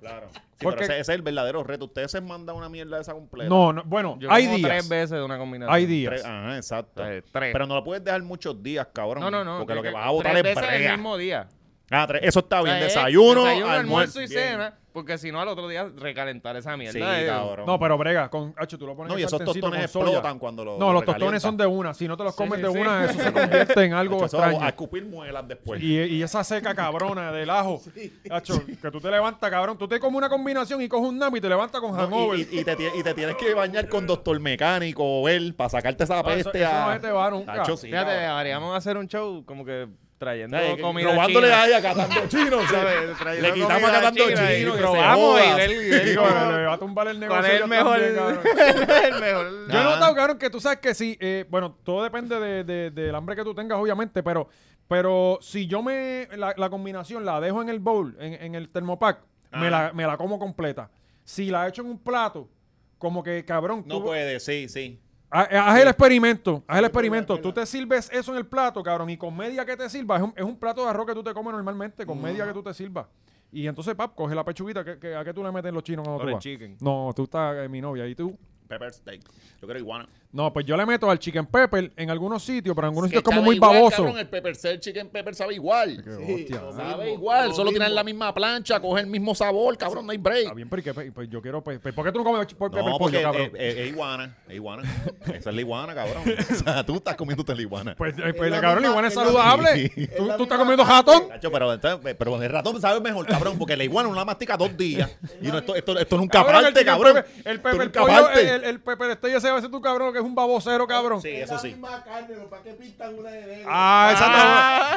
[SPEAKER 4] claro. Sí,
[SPEAKER 1] Porque-
[SPEAKER 4] pero ese, ese es el verdadero reto. Ustedes se mandan una mierda de esa completa.
[SPEAKER 1] No, no, bueno,
[SPEAKER 5] Yo
[SPEAKER 1] hay
[SPEAKER 5] como
[SPEAKER 1] días.
[SPEAKER 5] tres veces de una combinación.
[SPEAKER 1] Hay
[SPEAKER 4] Tres-
[SPEAKER 1] días.
[SPEAKER 4] ah, ajá, exacto.
[SPEAKER 5] Eh, tres.
[SPEAKER 4] Pero no la puedes dejar muchos días, cabrón.
[SPEAKER 5] No, no, no.
[SPEAKER 4] Porque lo que
[SPEAKER 5] tres-
[SPEAKER 4] vas a votar
[SPEAKER 5] tres
[SPEAKER 4] es
[SPEAKER 5] veces el
[SPEAKER 4] brea.
[SPEAKER 5] mismo día.
[SPEAKER 4] Ah, tres. Eso está
[SPEAKER 5] O sea,
[SPEAKER 4] bien.
[SPEAKER 5] es
[SPEAKER 4] Desayuno,
[SPEAKER 5] desayuno, almuerzo y
[SPEAKER 4] bien.
[SPEAKER 5] cena, porque si no al otro día recalentar esa mierda. eh.
[SPEAKER 4] Sí,
[SPEAKER 5] es-
[SPEAKER 4] cabrón.
[SPEAKER 1] No, pero brega, con Hacho, tú lo pones
[SPEAKER 4] No,
[SPEAKER 1] en
[SPEAKER 4] y
[SPEAKER 1] el
[SPEAKER 4] esos
[SPEAKER 1] sartencito
[SPEAKER 4] tostones
[SPEAKER 1] con soya.
[SPEAKER 4] explotan cuando los
[SPEAKER 1] No, los
[SPEAKER 4] recalientas.
[SPEAKER 1] tostones son de una. Si no te los comes
[SPEAKER 5] sí,
[SPEAKER 1] de
[SPEAKER 5] sí.
[SPEAKER 1] una, eso se convierte en algo
[SPEAKER 4] Hacho, eso va
[SPEAKER 1] extraño.
[SPEAKER 4] A escupir muelas después.
[SPEAKER 1] Y, y esa seca cabrona del ajo. Hacho, que tú te levantas, cabrón. Tú te comes una combinación y coges un nami y te levantas con
[SPEAKER 4] No,
[SPEAKER 1] hangover.
[SPEAKER 4] y, y- y te, tie- y te tienes que bañar con doctor mecánico o él para sacarte esa
[SPEAKER 1] Ah, eso-
[SPEAKER 4] peste.
[SPEAKER 1] eso
[SPEAKER 4] a-
[SPEAKER 1] no se te va nunca.
[SPEAKER 4] Tacho, sí,
[SPEAKER 5] Fíjate,
[SPEAKER 4] cabrón.
[SPEAKER 5] deberíamos hacer un show como que trayendo
[SPEAKER 4] Ay, que-
[SPEAKER 5] comida
[SPEAKER 4] robándole
[SPEAKER 5] china.
[SPEAKER 4] a ella catando chinos.
[SPEAKER 5] ¿Sabes? Trayendo
[SPEAKER 4] Le quitamos
[SPEAKER 5] comida
[SPEAKER 4] catando
[SPEAKER 5] china y
[SPEAKER 4] chinos.
[SPEAKER 5] probamos y ver- y ver
[SPEAKER 1] Digo,
[SPEAKER 5] cómo-
[SPEAKER 1] le, le va a tumbar el negocio.
[SPEAKER 5] ¿Cuál es
[SPEAKER 1] yo
[SPEAKER 5] el mejor?
[SPEAKER 1] también, cabrón.
[SPEAKER 5] el mejor.
[SPEAKER 1] Yo he
[SPEAKER 4] Ajá.
[SPEAKER 1] notado, cabrón, que tú sabes que sí, eh, bueno, todo depende de- de- del hambre que tú tengas, obviamente, pero, pero si yo me, la, la combinación la dejo en el bowl, en, en el termopack, me la, me la como completa. Si la echo en un plato, como que, cabrón,
[SPEAKER 4] No
[SPEAKER 1] tú,
[SPEAKER 4] puede, sí, sí.
[SPEAKER 1] ha- haz el experimento, haz el experimento. Tú te sirves eso en el plato, cabrón, y con media que te sirva, es un, es un plato de arroz que tú te comes normalmente, con media que tú te sirvas. Y entonces, pap, coge la pechuguita, que, que- ¿a qué tú le metes los chinos cuando tú
[SPEAKER 5] Orange
[SPEAKER 1] vas?
[SPEAKER 5] chicken.
[SPEAKER 1] No, tú estás, eh, mi novia, y tú...
[SPEAKER 4] Pepper steak. Yo quiero iguana.
[SPEAKER 1] No, pues yo le meto al chicken pepper en algunos sitios, pero en algunos
[SPEAKER 4] Que
[SPEAKER 1] sitios como
[SPEAKER 4] sabe
[SPEAKER 1] muy
[SPEAKER 4] igual,
[SPEAKER 1] baboso.
[SPEAKER 4] cabrón, el pepper steak, chicken pepper sabe igual.
[SPEAKER 1] Qué
[SPEAKER 2] Sí,
[SPEAKER 1] hostia. ah,
[SPEAKER 2] lo
[SPEAKER 4] Sabe
[SPEAKER 2] mismo,
[SPEAKER 4] igual,
[SPEAKER 2] lo
[SPEAKER 4] solo tienen
[SPEAKER 2] mismo.
[SPEAKER 4] la misma plancha, coge el mismo sabor, cabrón, no hay
[SPEAKER 1] Está
[SPEAKER 4] break.
[SPEAKER 1] bien, pero ¿y qué pe- pues yo quiero pe- pe- ¿Por qué tú no comes pe- pepper
[SPEAKER 4] No,
[SPEAKER 1] pollo,
[SPEAKER 4] porque eh,
[SPEAKER 1] cabrón?
[SPEAKER 2] eh,
[SPEAKER 4] es iguana, es iguana. Esa es la iguana, cabrón. O sea, tú estás comiéndote la iguana.
[SPEAKER 1] pues eh, pues,
[SPEAKER 2] la
[SPEAKER 1] cabrón,
[SPEAKER 2] misma-
[SPEAKER 1] igual es
[SPEAKER 2] es la-
[SPEAKER 1] saludable.
[SPEAKER 4] Sí.
[SPEAKER 1] ¿Tú,
[SPEAKER 2] Es la
[SPEAKER 1] tú estás
[SPEAKER 2] misma
[SPEAKER 1] comiendo
[SPEAKER 2] parte.
[SPEAKER 1] jatón?
[SPEAKER 4] Cacho, pero, entonces, eh, pero el ratón sabe mejor, cabrón, porque la iguana no la mastica dos días. Y no, esto, esto, esto nunca
[SPEAKER 1] Cabrón,
[SPEAKER 4] parte,
[SPEAKER 1] el chicken
[SPEAKER 4] cabrón.
[SPEAKER 1] pepper- El
[SPEAKER 4] Esto
[SPEAKER 1] pepper
[SPEAKER 4] nunca
[SPEAKER 1] pollo,
[SPEAKER 4] parte.
[SPEAKER 1] el, el, el pepper steak ese a veces tú, cabrón, que es un babocero, cabrón.
[SPEAKER 4] Ah, Sí,
[SPEAKER 2] Es
[SPEAKER 4] eso
[SPEAKER 2] la
[SPEAKER 4] sí.
[SPEAKER 2] misma carne, ¿no? ¿para qué pintan una de negro?
[SPEAKER 1] Ah, esa
[SPEAKER 4] Ah,
[SPEAKER 1] no.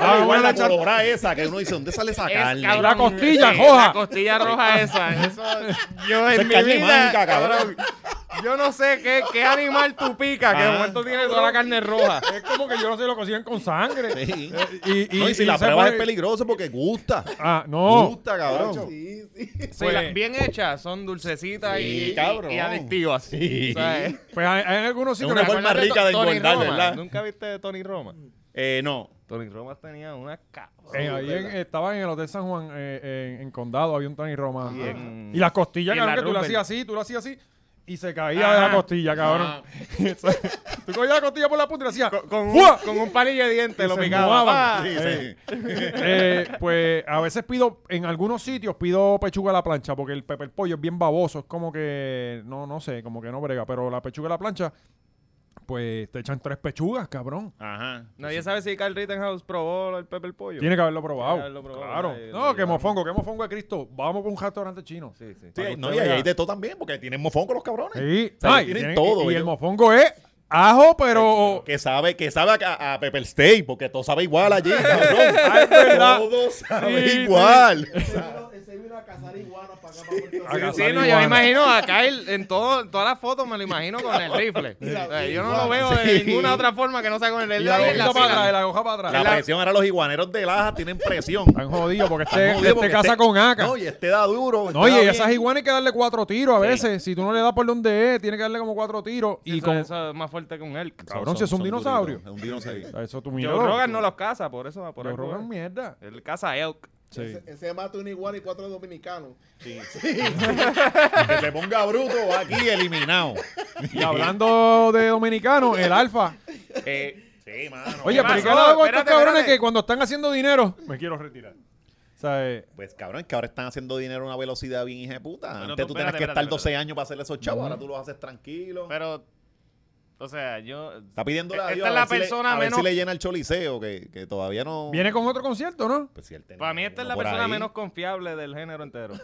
[SPEAKER 1] Ah,
[SPEAKER 4] igual
[SPEAKER 1] bueno,
[SPEAKER 4] la
[SPEAKER 1] le echar-
[SPEAKER 4] colorá esa que uno dice, ¿dónde sale esa carne?
[SPEAKER 5] cabrón,
[SPEAKER 1] La costilla
[SPEAKER 5] sí,
[SPEAKER 1] roja.
[SPEAKER 5] La costilla roja esa. Eso, yo
[SPEAKER 4] Esa
[SPEAKER 5] en
[SPEAKER 4] es
[SPEAKER 5] mi
[SPEAKER 4] carne
[SPEAKER 5] vida,
[SPEAKER 4] manca, cabrón.
[SPEAKER 5] cabrón. Yo no sé qué, qué animal tú picas, que de
[SPEAKER 4] Ah.
[SPEAKER 5] momento tiene toda la carne roja.
[SPEAKER 1] Es como que yo no sé, lo cocinan con sangre.
[SPEAKER 4] Sí.
[SPEAKER 1] Eh, Y, y,
[SPEAKER 4] No, y si
[SPEAKER 1] y
[SPEAKER 4] la
[SPEAKER 1] se
[SPEAKER 4] prueba
[SPEAKER 1] puede-
[SPEAKER 4] es peligrosa porque gusta.
[SPEAKER 1] Ah, no.
[SPEAKER 4] Gusta, cabrón.
[SPEAKER 2] Sí, sí.
[SPEAKER 1] Sí,
[SPEAKER 5] Pues,
[SPEAKER 1] la-
[SPEAKER 5] bien hechas, son dulcecitas
[SPEAKER 4] Sí,
[SPEAKER 5] y,
[SPEAKER 4] cabrón.
[SPEAKER 5] y adictivas.
[SPEAKER 4] Sí.
[SPEAKER 5] ¿sabes?
[SPEAKER 1] Pues hay, hay algunos sitios
[SPEAKER 4] una
[SPEAKER 1] que-
[SPEAKER 4] forma rica de
[SPEAKER 5] Tony
[SPEAKER 4] engordar,
[SPEAKER 5] Roma.
[SPEAKER 4] ¿verdad?
[SPEAKER 5] ¿Nunca viste de Tony Roma?
[SPEAKER 4] Eh, no.
[SPEAKER 5] Tony Roma tenía una cabrón.
[SPEAKER 1] Eh, ahí en- estaba en el Hotel San Juan, eh, eh, en, Condado, había un Tony Roma.
[SPEAKER 5] Y en-
[SPEAKER 1] Y las costillas,
[SPEAKER 5] y en
[SPEAKER 1] cabrón,
[SPEAKER 5] la
[SPEAKER 1] que tú lo
[SPEAKER 5] Rupert.
[SPEAKER 1] hacías así, tú lo hacías así, y se caía de la
[SPEAKER 5] Ajá.
[SPEAKER 1] costilla, cabrón.
[SPEAKER 4] Ah.
[SPEAKER 1] tú cogías la costilla por la punta y le hacías.
[SPEAKER 5] Con, con un,
[SPEAKER 1] ¡fua!
[SPEAKER 5] con un palillo de dientes lo
[SPEAKER 1] se
[SPEAKER 5] picaba.
[SPEAKER 1] mojaban.
[SPEAKER 5] Ah.
[SPEAKER 4] Sí, sí.
[SPEAKER 1] Eh, pues a veces pido, en algunos sitios pido pechuga a la plancha, porque el pepper pollo es bien baboso, es como que, no, no sé, como que no brega, pero la pechuga a la plancha, pues te echan tres pechugas, cabrón.
[SPEAKER 4] Ajá.
[SPEAKER 5] Nadie sabe si Kyle Rittenhouse probó el Pepper Pollo.
[SPEAKER 1] Tiene que haberlo probado.
[SPEAKER 5] haberlo probado,
[SPEAKER 1] claro.
[SPEAKER 4] eh,
[SPEAKER 5] nadie-
[SPEAKER 1] no, que
[SPEAKER 5] nadie-
[SPEAKER 1] mofongo, que mofongo de Cristo. Vamos por un restaurante chino.
[SPEAKER 5] Sí, sí.
[SPEAKER 4] Sí,
[SPEAKER 1] Para que
[SPEAKER 4] no,
[SPEAKER 1] usted
[SPEAKER 4] y ahí
[SPEAKER 1] vea.
[SPEAKER 4] hay de todo también, porque tienen mofongo los cabrones.
[SPEAKER 1] Sí.
[SPEAKER 4] O sea,
[SPEAKER 1] Ay,
[SPEAKER 4] tienen
[SPEAKER 1] tienen-
[SPEAKER 4] todo.
[SPEAKER 1] Y, y el
[SPEAKER 4] ellos.
[SPEAKER 1] mofongo es ajo, pero.
[SPEAKER 4] que sabe, que sabe a, a Pepper Steak, porque todo sabe igual allí, cabrón.
[SPEAKER 1] Ah, es verdad.
[SPEAKER 4] Todo sabe
[SPEAKER 1] Sí, sí.
[SPEAKER 4] igual.
[SPEAKER 2] Ese vino- Ese vino a cazar iguanas para acá, para Puerto Rico.
[SPEAKER 1] A cazar
[SPEAKER 5] Sí,
[SPEAKER 1] Sale
[SPEAKER 5] no, yo
[SPEAKER 1] iguana.
[SPEAKER 5] me imagino a Kyle en todo, en todas las fotos me lo imagino con el rifle.
[SPEAKER 2] Y la-
[SPEAKER 5] O sea,
[SPEAKER 2] y
[SPEAKER 5] yo no
[SPEAKER 2] iguana.
[SPEAKER 5] lo veo de
[SPEAKER 4] Sí.
[SPEAKER 5] ninguna otra forma que no sea con el
[SPEAKER 1] Y
[SPEAKER 5] rifle.
[SPEAKER 1] la
[SPEAKER 5] Ahí en
[SPEAKER 1] hojita
[SPEAKER 5] la
[SPEAKER 1] para
[SPEAKER 5] fila.
[SPEAKER 1] atrás, la hoja para
[SPEAKER 4] La
[SPEAKER 1] atrás.
[SPEAKER 4] presión, ahora los iguaneros de Laja tienen presión.
[SPEAKER 1] Están jodidos porque este,
[SPEAKER 4] Están jodidos
[SPEAKER 1] este
[SPEAKER 4] porque
[SPEAKER 1] caza
[SPEAKER 4] este-
[SPEAKER 1] con aca.
[SPEAKER 4] No, y este da duro.
[SPEAKER 1] No,
[SPEAKER 4] este
[SPEAKER 1] y
[SPEAKER 4] da
[SPEAKER 1] esas
[SPEAKER 4] bien.
[SPEAKER 1] iguanas hay que darle cuatro tiros a veces. Si tú no le das por donde es, tiene que darle como cuatro tiros.
[SPEAKER 5] Y
[SPEAKER 1] Y
[SPEAKER 5] eso,
[SPEAKER 1] con. Eso,
[SPEAKER 5] eso es más fuerte que un elk.
[SPEAKER 1] Cabrón, si es un
[SPEAKER 4] duritos,
[SPEAKER 1] dinosaurio.
[SPEAKER 4] es un dinosaurio.
[SPEAKER 1] tú
[SPEAKER 5] Joe Rogan no los caza, por eso va por
[SPEAKER 1] Joe
[SPEAKER 5] algo,
[SPEAKER 1] Rogan,
[SPEAKER 5] eh.
[SPEAKER 1] mierda.
[SPEAKER 5] Él caza elk.
[SPEAKER 1] Sí.
[SPEAKER 2] Ese- Ese mata una iguana y cuatro dominicanos.
[SPEAKER 4] que se ponga bruto va aquí eliminado.
[SPEAKER 1] Y hablando de dominicano, el alfa.
[SPEAKER 4] Eh, sí, mano.
[SPEAKER 1] Oye,
[SPEAKER 5] ¿Qué
[SPEAKER 1] pero ¿y ¿qué
[SPEAKER 5] pasó?
[SPEAKER 1] le hago a estos
[SPEAKER 5] Espérate,
[SPEAKER 1] cabrones
[SPEAKER 5] espérate.
[SPEAKER 1] que cuando están haciendo dinero? Me quiero retirar. O sea, eh,
[SPEAKER 4] Pues cabrón, es que ahora están haciendo dinero a una velocidad bien hija de puta.
[SPEAKER 5] Pero
[SPEAKER 4] Antes
[SPEAKER 5] tú-
[SPEAKER 4] tú tenías
[SPEAKER 5] espérate,
[SPEAKER 4] que estar
[SPEAKER 5] espérate,
[SPEAKER 4] 12 años para hacer esos chavos, ahora tú los haces tranquilo.
[SPEAKER 5] Pero, o sea, yo...
[SPEAKER 4] Está pidiéndole a
[SPEAKER 5] Esta
[SPEAKER 4] Dios
[SPEAKER 5] es
[SPEAKER 4] a,
[SPEAKER 5] la
[SPEAKER 4] ver, si
[SPEAKER 5] persona
[SPEAKER 4] le, a ver
[SPEAKER 5] menos-
[SPEAKER 4] si le llena el choliseo, que, que todavía no...
[SPEAKER 1] viene con otro concierto, ¿no?
[SPEAKER 4] Pues, si él tenía
[SPEAKER 5] Para mí esta es
[SPEAKER 4] uno
[SPEAKER 5] la
[SPEAKER 4] por
[SPEAKER 5] persona
[SPEAKER 4] ahí.
[SPEAKER 5] menos confiable del género entero.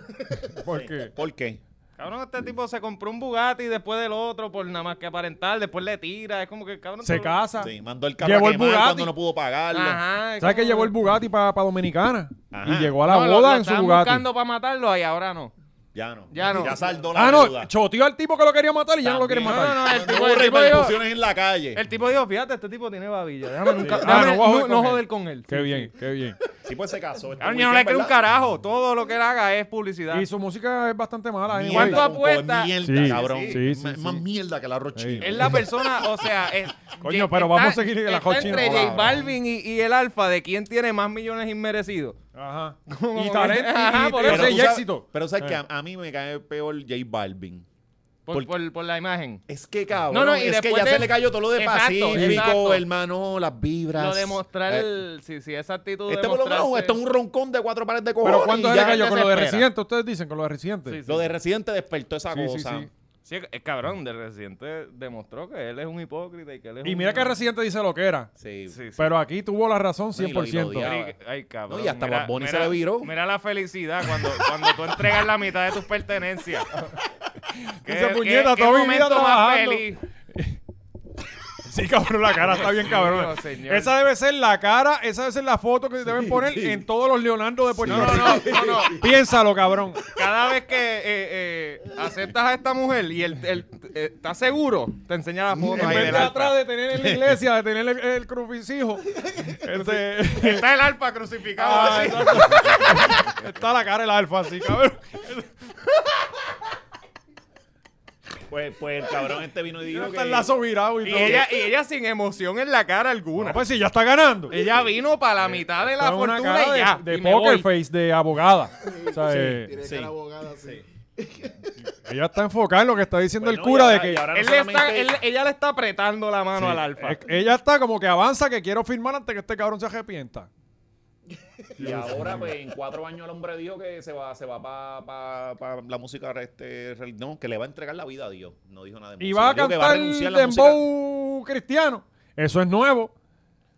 [SPEAKER 1] Porque.
[SPEAKER 4] ¿Por qué?
[SPEAKER 5] Cabrón, este tipo se compró un Bugatti después del otro por nada más que aparentar, después le tira, es como que cabrón...
[SPEAKER 1] Se
[SPEAKER 5] tú-
[SPEAKER 1] casa.
[SPEAKER 4] Sí, mandó el carro
[SPEAKER 1] Llevó
[SPEAKER 4] a
[SPEAKER 1] Ah. el
[SPEAKER 4] quemar
[SPEAKER 1] Bugatti.
[SPEAKER 4] cuando no pudo pagarlo.
[SPEAKER 5] Ajá. es
[SPEAKER 1] ¿Sabes que
[SPEAKER 5] como-
[SPEAKER 1] llevó el Bugatti para Dominicana?
[SPEAKER 4] Ajá.
[SPEAKER 1] Y llegó a la
[SPEAKER 5] No, lo-
[SPEAKER 1] boda
[SPEAKER 5] lo
[SPEAKER 1] en su
[SPEAKER 5] estaban
[SPEAKER 1] Bugatti.
[SPEAKER 5] buscando para matarlo y ahora no.
[SPEAKER 4] Ya no.
[SPEAKER 5] Ya no.
[SPEAKER 4] Ya saldó la
[SPEAKER 1] Ah, no,
[SPEAKER 4] deuda.
[SPEAKER 1] choteó al tipo que lo quería matar y ya no lo quiere
[SPEAKER 4] También.
[SPEAKER 1] matar.
[SPEAKER 5] No, no, no, el tipo,
[SPEAKER 4] Hubo
[SPEAKER 5] el tipo dijo,
[SPEAKER 4] repercusiones en la calle.
[SPEAKER 5] el tipo dijo, fíjate, este tipo tiene babilla, déjame nunca,
[SPEAKER 1] Ah,
[SPEAKER 5] déjame
[SPEAKER 1] no voy a joder
[SPEAKER 5] no- no
[SPEAKER 1] con él.
[SPEAKER 5] joder con él.
[SPEAKER 1] Qué bien, qué bien.
[SPEAKER 4] Sí, pues se casó. este
[SPEAKER 5] Cabrón, yo no le
[SPEAKER 4] weekend,
[SPEAKER 5] creo un
[SPEAKER 4] ¿verdad?
[SPEAKER 5] carajo, todo lo que él haga es publicidad.
[SPEAKER 1] Y su música es bastante mala. ¿eh?
[SPEAKER 4] Mierda,
[SPEAKER 5] ¿Cuánto
[SPEAKER 4] con- con
[SPEAKER 5] apuesta?
[SPEAKER 4] Mierda,
[SPEAKER 1] Sí,
[SPEAKER 4] cabrón.
[SPEAKER 1] sí, sí, sí,
[SPEAKER 4] Más-
[SPEAKER 1] sí.
[SPEAKER 4] Más mierda que el arroz
[SPEAKER 1] Sí.
[SPEAKER 4] chino.
[SPEAKER 5] Es la persona, o sea, es-
[SPEAKER 1] Coño,
[SPEAKER 5] ye-
[SPEAKER 1] pero vamos a seguir en la
[SPEAKER 5] está
[SPEAKER 1] cochina.
[SPEAKER 5] entre J
[SPEAKER 1] Cabrón.
[SPEAKER 5] Balvin y, y el Alfa de quién tiene más millones inmerecidos.
[SPEAKER 1] Ajá.
[SPEAKER 5] Como
[SPEAKER 1] Y
[SPEAKER 5] que-
[SPEAKER 1] talento y-
[SPEAKER 5] Ajá,
[SPEAKER 1] y,
[SPEAKER 5] por
[SPEAKER 1] y-
[SPEAKER 5] eso.
[SPEAKER 1] y
[SPEAKER 4] tú sabes-
[SPEAKER 1] éxito.
[SPEAKER 4] Pero sabes
[SPEAKER 1] Eh.
[SPEAKER 4] que a, a mí me cae peor J Balvin.
[SPEAKER 5] por,
[SPEAKER 4] Porque-
[SPEAKER 5] por- por la imagen.
[SPEAKER 4] Es que cabrón,
[SPEAKER 5] No, no, y
[SPEAKER 4] es que
[SPEAKER 5] después
[SPEAKER 4] ya
[SPEAKER 5] de-
[SPEAKER 4] se le cayó todo lo de
[SPEAKER 5] Exacto,
[SPEAKER 4] Pacífico,
[SPEAKER 5] exacto.
[SPEAKER 4] hermano, las vibras.
[SPEAKER 5] Lo de mostrar,
[SPEAKER 4] Eh,
[SPEAKER 5] el- sí, sí, esa actitud de
[SPEAKER 4] este por lo menos
[SPEAKER 5] mostrarse-
[SPEAKER 4] esto es un roncón de cuatro pares de cojones.
[SPEAKER 1] Pero ¿cuándo
[SPEAKER 4] y
[SPEAKER 1] se le
[SPEAKER 4] ya
[SPEAKER 1] cayó con lo de
[SPEAKER 4] desespera.
[SPEAKER 1] Residente? Ustedes dicen con lo de Residente.
[SPEAKER 5] Sí, sí.
[SPEAKER 4] Lo de Residente despertó esa
[SPEAKER 1] Sí, sí,
[SPEAKER 4] cosa.
[SPEAKER 1] sí.
[SPEAKER 5] Sí, el cabrón de Residente demostró que él es un hipócrita y que él es
[SPEAKER 1] Y
[SPEAKER 5] un-
[SPEAKER 1] mira que Residente dice lo que era.
[SPEAKER 4] Sí.
[SPEAKER 5] Sí, sí.
[SPEAKER 1] Pero aquí tuvo la razón
[SPEAKER 4] No, y lo- y lo
[SPEAKER 1] 100%.
[SPEAKER 4] odiaba.
[SPEAKER 5] Pero y- Ay, cabrón.
[SPEAKER 4] No, y hasta
[SPEAKER 5] mira-
[SPEAKER 4] Bad Bunny se
[SPEAKER 5] mira-
[SPEAKER 4] le viró.
[SPEAKER 5] Mira la felicidad cuando, cuando tú entregas la mitad de tus pertenencias. Qué-
[SPEAKER 1] Dice,
[SPEAKER 5] qué-
[SPEAKER 1] puñeta,
[SPEAKER 5] qué
[SPEAKER 1] toda mi vida
[SPEAKER 5] momento más
[SPEAKER 1] trabajando.
[SPEAKER 5] feliz.
[SPEAKER 1] Sí, cabrón, la cara está bien
[SPEAKER 5] Dios
[SPEAKER 1] cabrón.
[SPEAKER 5] mío, señor.
[SPEAKER 1] Esa debe ser la cara, esa debe ser la foto que deben poner en todos los Leonardo de Puerto
[SPEAKER 5] No, no, no, no, no.
[SPEAKER 1] Piénsalo, cabrón.
[SPEAKER 5] Cada vez que eh, eh, aceptas a esta mujer y él él, eh, está seguro, te enseña la foto
[SPEAKER 1] En
[SPEAKER 5] ahí
[SPEAKER 1] vez
[SPEAKER 5] del
[SPEAKER 1] de atrás
[SPEAKER 5] alfa.
[SPEAKER 1] de tener en la iglesia, de tener el, el crucifijo. Este,
[SPEAKER 5] Está el alfa crucificado.
[SPEAKER 1] ah,
[SPEAKER 5] así.
[SPEAKER 1] exacto. está la cara del alfa así, cabrón.
[SPEAKER 4] Pues, pues el cabrón este vino y dijo
[SPEAKER 1] Está el lazo virado y,
[SPEAKER 5] y,
[SPEAKER 1] todo.
[SPEAKER 5] ella, y ella sin emoción en la cara alguna.
[SPEAKER 1] No, pues sí, ya está ganando.
[SPEAKER 5] Ella vino para la mitad de la
[SPEAKER 1] Está una
[SPEAKER 5] fortuna
[SPEAKER 1] cara
[SPEAKER 5] y ya.
[SPEAKER 1] de, de
[SPEAKER 5] y me
[SPEAKER 1] poker
[SPEAKER 5] voy.
[SPEAKER 1] face de abogada. O sea, eh,
[SPEAKER 2] Tiene
[SPEAKER 4] Sí.
[SPEAKER 2] cara abogada, sí.
[SPEAKER 1] ella está enfocada en lo que está diciendo
[SPEAKER 4] Bueno,
[SPEAKER 1] el cura
[SPEAKER 4] y
[SPEAKER 1] de
[SPEAKER 4] ahora-
[SPEAKER 1] que
[SPEAKER 4] y ahora no
[SPEAKER 5] Él le está-
[SPEAKER 4] solamente-
[SPEAKER 5] él- ella le está apretando la mano
[SPEAKER 1] Sí,
[SPEAKER 5] al alfa.
[SPEAKER 1] eh, Ella está como que avanza que quiero firmar antes que este cabrón se arrepienta.
[SPEAKER 4] Y ahora, pues, en cuatro años el hombre dijo que se va, se va para la música, este, rel- no, que le va a entregar la vida a Dios. No dijo nada de
[SPEAKER 1] Y
[SPEAKER 4] música.
[SPEAKER 1] va a
[SPEAKER 4] Dijo que
[SPEAKER 1] cantar
[SPEAKER 4] renunciar
[SPEAKER 1] el
[SPEAKER 4] a la música.
[SPEAKER 1] dembow cristiano. Eso es nuevo.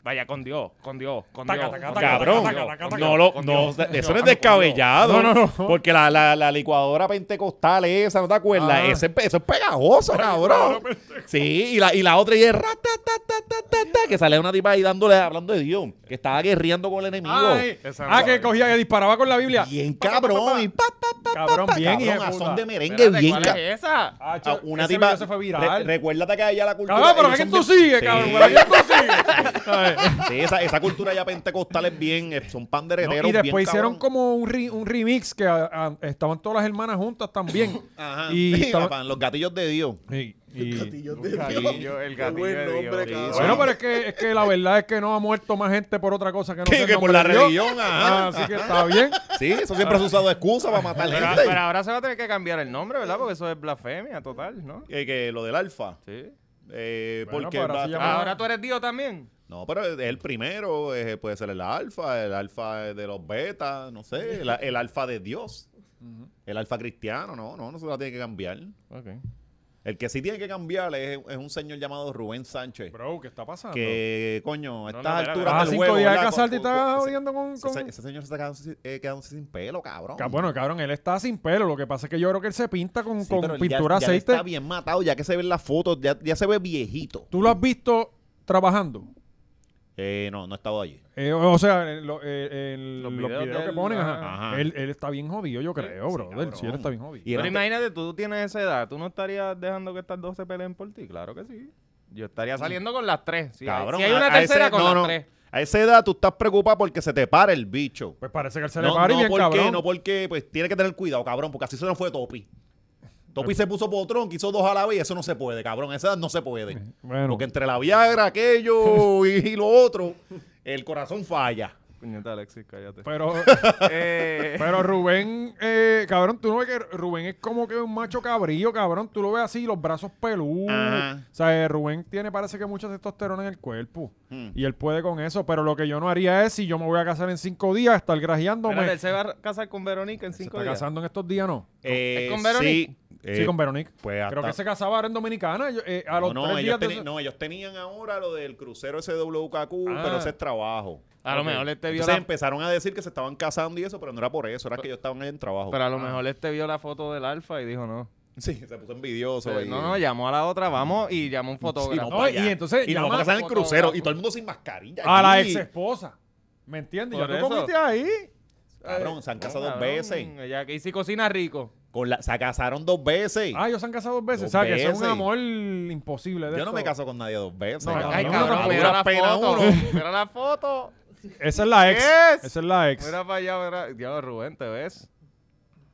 [SPEAKER 5] Vaya, con Dios, con Dios, con
[SPEAKER 1] Taca,
[SPEAKER 5] Dios.
[SPEAKER 1] taca,
[SPEAKER 5] con
[SPEAKER 1] taca,
[SPEAKER 5] Dios,
[SPEAKER 4] Cabrón,
[SPEAKER 5] con Dios, con
[SPEAKER 4] no
[SPEAKER 5] Dios,
[SPEAKER 4] lo,
[SPEAKER 5] con
[SPEAKER 4] no,
[SPEAKER 5] Dios.
[SPEAKER 4] eso no es
[SPEAKER 5] Ando con Dios.
[SPEAKER 4] descabellado.
[SPEAKER 1] No, no, no.
[SPEAKER 4] Porque la, la, la licuadora pentecostal esa, ¿no te acuerdas?
[SPEAKER 1] Ah.
[SPEAKER 4] Ese, eso es pegajoso, cabrón. Sí, y la, y la otra y es ra, ta, ta, ta, ta, ta, ta, que sale una tipa ahí dándole, hablando de Dios, que estaba guerreando con el enemigo.
[SPEAKER 1] Ay,
[SPEAKER 5] Esa
[SPEAKER 1] ah,
[SPEAKER 5] no
[SPEAKER 1] que
[SPEAKER 5] la vi.
[SPEAKER 1] cogía que disparaba con la Biblia.
[SPEAKER 4] Bien cabrón, y pa, pa, pa, pa,
[SPEAKER 1] Cabrón,
[SPEAKER 4] pa,
[SPEAKER 1] bien,
[SPEAKER 4] cabrón,
[SPEAKER 1] hijo de
[SPEAKER 4] a
[SPEAKER 1] puta.
[SPEAKER 4] son de merengue,
[SPEAKER 5] Espérate,
[SPEAKER 4] bien
[SPEAKER 5] ¿Cuál
[SPEAKER 4] ca-
[SPEAKER 5] es esa?
[SPEAKER 1] Ah,
[SPEAKER 4] Ah,
[SPEAKER 1] cho-
[SPEAKER 4] una
[SPEAKER 1] ese
[SPEAKER 4] tipa.
[SPEAKER 1] video se fue viral.
[SPEAKER 4] re- recuérdate que allá la cultura.
[SPEAKER 1] cabrón, pero
[SPEAKER 4] ellos
[SPEAKER 1] ¿qué
[SPEAKER 4] son
[SPEAKER 1] tú
[SPEAKER 4] bien-
[SPEAKER 1] sigues,
[SPEAKER 4] Sí.
[SPEAKER 1] cabrón? ¿Pero ¿Qué tú sigues? ¿Sabes?
[SPEAKER 4] Sí, esa, esa cultura ya pentecostal es bien, eh, son
[SPEAKER 1] No,
[SPEAKER 4] pandereteros.
[SPEAKER 1] y
[SPEAKER 4] bien
[SPEAKER 1] después hicieron
[SPEAKER 4] cabrón.
[SPEAKER 1] como un, re- un remix que ah, ah, estaban todas las hermanas juntas también.
[SPEAKER 4] Ajá.
[SPEAKER 1] Y
[SPEAKER 4] Sí,
[SPEAKER 1] estaban-
[SPEAKER 4] papá, los gatillos de Dios.
[SPEAKER 1] y- y-
[SPEAKER 2] Gatillo de
[SPEAKER 5] El
[SPEAKER 2] Dios.
[SPEAKER 5] gatillo, el
[SPEAKER 2] Qué
[SPEAKER 5] gatillo
[SPEAKER 2] buen
[SPEAKER 5] de Dios.
[SPEAKER 2] nombre,
[SPEAKER 5] Sí,
[SPEAKER 2] cabrón.
[SPEAKER 1] Bueno, pero es que, es que la verdad es que no ha muerto más gente por otra cosa que no
[SPEAKER 4] Sí,
[SPEAKER 1] sea el
[SPEAKER 4] que por
[SPEAKER 1] nombre
[SPEAKER 4] la
[SPEAKER 1] de Dios.
[SPEAKER 4] religión, ajá.
[SPEAKER 1] Ah, Así que está bien.
[SPEAKER 4] Sí, eso siempre se ha usado de excusa para matar
[SPEAKER 5] Pero,
[SPEAKER 4] gente.
[SPEAKER 5] pero ahora se va a tener que cambiar el nombre, ¿verdad? Porque eso es blasfemia total, ¿no?
[SPEAKER 4] Eh, que lo del alfa.
[SPEAKER 5] Sí.
[SPEAKER 4] eh,
[SPEAKER 1] Bueno,
[SPEAKER 4] porque
[SPEAKER 1] pero así
[SPEAKER 4] va-
[SPEAKER 1] llama-
[SPEAKER 5] pues, Ahora tú eres Dios también.
[SPEAKER 4] No, pero es el primero, eh, puede ser el alfa, el alfa de los betas, no sé, el, el alfa de Dios, el alfa cristiano, no, no, no se la tiene que cambiar. El que sí tiene que cambiar es, es un señor llamado Rubén Sánchez.
[SPEAKER 1] Bro, ¿qué está pasando?
[SPEAKER 4] Que, coño, a
[SPEAKER 5] no,
[SPEAKER 4] estas
[SPEAKER 5] espera,
[SPEAKER 4] alturas
[SPEAKER 5] espera.
[SPEAKER 1] Ah,
[SPEAKER 4] del
[SPEAKER 1] cinco
[SPEAKER 4] juego,
[SPEAKER 1] días de
[SPEAKER 4] ¿verdad?
[SPEAKER 1] casarte y
[SPEAKER 4] Con-
[SPEAKER 1] estás
[SPEAKER 4] con-
[SPEAKER 1] jodiendo con...
[SPEAKER 4] ese,
[SPEAKER 1] con-
[SPEAKER 4] ese- ese señor se está quedando, sin- eh, quedándose sin pelo, cabrón.
[SPEAKER 1] Ca- Bueno, cabrón, él está sin pelo. Lo que pasa es que yo creo que él se pinta con,
[SPEAKER 4] Sí,
[SPEAKER 1] con
[SPEAKER 4] pero él ya-
[SPEAKER 1] pintura
[SPEAKER 4] ya
[SPEAKER 1] aceite.
[SPEAKER 4] Está bien matado, ya que se ven las fotos, ya, ya se ve viejito.
[SPEAKER 1] ¿Tú lo has visto trabajando?
[SPEAKER 4] Eh, no, no he estado allí.
[SPEAKER 1] Eh, o sea, en lo- eh, en los,
[SPEAKER 5] Los
[SPEAKER 1] videos,
[SPEAKER 5] videos
[SPEAKER 1] que
[SPEAKER 5] del-
[SPEAKER 1] ponen, ajá.
[SPEAKER 4] Ajá.
[SPEAKER 1] Él, él está bien jodido, yo creo, bro. Sí,
[SPEAKER 4] cabrón.
[SPEAKER 1] él está bien jodido.
[SPEAKER 4] Y
[SPEAKER 5] Pero
[SPEAKER 4] era antes-
[SPEAKER 5] imagínate, tú tienes esa edad. ¿Tú no estarías dejando que estas dos se peleen por ti? Claro que sí. Yo estaría saliendo con las tres. Si hay-
[SPEAKER 4] Cabrón,
[SPEAKER 5] si hay una
[SPEAKER 4] a- a
[SPEAKER 5] tercera,
[SPEAKER 4] ese-
[SPEAKER 5] con
[SPEAKER 4] no,
[SPEAKER 5] las
[SPEAKER 4] no.
[SPEAKER 5] tres.
[SPEAKER 4] A esa edad tú estás preocupado porque se te para el bicho.
[SPEAKER 1] Pues parece que él se le
[SPEAKER 4] No,
[SPEAKER 1] para y
[SPEAKER 4] no
[SPEAKER 1] bien
[SPEAKER 4] porque,
[SPEAKER 1] cabrón.
[SPEAKER 4] no porque, pues tiene que tener cuidado, cabrón, porque así se nos fue Topi. Topi se puso potrón, quiso dos a la vez y eso no se puede, cabrón. A esa edad no se puede.
[SPEAKER 1] Bueno.
[SPEAKER 4] Porque entre la Viagra, aquello y, y lo otro, el corazón falla.
[SPEAKER 5] Puñeta, Alexis, cállate.
[SPEAKER 1] Pero,
[SPEAKER 5] Pues, Eh,
[SPEAKER 1] pero Rubén, eh, cabrón, tú no ves que Rubén es como que un macho cabrío, cabrón. Tú lo ves así, los brazos peludos.
[SPEAKER 4] Ajá.
[SPEAKER 1] O sea, eh, Rubén tiene, parece que mucha testosterona en el cuerpo.
[SPEAKER 4] Hmm.
[SPEAKER 1] Y él puede con eso. Pero lo que yo no haría es, si yo me voy a casar en cinco días, estar grajeándome.
[SPEAKER 5] espérate, él se va a casar con Verónica en
[SPEAKER 1] se
[SPEAKER 5] cinco
[SPEAKER 1] está
[SPEAKER 5] días.
[SPEAKER 1] casando en estos días, ¿no?
[SPEAKER 4] Eh,
[SPEAKER 5] con Veronique?
[SPEAKER 4] Sí, eh,
[SPEAKER 1] sí, con Veronique.
[SPEAKER 4] pues, hasta-
[SPEAKER 1] Creo que se casaba ahora en Dominicana. yo- eh, a los
[SPEAKER 4] no, no,
[SPEAKER 1] tres
[SPEAKER 4] ellos
[SPEAKER 1] días de
[SPEAKER 4] teni-
[SPEAKER 1] eso-
[SPEAKER 4] no, ellos tenían ahora lo del crucero ese WKQ,
[SPEAKER 1] Ah.
[SPEAKER 4] pero ese es trabajo.
[SPEAKER 5] A lo
[SPEAKER 1] Ok.
[SPEAKER 5] mejor este vio
[SPEAKER 4] Entonces
[SPEAKER 5] la
[SPEAKER 4] empezaron a decir que se estaban casando y eso, pero no era por eso, era que ellos estaban en trabajo.
[SPEAKER 5] Pero a lo mejor este vio la foto del alfa y dijo no.
[SPEAKER 4] Sí, se puso envidioso.
[SPEAKER 5] Eh,
[SPEAKER 4] y-
[SPEAKER 5] no, no, llamó a la otra, vamos y llamó a un fotógrafo.
[SPEAKER 1] no, y entonces
[SPEAKER 4] y nos
[SPEAKER 1] llama
[SPEAKER 4] vamos a casar en el
[SPEAKER 5] fotógrafo.
[SPEAKER 4] crucero y todo el mundo sin mascarilla.
[SPEAKER 1] a la
[SPEAKER 4] allí.
[SPEAKER 1] ex esposa. ¿Me entiendes? Ya
[SPEAKER 5] Por
[SPEAKER 1] tú
[SPEAKER 5] eso.
[SPEAKER 1] comiste ahí.
[SPEAKER 4] Cabrón, se han casado dos
[SPEAKER 5] Cabrón,
[SPEAKER 4] veces.
[SPEAKER 5] Ella que sí cocina rico.
[SPEAKER 4] Con la, se casaron dos veces.
[SPEAKER 1] Ah, ellos se han casado dos veces.
[SPEAKER 4] Dos
[SPEAKER 1] o sea, que eso es un
[SPEAKER 4] veces.
[SPEAKER 1] amor imposible. de
[SPEAKER 4] Yo no
[SPEAKER 1] esto.
[SPEAKER 4] me caso con nadie dos veces.
[SPEAKER 1] No,
[SPEAKER 5] Ay,
[SPEAKER 1] no,
[SPEAKER 5] cabrón,
[SPEAKER 1] no,
[SPEAKER 5] mira
[SPEAKER 4] dura
[SPEAKER 5] la
[SPEAKER 4] pena
[SPEAKER 5] foto.
[SPEAKER 4] uno.
[SPEAKER 5] Mira la foto.
[SPEAKER 1] Esa es la ex.
[SPEAKER 5] Yes.
[SPEAKER 1] Esa es la ex.
[SPEAKER 5] Mira para allá, mira. Diablo, Rubén, ¿te ves?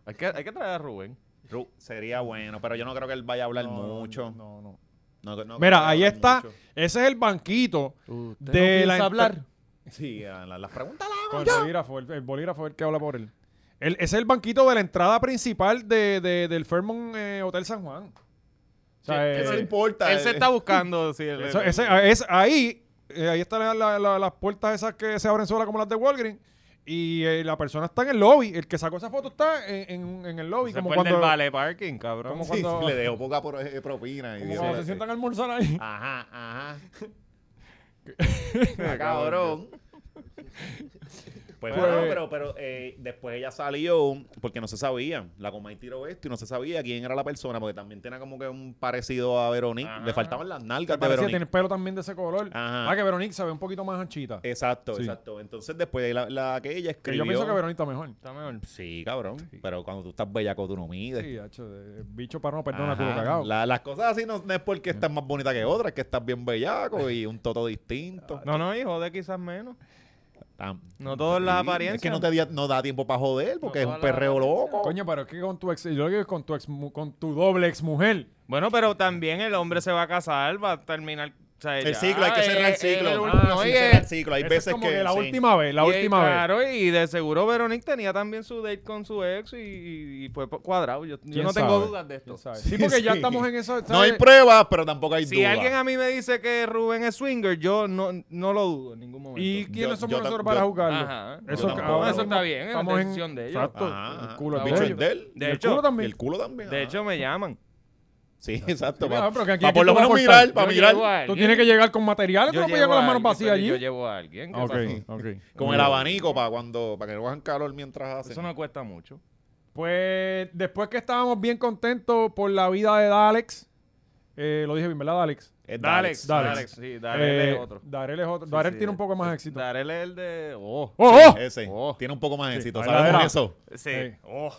[SPEAKER 5] Hay que, hay que traer a Rubén.
[SPEAKER 4] Ru- Sería bueno, pero yo no creo que él vaya a hablar mucho.
[SPEAKER 1] No, no.
[SPEAKER 4] No- no creo que
[SPEAKER 1] Mira,
[SPEAKER 4] vaya a
[SPEAKER 1] ahí
[SPEAKER 4] hablar
[SPEAKER 1] está.
[SPEAKER 4] mucho.
[SPEAKER 1] Ese es el banquito
[SPEAKER 5] ¿Usted no
[SPEAKER 1] de la.
[SPEAKER 5] piensa hablar?
[SPEAKER 4] Sí, a la- las preguntas las
[SPEAKER 1] Con el bolígrafo, el, el bolígrafo es el que habla por él. El- ese es el banquito de la entrada principal de, de- del Fairmont eh, Hotel San Juan. O sea,
[SPEAKER 4] Eso
[SPEAKER 1] eh,
[SPEAKER 4] no importa.
[SPEAKER 5] Él se está buscando. sí, él-
[SPEAKER 1] eso- ese- a- es ahí, eh, ahí están la- la- la- las puertas esas que se abren solas como las de Walgreens. Y eh, la persona está en el lobby. El que sacó esa foto está en, en- en el lobby.
[SPEAKER 5] se
[SPEAKER 1] como
[SPEAKER 5] fue el del
[SPEAKER 1] cuando,
[SPEAKER 5] ballet parking, cabrón.
[SPEAKER 1] como
[SPEAKER 4] Sí,
[SPEAKER 1] cuando-
[SPEAKER 4] le dejó poca pro- eh, propina. y
[SPEAKER 1] como
[SPEAKER 4] Dios
[SPEAKER 1] cuando
[SPEAKER 4] le-
[SPEAKER 1] se sientan a almorzar ahí.
[SPEAKER 4] Ajá, ajá. Ah, cabrón. Pues,
[SPEAKER 1] Pues-
[SPEAKER 4] bueno, pero, pero eh, después ella salió porque no se sabía. La coma y tiró esto y no se sabía quién era la persona porque también tenía como que un parecido a Verónica.
[SPEAKER 5] Ajá.
[SPEAKER 4] Le faltaban las
[SPEAKER 1] Que
[SPEAKER 4] nalgas de
[SPEAKER 1] parecía
[SPEAKER 4] Verónica.
[SPEAKER 1] tener pelo también de ese color.
[SPEAKER 4] Ah, Ajá.
[SPEAKER 1] Ah, que Veronique se ve un poquito más anchita.
[SPEAKER 4] Exacto,
[SPEAKER 1] Sí.
[SPEAKER 4] exacto. Entonces después la, la que ella
[SPEAKER 1] que
[SPEAKER 4] escribió...
[SPEAKER 1] yo pienso que Veronique está mejor.
[SPEAKER 5] Está mejor.
[SPEAKER 4] Sí, cabrón. Pero cuando tú estás bellaco, tú no mides.
[SPEAKER 1] Sí, hacho, de- bicho para no perdonar
[SPEAKER 4] Ajá.
[SPEAKER 1] culo cagado.
[SPEAKER 4] La- las cosas así no, no es porque estás más bonita que otras, es que estás bien bellaco y un toto
[SPEAKER 1] Ah,
[SPEAKER 4] distinto.
[SPEAKER 5] No, no, y jode quizás menos.
[SPEAKER 4] Tam-
[SPEAKER 5] No todas las apariencias.
[SPEAKER 4] Es que no, te di- no da tiempo para joder porque
[SPEAKER 5] No
[SPEAKER 4] es un
[SPEAKER 5] todas las
[SPEAKER 4] perreo
[SPEAKER 5] apariencias.
[SPEAKER 4] loco.
[SPEAKER 1] Coño, pero es que con tu ex, yo lo que digo es con tu ex, mu- con tu doble ex mujer.
[SPEAKER 5] Bueno, pero también el hombre se va a casar, va a terminar. o sea,
[SPEAKER 4] El
[SPEAKER 5] ya,
[SPEAKER 4] ciclo, hay que
[SPEAKER 5] eh,
[SPEAKER 4] cerrar el
[SPEAKER 5] eh,
[SPEAKER 4] ciclo.
[SPEAKER 5] el-
[SPEAKER 1] Ah,
[SPEAKER 5] no,
[SPEAKER 1] sí,
[SPEAKER 5] y
[SPEAKER 1] cerrar
[SPEAKER 5] el-
[SPEAKER 4] el ciclo. Hay
[SPEAKER 1] Esa
[SPEAKER 4] veces
[SPEAKER 1] es como
[SPEAKER 4] que,
[SPEAKER 1] que, la
[SPEAKER 4] sí.
[SPEAKER 1] última vez, la
[SPEAKER 5] y-
[SPEAKER 1] última vez.
[SPEAKER 5] Claro, y de seguro Veronique tenía también su date con su ex y, y- y fue po- cuadrado. Yo, yo
[SPEAKER 1] ¿Quién
[SPEAKER 5] no tengo
[SPEAKER 1] sabe?
[SPEAKER 5] dudas de esto.
[SPEAKER 1] ¿Quién sabe? Sí, porque ya
[SPEAKER 4] sí.
[SPEAKER 1] estamos en eso. ¿sabes?
[SPEAKER 4] No hay pruebas, pero tampoco hay
[SPEAKER 5] Si
[SPEAKER 4] duda.
[SPEAKER 5] alguien a mí me dice que Rubén es swinger, yo no, no lo dudo en ningún momento.
[SPEAKER 1] ¿Y quiénes
[SPEAKER 4] Yo-
[SPEAKER 1] somos
[SPEAKER 4] yo tam-
[SPEAKER 1] nosotros para
[SPEAKER 4] yo-
[SPEAKER 1] juzgarlo?
[SPEAKER 5] Ajá.
[SPEAKER 1] Eso,
[SPEAKER 4] Yo tampoco.
[SPEAKER 1] ahora
[SPEAKER 5] Eso
[SPEAKER 1] mismo
[SPEAKER 5] está bien, es
[SPEAKER 1] estamos
[SPEAKER 5] la
[SPEAKER 1] en-
[SPEAKER 5] decisión de ellos.
[SPEAKER 1] Exacto,
[SPEAKER 4] Ajá,
[SPEAKER 1] el culo
[SPEAKER 5] ajá.
[SPEAKER 1] es
[SPEAKER 4] el bicho
[SPEAKER 1] de
[SPEAKER 4] es
[SPEAKER 1] ellos.
[SPEAKER 4] de él.
[SPEAKER 5] De
[SPEAKER 1] Y el
[SPEAKER 5] hecho,
[SPEAKER 1] culo
[SPEAKER 4] Y
[SPEAKER 1] también.
[SPEAKER 4] el culo también.
[SPEAKER 5] De
[SPEAKER 4] ah.
[SPEAKER 5] hecho, me llaman.
[SPEAKER 4] Sí, exacto.
[SPEAKER 1] Mira,
[SPEAKER 4] Para
[SPEAKER 1] pero que aquí- aquí
[SPEAKER 4] por lo
[SPEAKER 1] tú vas
[SPEAKER 4] menos
[SPEAKER 1] a cortar.
[SPEAKER 4] mirar, para
[SPEAKER 5] Yo
[SPEAKER 4] mirar.
[SPEAKER 5] llevo a
[SPEAKER 1] Tú
[SPEAKER 5] alguien.
[SPEAKER 1] tienes que llegar con materiales, tú
[SPEAKER 5] Yo
[SPEAKER 1] no puedes
[SPEAKER 5] llevo
[SPEAKER 1] llegar con las
[SPEAKER 5] a
[SPEAKER 1] manos
[SPEAKER 5] alguien,
[SPEAKER 1] vacías
[SPEAKER 5] pero Yo
[SPEAKER 1] allí.
[SPEAKER 5] llevo a alguien. ¿qué
[SPEAKER 1] Ok,
[SPEAKER 5] pasa?
[SPEAKER 1] ok.
[SPEAKER 4] Con el abanico para cuando para que no cojan calor mientras hacen.
[SPEAKER 5] Eso no cuesta mucho.
[SPEAKER 1] Pues después que estábamos bien contentos por la vida de Dalex, eh, lo dije bien, ¿verdad, Dalex?
[SPEAKER 4] Es
[SPEAKER 5] Dalex,
[SPEAKER 4] Dalex.
[SPEAKER 1] Dalex.
[SPEAKER 5] Dalex, sí, Darel
[SPEAKER 1] Eh,
[SPEAKER 5] es otro.
[SPEAKER 1] Darel es otro. Darel tiene un poco más de éxito.
[SPEAKER 5] Darel es el de. Oh.
[SPEAKER 1] ¡Oh, oh!
[SPEAKER 4] Ese.
[SPEAKER 5] Oh.
[SPEAKER 4] Tiene un poco más de
[SPEAKER 1] Sí,
[SPEAKER 4] éxito.
[SPEAKER 1] ahí la
[SPEAKER 4] ¿Sabemos
[SPEAKER 1] verá.
[SPEAKER 4] eso?
[SPEAKER 5] Sí.
[SPEAKER 1] Eh.
[SPEAKER 5] Oh.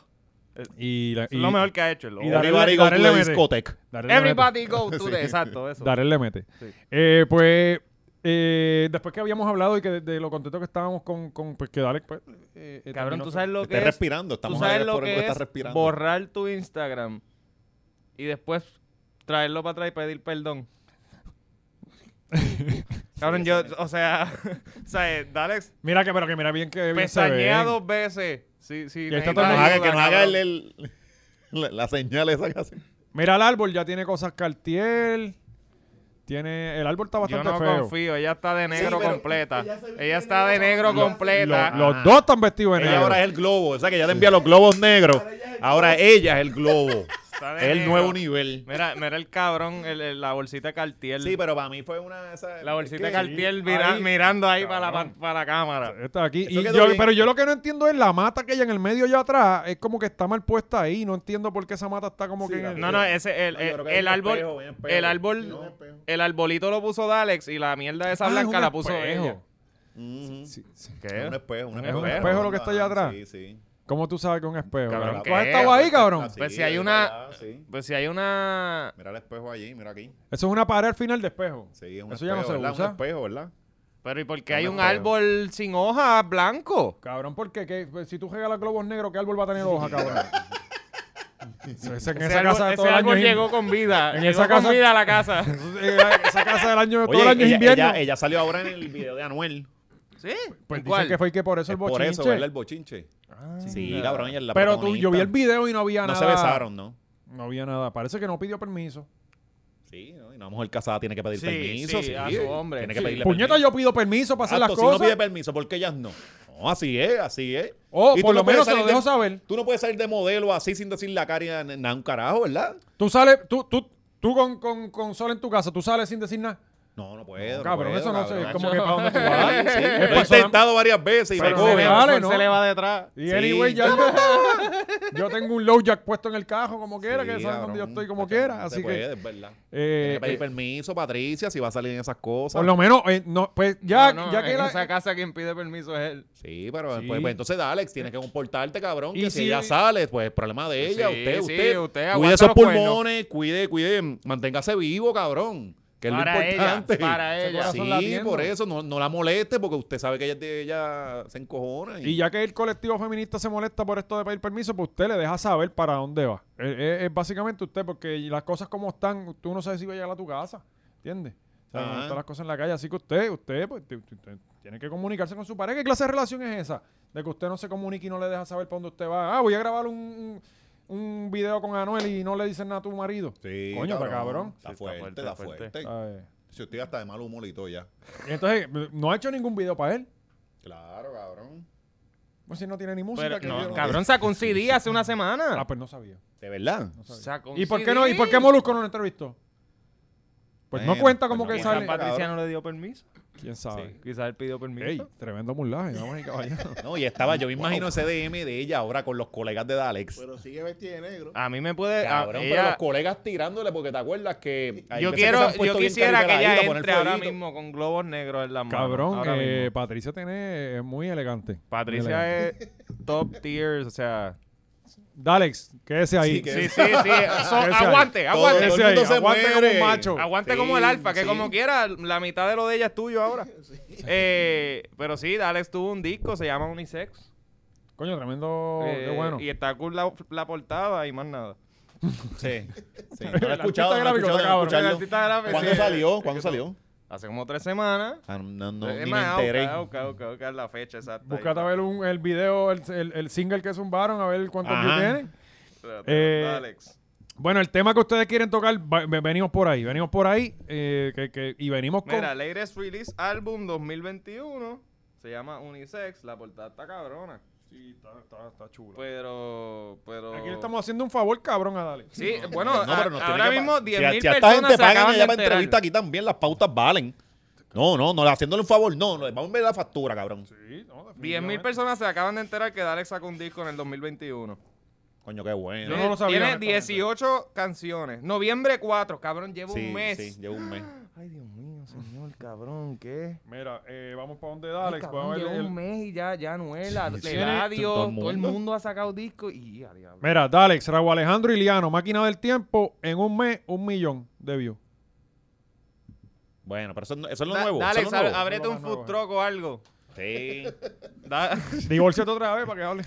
[SPEAKER 1] Y, la-
[SPEAKER 5] Es lo mejor que ha hecho el
[SPEAKER 1] y
[SPEAKER 5] lobo.
[SPEAKER 1] Darel-
[SPEAKER 4] Everybody go to
[SPEAKER 1] Darel le
[SPEAKER 4] the
[SPEAKER 1] mete.
[SPEAKER 4] discotheque.
[SPEAKER 1] Darel le mete.
[SPEAKER 5] Everybody go to the. Exacto, eso.
[SPEAKER 1] Darel le mete.
[SPEAKER 5] Sí.
[SPEAKER 1] Eh, pues eh, después que habíamos hablado y que de, de lo contento que estábamos con, con pues, que Dalex, pues, eh, eh,
[SPEAKER 5] Cabrón,
[SPEAKER 1] terminó siendo-
[SPEAKER 5] tú sabes lo que
[SPEAKER 4] Está
[SPEAKER 5] es.
[SPEAKER 4] respirando.
[SPEAKER 5] Tú
[SPEAKER 4] Estamos
[SPEAKER 5] sabes
[SPEAKER 4] ahí
[SPEAKER 5] lo
[SPEAKER 4] por el
[SPEAKER 5] que
[SPEAKER 4] está
[SPEAKER 5] es
[SPEAKER 4] respirando.
[SPEAKER 5] borrar tu Instagram y después traerlo para atrás y pedir perdón. Cabrón, yo, o sea, o sea, eh, Dalex
[SPEAKER 1] Mira que, pero que mira bien que bien se
[SPEAKER 5] pestañea
[SPEAKER 1] ven.
[SPEAKER 5] dos veces. Sí, sí,
[SPEAKER 1] Y ahí está
[SPEAKER 5] necesitas
[SPEAKER 4] Que nos haga,
[SPEAKER 5] ayuda,
[SPEAKER 4] que nos haga el,
[SPEAKER 5] cabrón.
[SPEAKER 4] el- la, la señal esa que hace.
[SPEAKER 1] Mira el árbol, ya tiene cosas cartiel. Tiene, el árbol está
[SPEAKER 5] Yo
[SPEAKER 1] bastante
[SPEAKER 5] no
[SPEAKER 1] feo.
[SPEAKER 5] confío, ella está de negro
[SPEAKER 4] pero
[SPEAKER 5] completa.
[SPEAKER 2] ella se viste
[SPEAKER 5] Ella
[SPEAKER 2] de
[SPEAKER 5] está de
[SPEAKER 2] negro,
[SPEAKER 5] negro
[SPEAKER 2] lo-
[SPEAKER 5] completa.
[SPEAKER 1] Lo- Los dos están vestidos de
[SPEAKER 4] Ella
[SPEAKER 1] negro.
[SPEAKER 4] ahora es el globo. O sea que ya le envía los globos negros.
[SPEAKER 2] Ahora ella es el
[SPEAKER 4] Ahora
[SPEAKER 2] globo.
[SPEAKER 4] ella es el globo.
[SPEAKER 5] Está
[SPEAKER 4] es
[SPEAKER 5] de
[SPEAKER 4] el
[SPEAKER 5] negro.
[SPEAKER 4] nuevo nivel.
[SPEAKER 5] Mira, mira el cabrón, el- el- la bolsita Cartier.
[SPEAKER 4] Sí, pero para mí fue una. Esa,
[SPEAKER 5] la bolsita
[SPEAKER 4] ¿qué?
[SPEAKER 5] Cartiel mira-
[SPEAKER 1] ahí,
[SPEAKER 5] mirando ahí para la, pan- para la cámara.
[SPEAKER 1] Está aquí.
[SPEAKER 4] Eso
[SPEAKER 1] Y
[SPEAKER 4] quedó
[SPEAKER 1] yo-
[SPEAKER 4] bien.
[SPEAKER 1] pero yo lo que no entiendo es la mata que hay en el medio allá atrás. Es como que está mal puesta ahí. No entiendo por qué esa mata está como
[SPEAKER 4] Sí,
[SPEAKER 1] que. en
[SPEAKER 4] la-
[SPEAKER 1] el-
[SPEAKER 5] No, no, ese el,
[SPEAKER 4] No, yo
[SPEAKER 5] el-
[SPEAKER 4] creo que
[SPEAKER 5] el
[SPEAKER 4] hay un
[SPEAKER 5] árbol,
[SPEAKER 4] espejo, hay un espejo.
[SPEAKER 5] el árbol,
[SPEAKER 4] No, un
[SPEAKER 5] el arbolito lo puso Dalex y la mierda esa
[SPEAKER 1] Ah, es
[SPEAKER 5] blanca
[SPEAKER 1] un
[SPEAKER 5] la puso
[SPEAKER 1] espejo.
[SPEAKER 5] ella.
[SPEAKER 4] Ujú.
[SPEAKER 1] Sí, sí.
[SPEAKER 5] ¿Qué?
[SPEAKER 4] Un espejo. Un
[SPEAKER 5] Un
[SPEAKER 4] espejo,
[SPEAKER 1] espejo lo que está allá atrás.
[SPEAKER 4] Sí, sí.
[SPEAKER 1] ¿Cómo tú sabes que es un espejo?
[SPEAKER 5] Cabrón,
[SPEAKER 1] ¿Tú
[SPEAKER 5] ¿qué?
[SPEAKER 1] has estado ahí, cabrón?
[SPEAKER 4] Ah, sí,
[SPEAKER 5] Pues si hay
[SPEAKER 4] ahí
[SPEAKER 5] una-
[SPEAKER 4] está, sí.
[SPEAKER 5] Pues si hay una,
[SPEAKER 4] Mira el espejo allí, mira aquí.
[SPEAKER 1] Eso es una pared al final de espejo.
[SPEAKER 4] Sí, es un
[SPEAKER 1] Eso ya
[SPEAKER 4] espejo,
[SPEAKER 1] no se
[SPEAKER 4] ¿verdad?
[SPEAKER 1] usa.
[SPEAKER 4] Un espejo, ¿verdad?
[SPEAKER 5] pero ¿y por qué hay
[SPEAKER 4] Un
[SPEAKER 5] un
[SPEAKER 4] espejo.
[SPEAKER 5] árbol sin hojas blanco?
[SPEAKER 1] Cabrón, ¿por qué? ¿Qué? Pues, Si tú regalas globos negros, ¿qué árbol va a tener hoja, cabrón? Eso es en
[SPEAKER 5] Ese
[SPEAKER 1] esa
[SPEAKER 5] árbol,
[SPEAKER 1] casa de
[SPEAKER 5] ese
[SPEAKER 1] todo el año.
[SPEAKER 5] árbol
[SPEAKER 1] es in-
[SPEAKER 5] llegó con vida,
[SPEAKER 1] En
[SPEAKER 5] llegó
[SPEAKER 1] esa
[SPEAKER 5] con
[SPEAKER 1] casa-
[SPEAKER 5] vida a la casa.
[SPEAKER 1] Eh, esa casa del año, todo
[SPEAKER 4] Oye,
[SPEAKER 1] el año es
[SPEAKER 4] ella,
[SPEAKER 1] invierno.
[SPEAKER 4] ella, ella salió ahora en el video de Anuel.
[SPEAKER 5] ¿Sí?
[SPEAKER 1] pues dicen
[SPEAKER 5] ¿Cuál?
[SPEAKER 1] que fue que por eso el
[SPEAKER 4] Es por
[SPEAKER 1] bochinche. Ah.
[SPEAKER 4] eso, ¿verdad? El bochinche. sí, cabrón, ella es la
[SPEAKER 1] pero tú, yo vi el
[SPEAKER 4] protagonista.
[SPEAKER 1] video y no había
[SPEAKER 4] No
[SPEAKER 1] nada.
[SPEAKER 4] se besaron, ¿no?
[SPEAKER 1] No había nada. Parece que no pidió permiso.
[SPEAKER 4] Sí, ¿no? y una mujer casada tiene que pedir
[SPEAKER 5] Sí,
[SPEAKER 4] permiso.
[SPEAKER 5] sí,
[SPEAKER 4] Sí,
[SPEAKER 5] a su hombre.
[SPEAKER 4] Tiene que
[SPEAKER 5] Sí.
[SPEAKER 4] pedirle
[SPEAKER 1] Puñeta,
[SPEAKER 4] permiso.
[SPEAKER 1] yo pido permiso para hacer
[SPEAKER 4] Exacto,
[SPEAKER 1] las
[SPEAKER 4] Si uno
[SPEAKER 1] cosas.
[SPEAKER 4] pide permiso, porque ellas no? No, así es, así es.
[SPEAKER 1] o Oh,
[SPEAKER 4] Y tú
[SPEAKER 1] por lo
[SPEAKER 4] no puedes
[SPEAKER 1] menos te lo
[SPEAKER 4] salir de-
[SPEAKER 1] dejo saber.
[SPEAKER 4] Tú no puedes salir de modelo así sin decir la cara ni a un carajo, ¿verdad?
[SPEAKER 1] Tú sales, tú, tú, tú con, con, con sol en tu casa, tú sales sin decir nada.
[SPEAKER 4] No, no puedo.
[SPEAKER 1] No, cabrón,
[SPEAKER 4] puedo,
[SPEAKER 1] eso no sé.
[SPEAKER 4] cabrón.
[SPEAKER 1] Como que para dónde tú
[SPEAKER 4] Sí,
[SPEAKER 1] vas.
[SPEAKER 4] sí,
[SPEAKER 1] Es
[SPEAKER 4] Lo he
[SPEAKER 1] personal.
[SPEAKER 4] intentado varias veces y
[SPEAKER 5] Pero
[SPEAKER 4] me
[SPEAKER 1] Pero se
[SPEAKER 5] se,
[SPEAKER 1] le
[SPEAKER 5] le
[SPEAKER 4] cogen.
[SPEAKER 1] va,
[SPEAKER 5] va,
[SPEAKER 1] ¿no?
[SPEAKER 5] se le va detrás.
[SPEAKER 1] Y
[SPEAKER 4] Sí.
[SPEAKER 1] anyway, ya yo tengo un low jack puesto en el carro como quiera, que saben dónde yo estoy como quiera. Así que,
[SPEAKER 4] Es verdad. Tiene
[SPEAKER 1] eh,
[SPEAKER 4] que pedir
[SPEAKER 1] eh,
[SPEAKER 4] permiso, Patricia, si va a salir en esas cosas.
[SPEAKER 1] por lo menos, eh, no, pues ya,
[SPEAKER 5] No, no,
[SPEAKER 1] ya que
[SPEAKER 5] en
[SPEAKER 1] la-
[SPEAKER 5] esa casa quien pide permiso es él.
[SPEAKER 4] Sí, pero
[SPEAKER 1] Sí.
[SPEAKER 4] pues, pues, entonces Alex, tienes que comportarte, cabrón,
[SPEAKER 1] Y
[SPEAKER 4] que si,
[SPEAKER 1] si-
[SPEAKER 4] ella sale, pues el problema de ella,
[SPEAKER 5] Sí,
[SPEAKER 4] usted,
[SPEAKER 5] sí,
[SPEAKER 4] usted,
[SPEAKER 5] usted
[SPEAKER 4] cuide
[SPEAKER 5] aguanta
[SPEAKER 4] esos
[SPEAKER 5] los cuernos.
[SPEAKER 4] pulmones, cuide, cuide, manténgase vivo, cabrón, que es lo
[SPEAKER 5] Para ella,
[SPEAKER 4] importante.
[SPEAKER 5] para
[SPEAKER 4] Ese
[SPEAKER 5] ella.
[SPEAKER 4] corazón
[SPEAKER 1] Sí,
[SPEAKER 4] latiendo. por
[SPEAKER 1] latiendo.
[SPEAKER 4] eso, no, no la moleste, porque usted sabe que ella, es de- ella se encojona.
[SPEAKER 1] y ya que el colectivo feminista se molesta por esto de pedir permiso, pues usted le deja saber para dónde va. Es, es- es básicamente usted, porque las cosas como están, tú no sabes si va a llegar a tu casa, ¿entiendes? O sea,
[SPEAKER 4] Ajá.
[SPEAKER 1] no están las cosas en la calle, así que usted, usted, pues, t- t- t- tiene que comunicarse con su pareja. ¿Qué clase de relación es esa? De que usted no se comunique y no le deja saber para dónde usted va. Ah, voy a grabar un, un- un video con Anuel y no le dicen nada a tu marido.
[SPEAKER 4] Sí,
[SPEAKER 1] Coño, está cabrón.
[SPEAKER 4] Está
[SPEAKER 5] Sí, está
[SPEAKER 4] fuerte,
[SPEAKER 5] fuerte,
[SPEAKER 4] está
[SPEAKER 5] está
[SPEAKER 4] fuerte.
[SPEAKER 1] Ay.
[SPEAKER 4] Si usted hasta de mal humor y todo ya.
[SPEAKER 1] Y entonces, no ha hecho ningún video para él.
[SPEAKER 4] Claro, cabrón.
[SPEAKER 1] Pues si no tiene ni música.
[SPEAKER 5] Pero,
[SPEAKER 1] que
[SPEAKER 5] no,
[SPEAKER 1] yo no-
[SPEAKER 5] cabrón, sacó un CD hace una semana.
[SPEAKER 1] Ah, pues no sabía.
[SPEAKER 4] De verdad.
[SPEAKER 1] no sabía.
[SPEAKER 5] Sacó un
[SPEAKER 1] ¿Y por qué
[SPEAKER 5] CD.
[SPEAKER 1] no? ¿Y por qué Molusco no lo entrevistó? Pues no
[SPEAKER 4] Bueno,
[SPEAKER 1] cuenta como
[SPEAKER 4] pues
[SPEAKER 1] que
[SPEAKER 4] no
[SPEAKER 5] Quizás
[SPEAKER 1] sale.
[SPEAKER 4] cuenta.
[SPEAKER 5] Patricia no le dio permiso.
[SPEAKER 1] ¿Quién sabe?
[SPEAKER 5] Quizás él pidió permiso.
[SPEAKER 1] Ey, tremendo mulaje, damas y caballeros.
[SPEAKER 4] No, y estaba, yo me imagino ese DM de ella ahora con los colegas de Dalex.
[SPEAKER 2] Pero sigue vestida de negro.
[SPEAKER 5] A mí me puede. a-
[SPEAKER 4] Cabrón,
[SPEAKER 5] Eh, ah, ella-
[SPEAKER 4] pero los colegas tirándole porque te acuerdas que. hay
[SPEAKER 5] yo
[SPEAKER 4] veces que se
[SPEAKER 5] quiero,
[SPEAKER 4] han puesto
[SPEAKER 5] yo
[SPEAKER 4] bien
[SPEAKER 5] quisiera que ella
[SPEAKER 4] caricaturas para
[SPEAKER 5] entre
[SPEAKER 4] poner
[SPEAKER 5] ahora
[SPEAKER 4] fueguito.
[SPEAKER 5] mismo con globos negros en la mano.
[SPEAKER 1] Cabrón,
[SPEAKER 5] ahora
[SPEAKER 1] eh,
[SPEAKER 5] mismo.
[SPEAKER 1] Patricia tiene, es muy elegante.
[SPEAKER 5] Patricia es top tier, o sea.
[SPEAKER 1] Dalex, quédese ahí.
[SPEAKER 4] Sí, que-
[SPEAKER 5] Sí, sí, sí. so-
[SPEAKER 1] Ese ahí.
[SPEAKER 5] aguante,
[SPEAKER 4] Todo- todo el
[SPEAKER 5] aguante.
[SPEAKER 1] Ese ahí,
[SPEAKER 4] mundo se
[SPEAKER 1] aguante como un
[SPEAKER 4] muere.
[SPEAKER 1] macho.
[SPEAKER 5] Aguante
[SPEAKER 4] Sí,
[SPEAKER 5] como el alfa, que
[SPEAKER 4] sí.
[SPEAKER 5] como quiera, la mitad de lo de ella es tuyo ahora. Eh, pero sí, Alex tuvo un disco, se llama Unisex.
[SPEAKER 1] Coño, tremendo.
[SPEAKER 5] Eh,
[SPEAKER 1] Oh, qué bueno.
[SPEAKER 5] Y está cool la, la portada y más nada.
[SPEAKER 4] Sí. sí. No lo he
[SPEAKER 1] El
[SPEAKER 4] escuchado,
[SPEAKER 1] artista
[SPEAKER 4] no lo he
[SPEAKER 1] gráfico está
[SPEAKER 4] escuchado, no lo he
[SPEAKER 1] cabrón, el
[SPEAKER 4] escuchado.
[SPEAKER 5] artista gráfico,
[SPEAKER 4] ¿Cuándo
[SPEAKER 5] sí.
[SPEAKER 4] salió? ¿Cuándo salió?
[SPEAKER 5] Hace como tres semanas.
[SPEAKER 4] Ah, No, no,
[SPEAKER 5] Es
[SPEAKER 4] ni me
[SPEAKER 5] más, ah,
[SPEAKER 4] enteré.
[SPEAKER 5] busca, busca, busca, busca la fecha exacta.
[SPEAKER 1] Buscate a ver un- el video, el, el- el single que zumbaron, a ver cuántos views
[SPEAKER 4] Ajá.
[SPEAKER 1] tiene.
[SPEAKER 5] Espérate,
[SPEAKER 1] eh,
[SPEAKER 5] Alex.
[SPEAKER 1] Bueno, el tema que ustedes quieren tocar, va- ve- venimos por ahí, venimos por ahí eh, que- que- y venimos con...
[SPEAKER 5] Mira, latest release album 2021. Se llama Unisex. La portada está cabrona.
[SPEAKER 1] Sí, está, está, está chulo.
[SPEAKER 5] Pues, Pero, pero...
[SPEAKER 1] Aquí le estamos haciendo un favor, cabrón, a Dale.
[SPEAKER 5] Sí, bueno,
[SPEAKER 4] No, pero
[SPEAKER 5] a-
[SPEAKER 4] nos tiene
[SPEAKER 5] ahora
[SPEAKER 4] que
[SPEAKER 5] mismo
[SPEAKER 4] pa-
[SPEAKER 5] 10.000
[SPEAKER 4] si, a- si a esta
[SPEAKER 5] personas
[SPEAKER 4] gente
[SPEAKER 5] se
[SPEAKER 4] pagan
[SPEAKER 5] acaban de
[SPEAKER 4] allá para
[SPEAKER 5] enterar.
[SPEAKER 4] entrevista aquí también, las pautas valen. No, no, no, haciéndole un favor, no, no, vamos a ver la factura, cabrón.
[SPEAKER 1] Sí, no, definitivamente.
[SPEAKER 5] 10.000 personas se acaban de enterar que Dalex sacó un disco en el 2021.
[SPEAKER 4] Coño, qué bueno.
[SPEAKER 1] Yo no lo sabía,
[SPEAKER 5] Tiene
[SPEAKER 1] honestamente.
[SPEAKER 5] 18 canciones. Noviembre 4, cabrón, lleva
[SPEAKER 4] sí,
[SPEAKER 5] un mes.
[SPEAKER 4] sí, llevo un mes.
[SPEAKER 5] Ay, Dios mío, señor, cabrón, ¿qué?
[SPEAKER 1] Mira, eh, vamos para donde
[SPEAKER 5] Ay,
[SPEAKER 1] Dalex.
[SPEAKER 5] cabrón,
[SPEAKER 1] vamos a ver
[SPEAKER 5] lleva
[SPEAKER 1] el-
[SPEAKER 5] un mes y ya, ya Anuela,
[SPEAKER 4] sí.
[SPEAKER 5] Eladio,
[SPEAKER 4] Todo el
[SPEAKER 5] todo el
[SPEAKER 4] mundo.
[SPEAKER 5] mundo ha sacado disco y... ya, diablo.
[SPEAKER 1] Mira, Dalex, Raúl Alejandro y Liano, Máquina del Tiempo, en un mes, un millón de views.
[SPEAKER 4] Bueno, pero eso, no- eso es lo
[SPEAKER 5] Da-
[SPEAKER 4] nuevo.
[SPEAKER 5] Dale,
[SPEAKER 4] eso es lo nuevo.
[SPEAKER 5] ab- ábrete
[SPEAKER 1] Eso es
[SPEAKER 5] un
[SPEAKER 1] lo nuevo.
[SPEAKER 5] food truck o algo.
[SPEAKER 4] Sí.
[SPEAKER 5] Da-
[SPEAKER 1] Divórciate otra vez para que hable.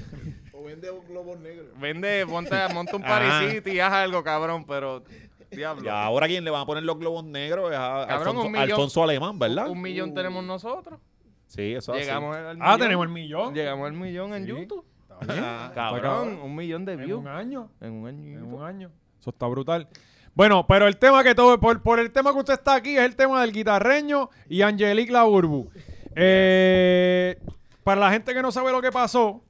[SPEAKER 2] O vende un globo negro.
[SPEAKER 5] vende, ponte, monta un
[SPEAKER 4] Ajá.
[SPEAKER 5] parisito y haz algo, cabrón, pero... Diablo.
[SPEAKER 4] Y ahora quien le van a poner los globos negros es a
[SPEAKER 5] Cabrón,
[SPEAKER 4] Alfonso,
[SPEAKER 5] un millón.
[SPEAKER 4] Alfonso Alemán, ¿verdad?
[SPEAKER 5] Un millón tenemos nosotros.
[SPEAKER 4] Sí, eso es así.
[SPEAKER 5] Llegamos al
[SPEAKER 1] Uh. Ah,
[SPEAKER 5] millón.
[SPEAKER 1] tenemos el millón.
[SPEAKER 5] Llegamos al millón en
[SPEAKER 1] Sí.
[SPEAKER 5] YouTube.
[SPEAKER 4] Ah,
[SPEAKER 5] Cabrón, un millón de
[SPEAKER 1] En
[SPEAKER 5] views.
[SPEAKER 1] un año.
[SPEAKER 5] En un año. y
[SPEAKER 1] En
[SPEAKER 5] pico.
[SPEAKER 1] un año. Eso está brutal. Bueno, pero el tema que todo, por, por el tema que usted está aquí, es el tema del guitarreño y Angelique Laburbu. Eh, para la gente que no sabe lo que pasó,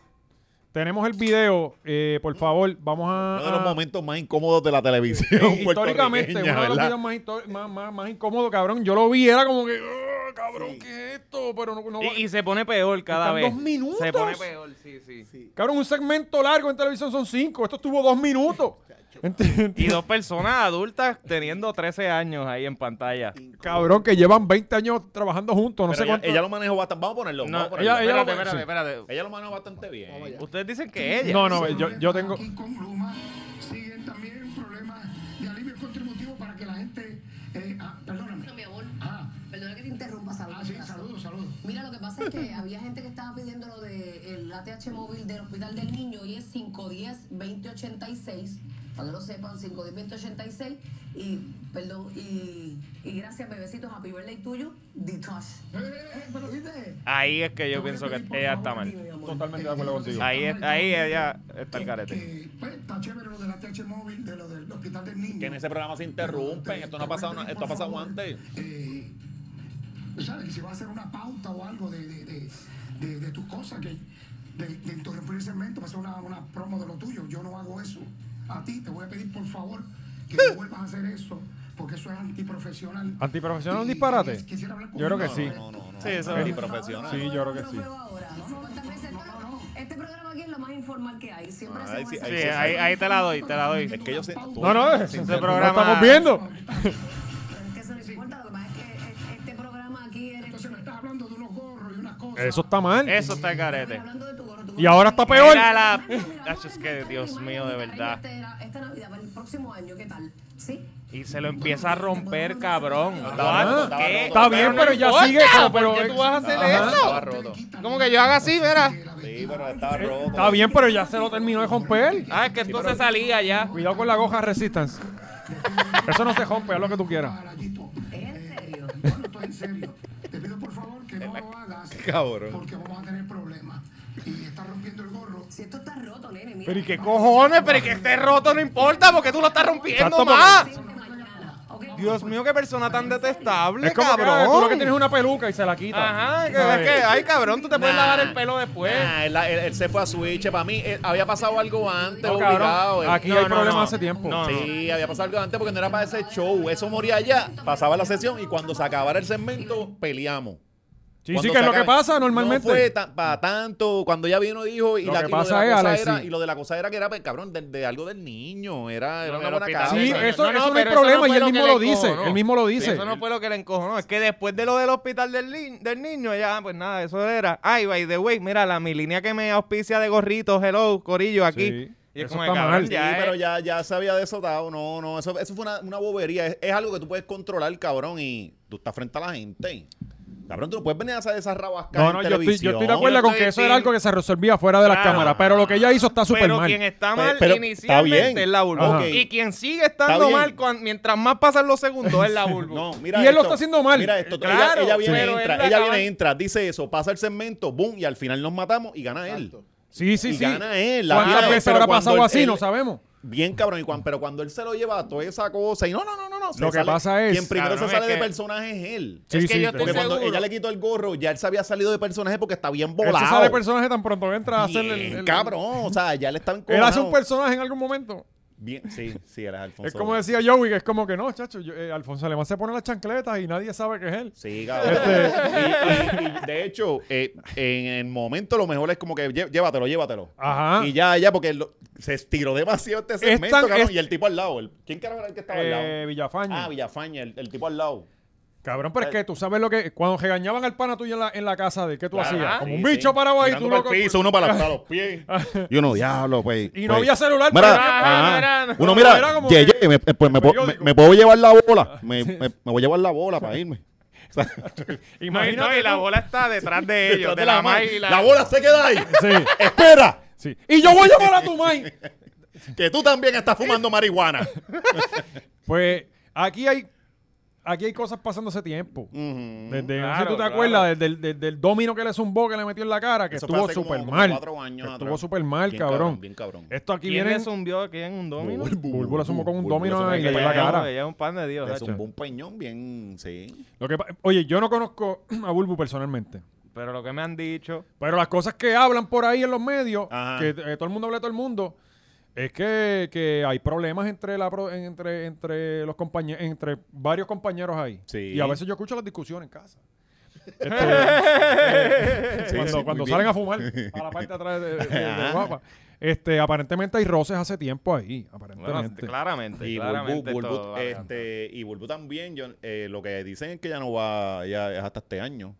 [SPEAKER 1] tenemos el video. eh, por favor, vamos a.
[SPEAKER 4] Uno de los
[SPEAKER 1] a-
[SPEAKER 4] momentos más incómodos de la televisión.
[SPEAKER 1] Ah. históricamente, uno
[SPEAKER 4] puertorriqueña,
[SPEAKER 1] de los
[SPEAKER 4] ¿verdad?
[SPEAKER 1] videos más, histo- más, más, más incómodos, cabrón. Yo lo vi, era como que, "Ah, cabrón,
[SPEAKER 2] Sí.
[SPEAKER 1] ¿qué es esto? Pero no, no va-
[SPEAKER 5] Y, y se pone peor cada
[SPEAKER 1] Están
[SPEAKER 5] vez.
[SPEAKER 1] dos minutos.
[SPEAKER 5] Se pone peor, sí, sí.
[SPEAKER 2] Sí.
[SPEAKER 1] Cabrón, un segmento largo en televisión son cinco. Esto estuvo dos minutos. Ent-
[SPEAKER 5] Y dos personas adultas teniendo 13 años ahí en pantalla.
[SPEAKER 1] Cabrón, que llevan 20 años trabajando juntos. No
[SPEAKER 4] Pero
[SPEAKER 1] sé
[SPEAKER 4] ella,
[SPEAKER 1] cuánto.
[SPEAKER 4] ella lo manejó bastante. Vamos a ponerlo.
[SPEAKER 5] No,
[SPEAKER 4] vamos a ponerlo.
[SPEAKER 1] ella-
[SPEAKER 4] Ella,
[SPEAKER 1] lo-
[SPEAKER 5] espérate, espérate,
[SPEAKER 1] sí.
[SPEAKER 5] espérate.
[SPEAKER 4] lo manejó bastante bien.
[SPEAKER 2] Vamos allá.
[SPEAKER 5] Ustedes dicen que ella.
[SPEAKER 1] No, no, yo, yo tengo.
[SPEAKER 6] Aquí con Luma siguen también problemas de alivio contributivo para que la gente. eh, ah, perdóname.
[SPEAKER 7] Bueno, mi amor,
[SPEAKER 6] Ah,
[SPEAKER 7] perdona que te interrumpa, saludos.
[SPEAKER 6] ah, sí, saludos, saludos.
[SPEAKER 7] Mira, lo que pasa es que había gente que estaba pidiendo lo del ATH móvil del Hospital del Niño y es 510-2086, para que lo sepan, 510-2086. Y, perdón, y, y gracias, bebecitos, happy birthday tuyo, Ditosh.
[SPEAKER 6] Eh, eh, eh, pero viste.
[SPEAKER 5] Ahí es que
[SPEAKER 6] Te
[SPEAKER 5] yo
[SPEAKER 6] voy a
[SPEAKER 5] pienso que
[SPEAKER 6] pedir, por
[SPEAKER 5] ella
[SPEAKER 6] favor,
[SPEAKER 5] está
[SPEAKER 6] tío,
[SPEAKER 5] mal.
[SPEAKER 6] mi amor.
[SPEAKER 1] Totalmente de
[SPEAKER 6] Eh,
[SPEAKER 1] acuerdo
[SPEAKER 6] yo
[SPEAKER 1] contigo.
[SPEAKER 6] sé que
[SPEAKER 5] Ahí,
[SPEAKER 6] está
[SPEAKER 5] es-
[SPEAKER 6] mal,
[SPEAKER 5] ahí
[SPEAKER 6] yo-
[SPEAKER 5] ella está el
[SPEAKER 6] que-
[SPEAKER 5] carete.
[SPEAKER 6] que, pues, está chévere lo de la TH móvil, de lo del hospital del niño.
[SPEAKER 4] Que en ese programa se interrumpen. Esto no ha pasado, na- esto ha pasado antes.
[SPEAKER 6] Eh, ¿Sabes? Si va a hacer una pauta o algo de, de, de, de- de tus cosas, que de, de interrumpir el segmento, va a hacer una, una promo de lo tuyo. Yo no hago eso. A ti te voy a pedir, por favor, que no vuelvas a hacer eso, porque eso es antiprofesional.
[SPEAKER 1] ¿Antiprofesional es un
[SPEAKER 6] Y-
[SPEAKER 1] disparate?
[SPEAKER 6] y quisiera hablar con-
[SPEAKER 1] Yo creo que
[SPEAKER 6] No,
[SPEAKER 1] sí.
[SPEAKER 6] no, no, no.
[SPEAKER 5] Sí, eso-
[SPEAKER 4] Ni profesional.
[SPEAKER 1] Sí, yo creo que sí.
[SPEAKER 7] Este programa aquí es lo más informal que hay. Siempre
[SPEAKER 4] Ah,
[SPEAKER 7] hacemos
[SPEAKER 4] ahí sí-
[SPEAKER 5] Sí,
[SPEAKER 7] esa-
[SPEAKER 5] ahí, ahí te la doy, te la doy.
[SPEAKER 4] Es que ellos se-
[SPEAKER 1] No, no,
[SPEAKER 4] se
[SPEAKER 1] ese
[SPEAKER 5] programa-
[SPEAKER 1] estamos viendo.
[SPEAKER 7] Pero es que eso no importa, lo que pasa es que eh, este programa aquí eres
[SPEAKER 6] Entonces me estás hablando de unos gorros y unas cosas.
[SPEAKER 1] Eso está mal.
[SPEAKER 5] Eso está el carete.
[SPEAKER 7] Hablando de tu gorro, tu
[SPEAKER 1] Y
[SPEAKER 7] gorro.
[SPEAKER 1] ahora está peor.
[SPEAKER 5] Eh, Mira la...
[SPEAKER 7] Mira, mira,
[SPEAKER 5] Nacho, es que, Dios mío, de verdad.
[SPEAKER 7] Esta, esta Navidad, para el próximo año, ¿qué tal? ¿Sí?
[SPEAKER 5] Y se lo empieza a romper, cabrón.
[SPEAKER 4] estaba roto,
[SPEAKER 5] ¿Cuánto?
[SPEAKER 4] estaba
[SPEAKER 5] ¿Qué?
[SPEAKER 4] roto.
[SPEAKER 1] Está bien,
[SPEAKER 5] no
[SPEAKER 1] pero ya
[SPEAKER 5] importa,
[SPEAKER 1] sigue, pero-
[SPEAKER 5] ¿Por qué
[SPEAKER 1] pero-
[SPEAKER 5] tú vas a hacer
[SPEAKER 4] Ajá.
[SPEAKER 5] eso?
[SPEAKER 4] Estaba roto.
[SPEAKER 5] Como que yo haga así, verás.
[SPEAKER 4] Sí, pero estaba roto.
[SPEAKER 1] Está bien, pero ya se lo terminó de romper.
[SPEAKER 5] Ah, es que entonces salía ya.
[SPEAKER 1] Cuidado con la goja Resistance. Eso no se rompe, haz lo que tú quieras.
[SPEAKER 6] Carayito.
[SPEAKER 7] ¿Es en serio?
[SPEAKER 6] Bueno, estoy en serio. Te pido por favor que no lo hagas
[SPEAKER 4] Cabrón.
[SPEAKER 6] porque vamos a tener problemas. y está rompiendo el gorro.
[SPEAKER 7] Si esto está roto, nene, mira.
[SPEAKER 5] Pero ¿y qué cojones? Pero ¿y que esté roto no importa porque tú lo estás rompiendo
[SPEAKER 1] Exacto,
[SPEAKER 5] más.
[SPEAKER 7] Siente mañana, ¿ok?
[SPEAKER 5] Dios mío, qué persona tan detestable,
[SPEAKER 1] Es como que ah, tú
[SPEAKER 5] cabrón.
[SPEAKER 1] lo que tienes es una peluca y se la quita.
[SPEAKER 5] Ajá, que
[SPEAKER 1] ¿Sabes?
[SPEAKER 5] es que, ay, cabrón, tú te puedes
[SPEAKER 4] Nah.
[SPEAKER 5] lavar el pelo después.
[SPEAKER 4] Ah, él, él- él se fue a Switch. Para mí, eh, había pasado algo antes,
[SPEAKER 1] No, cabrón,
[SPEAKER 4] obligado. eh.
[SPEAKER 1] aquí
[SPEAKER 4] No,
[SPEAKER 1] hay
[SPEAKER 4] no,
[SPEAKER 1] problemas
[SPEAKER 4] no.
[SPEAKER 1] hace tiempo.
[SPEAKER 5] No, no.
[SPEAKER 4] Sí, había pasado algo antes porque no era para ese show. Eso moría allá, pasaba la sesión y cuando se acabara el segmento, peleamos.
[SPEAKER 1] Sí,
[SPEAKER 4] Cuando
[SPEAKER 1] sí, que es
[SPEAKER 4] se
[SPEAKER 1] lo que
[SPEAKER 4] acaba-
[SPEAKER 1] pasa
[SPEAKER 4] No fue
[SPEAKER 1] normalmente.
[SPEAKER 4] para tanto. Cuando ella vino, dijo. Y,
[SPEAKER 1] Lo
[SPEAKER 4] la,
[SPEAKER 1] que
[SPEAKER 4] y lo de
[SPEAKER 1] pasa
[SPEAKER 4] la
[SPEAKER 1] es,
[SPEAKER 4] cosa
[SPEAKER 1] Alexi-
[SPEAKER 4] era, y lo de la cosa era que era, pues, cabrón, de, de algo del niño. Era, era
[SPEAKER 5] No,
[SPEAKER 4] una
[SPEAKER 5] del
[SPEAKER 4] buena
[SPEAKER 5] hospital.
[SPEAKER 4] cabeza.
[SPEAKER 1] Sí,
[SPEAKER 5] no,
[SPEAKER 1] eso,
[SPEAKER 5] no,
[SPEAKER 1] eso no
[SPEAKER 5] pero
[SPEAKER 1] es
[SPEAKER 5] eso no
[SPEAKER 1] problema y
[SPEAKER 5] fue
[SPEAKER 1] él
[SPEAKER 5] lo
[SPEAKER 1] mismo
[SPEAKER 5] que le
[SPEAKER 1] lo dice.
[SPEAKER 5] encojonó.
[SPEAKER 1] Él mismo lo
[SPEAKER 5] Sí,
[SPEAKER 1] dice.
[SPEAKER 5] Eso no fue lo que le encojonó. Es que después de lo del hospital del, li- del niño, ya, pues nada, eso era. Ay, by the way, mira, la mi línea que me auspicia de gorritos, hello, corillo, aquí.
[SPEAKER 1] Sí,
[SPEAKER 5] Y es
[SPEAKER 1] eso
[SPEAKER 5] como,
[SPEAKER 1] está
[SPEAKER 5] cabrón,
[SPEAKER 1] mal.
[SPEAKER 4] Sí,
[SPEAKER 5] ya,
[SPEAKER 4] pero
[SPEAKER 5] eh.
[SPEAKER 4] ya, ya se había desatado. No, no, eso, eso fue una, una bobería. Es, es algo que tú puedes controlar, cabrón, y tú estás frente a la gente. Cabrón, tú no puedes venir a hacer esas rabascas
[SPEAKER 1] No, no,
[SPEAKER 4] en
[SPEAKER 1] yo estoy, yo
[SPEAKER 4] televisión.
[SPEAKER 1] estoy de acuerdo con que eso era algo que se resolvía fuera de las
[SPEAKER 5] Claro.
[SPEAKER 1] cámaras, pero lo que ella hizo está súper
[SPEAKER 5] Pero
[SPEAKER 1] mal.
[SPEAKER 5] quien está
[SPEAKER 4] Pero-
[SPEAKER 5] mal
[SPEAKER 4] pero está
[SPEAKER 5] inicialmente
[SPEAKER 4] bien.
[SPEAKER 5] es la burbuja.
[SPEAKER 1] Ajá.
[SPEAKER 5] Y quien sigue estando
[SPEAKER 4] Está bien.
[SPEAKER 5] mal cuan- mientras más pasan los segundos es la burbuja.
[SPEAKER 4] No, mira
[SPEAKER 1] Y él lo
[SPEAKER 4] esto.
[SPEAKER 1] está haciendo mal.
[SPEAKER 4] Mira esto.
[SPEAKER 5] Claro,
[SPEAKER 4] ella, ella viene,
[SPEAKER 5] pero él
[SPEAKER 4] entra,
[SPEAKER 5] la
[SPEAKER 4] ella
[SPEAKER 5] acaba-
[SPEAKER 4] viene, entra, dice eso, pasa el segmento, boom, y al final nos matamos y gana él.
[SPEAKER 2] Exacto.
[SPEAKER 1] sí, sí,
[SPEAKER 4] y
[SPEAKER 1] sí.
[SPEAKER 4] gana él, la
[SPEAKER 1] ¿Cuántas
[SPEAKER 4] gana él,
[SPEAKER 1] veces
[SPEAKER 4] pero
[SPEAKER 1] habrá
[SPEAKER 4] cuando
[SPEAKER 1] pasado
[SPEAKER 4] él-
[SPEAKER 1] así?
[SPEAKER 4] él-
[SPEAKER 1] no sabemos.
[SPEAKER 4] Bien cabrón, y cuan- pero cuando él se lo lleva a toda esa cosa y no, no, no, no, no. se
[SPEAKER 1] Lo que
[SPEAKER 4] sale-
[SPEAKER 1] pasa es-
[SPEAKER 4] Quien primero
[SPEAKER 5] Cabrón,
[SPEAKER 4] se sale
[SPEAKER 5] es
[SPEAKER 4] de
[SPEAKER 5] que-
[SPEAKER 4] personaje es él.
[SPEAKER 1] Sí,
[SPEAKER 5] es que
[SPEAKER 1] sí,
[SPEAKER 5] yo
[SPEAKER 1] te-
[SPEAKER 5] estoy
[SPEAKER 4] Porque cuando
[SPEAKER 5] seguro.
[SPEAKER 4] ella le quitó el gorro, ya él se había salido de personaje porque está bien
[SPEAKER 1] Él
[SPEAKER 4] volado.
[SPEAKER 1] se sale de personaje tan pronto que entra a hacer el,
[SPEAKER 4] Bien,
[SPEAKER 1] el- el-
[SPEAKER 4] cabrón, o sea, ya le están
[SPEAKER 1] Él hace
[SPEAKER 4] encojonado.
[SPEAKER 1] un personaje en algún momento.
[SPEAKER 4] Bien, sí, sí, era Alfonso.
[SPEAKER 1] Es como decía Joey, que es como que no, chacho, yo- eh, Alfonso Alemán se pone las chancletas y nadie sabe que es él.
[SPEAKER 4] Sí, cabrón.
[SPEAKER 1] Este,
[SPEAKER 4] Y- y- y de hecho, eh, en el momento lo mejor es como que lle- llévatelo, llévatelo.
[SPEAKER 1] Ajá.
[SPEAKER 4] Y ya, ya, porque lo- se estiró demasiado este segmento,
[SPEAKER 1] tan-
[SPEAKER 4] cabrón.
[SPEAKER 1] es-
[SPEAKER 4] Y el tipo al lado. el- ¿Quién carajo era el que estaba al lado?
[SPEAKER 1] Eh, Villafaña.
[SPEAKER 4] Ah, Villafaña, el, el tipo al lado.
[SPEAKER 1] Cabrón, pero es que tú sabes lo que. Cuando regañaban al pana tuyo en la, en la casa de él, ¿qué tú
[SPEAKER 4] Claro, Ah,
[SPEAKER 1] hacías?
[SPEAKER 5] ajá,
[SPEAKER 1] Como
[SPEAKER 4] Sí,
[SPEAKER 1] un
[SPEAKER 4] sí.
[SPEAKER 1] bicho parado ahí,
[SPEAKER 4] Mirando
[SPEAKER 1] tú
[SPEAKER 4] pa'l
[SPEAKER 1] loco. pues.
[SPEAKER 4] piso, uno para, para los pies. Y uno, diablo, pues.
[SPEAKER 1] Y no
[SPEAKER 4] pues.
[SPEAKER 1] había celular,
[SPEAKER 4] Mira,
[SPEAKER 1] pues,
[SPEAKER 5] nada,
[SPEAKER 4] ajá.
[SPEAKER 5] era-
[SPEAKER 4] uno,
[SPEAKER 1] no,
[SPEAKER 4] mira,
[SPEAKER 1] era como
[SPEAKER 4] ye-
[SPEAKER 1] que-
[SPEAKER 4] ye, me, pues, me, puedo- me-
[SPEAKER 1] periódico.
[SPEAKER 4] me puedo llevar la bola. Me, me- me voy a llevar la bola para irme. O sea,
[SPEAKER 5] No, y, no,
[SPEAKER 1] Imagínate.
[SPEAKER 5] y la
[SPEAKER 1] tú.
[SPEAKER 5] bola está detrás de ellos,
[SPEAKER 4] detrás
[SPEAKER 5] de la,
[SPEAKER 4] mano,
[SPEAKER 5] maíz y la-
[SPEAKER 4] la bola se queda ahí.
[SPEAKER 1] Sí,
[SPEAKER 4] Espera,
[SPEAKER 1] sí. Y yo voy a llamar a tu mãe.
[SPEAKER 4] que tú también estás fumando marihuana.
[SPEAKER 1] Pues aquí hay. Aquí hay cosas pasando hace tiempo.
[SPEAKER 4] Ujú.
[SPEAKER 1] Desde, no sé si
[SPEAKER 5] Claro,
[SPEAKER 1] tú te
[SPEAKER 5] claro.
[SPEAKER 1] acuerdas desde, el- desde el domino que le zumbó, que le metió en la cara, que
[SPEAKER 4] Eso fue
[SPEAKER 1] estuvo
[SPEAKER 4] hace como-
[SPEAKER 1] súper
[SPEAKER 4] como
[SPEAKER 1] mal.
[SPEAKER 4] cuatro años
[SPEAKER 1] Que estuvo
[SPEAKER 4] atrás.
[SPEAKER 1] súper mal,
[SPEAKER 4] Bien
[SPEAKER 1] cabrón.
[SPEAKER 4] bien cabrón.
[SPEAKER 1] Esto aquí
[SPEAKER 5] ¿Quién
[SPEAKER 1] viene.
[SPEAKER 5] le zumbió aquí en un domino?
[SPEAKER 1] Bulbo la sumó con un
[SPEAKER 4] Bulbo le
[SPEAKER 1] domino
[SPEAKER 4] zumbó
[SPEAKER 1] y
[SPEAKER 4] en
[SPEAKER 1] le dio en la
[SPEAKER 5] Ella-
[SPEAKER 1] cara.
[SPEAKER 5] ella es un pan de Dios,
[SPEAKER 4] Es
[SPEAKER 5] hacho.
[SPEAKER 4] un buen peñón, bien, sí.
[SPEAKER 1] Lo que, pa- oye, yo no conozco a Bulbu personalmente.
[SPEAKER 5] Pero lo que me han dicho...
[SPEAKER 1] Pero las cosas que hablan por ahí en los medios,
[SPEAKER 4] Ajá.
[SPEAKER 1] que eh, todo el mundo habla de todo el mundo, es que, que hay problemas entre la pro- entre entre los compañeros, entre varios compañeros ahí.
[SPEAKER 4] Sí.
[SPEAKER 1] Y a veces yo escucho las discusiones en casa. Este, eh,
[SPEAKER 4] Sí,
[SPEAKER 1] cuando
[SPEAKER 4] sí,
[SPEAKER 1] cuando
[SPEAKER 4] muy
[SPEAKER 1] salen
[SPEAKER 4] bien.
[SPEAKER 1] a fumar a la parte de atrás de, de- de- de
[SPEAKER 4] Ajá.
[SPEAKER 1] guapa. Este, aparentemente hay roces hace tiempo ahí,
[SPEAKER 5] Bueno,
[SPEAKER 1] aparentemente.
[SPEAKER 5] claramente,
[SPEAKER 4] Y Bulbu,
[SPEAKER 5] claramente
[SPEAKER 4] Bulbu,
[SPEAKER 5] esto va a ganar.
[SPEAKER 4] este, y Bulbu también, yo, eh, lo que dicen es que ya no va, ya es hasta este año.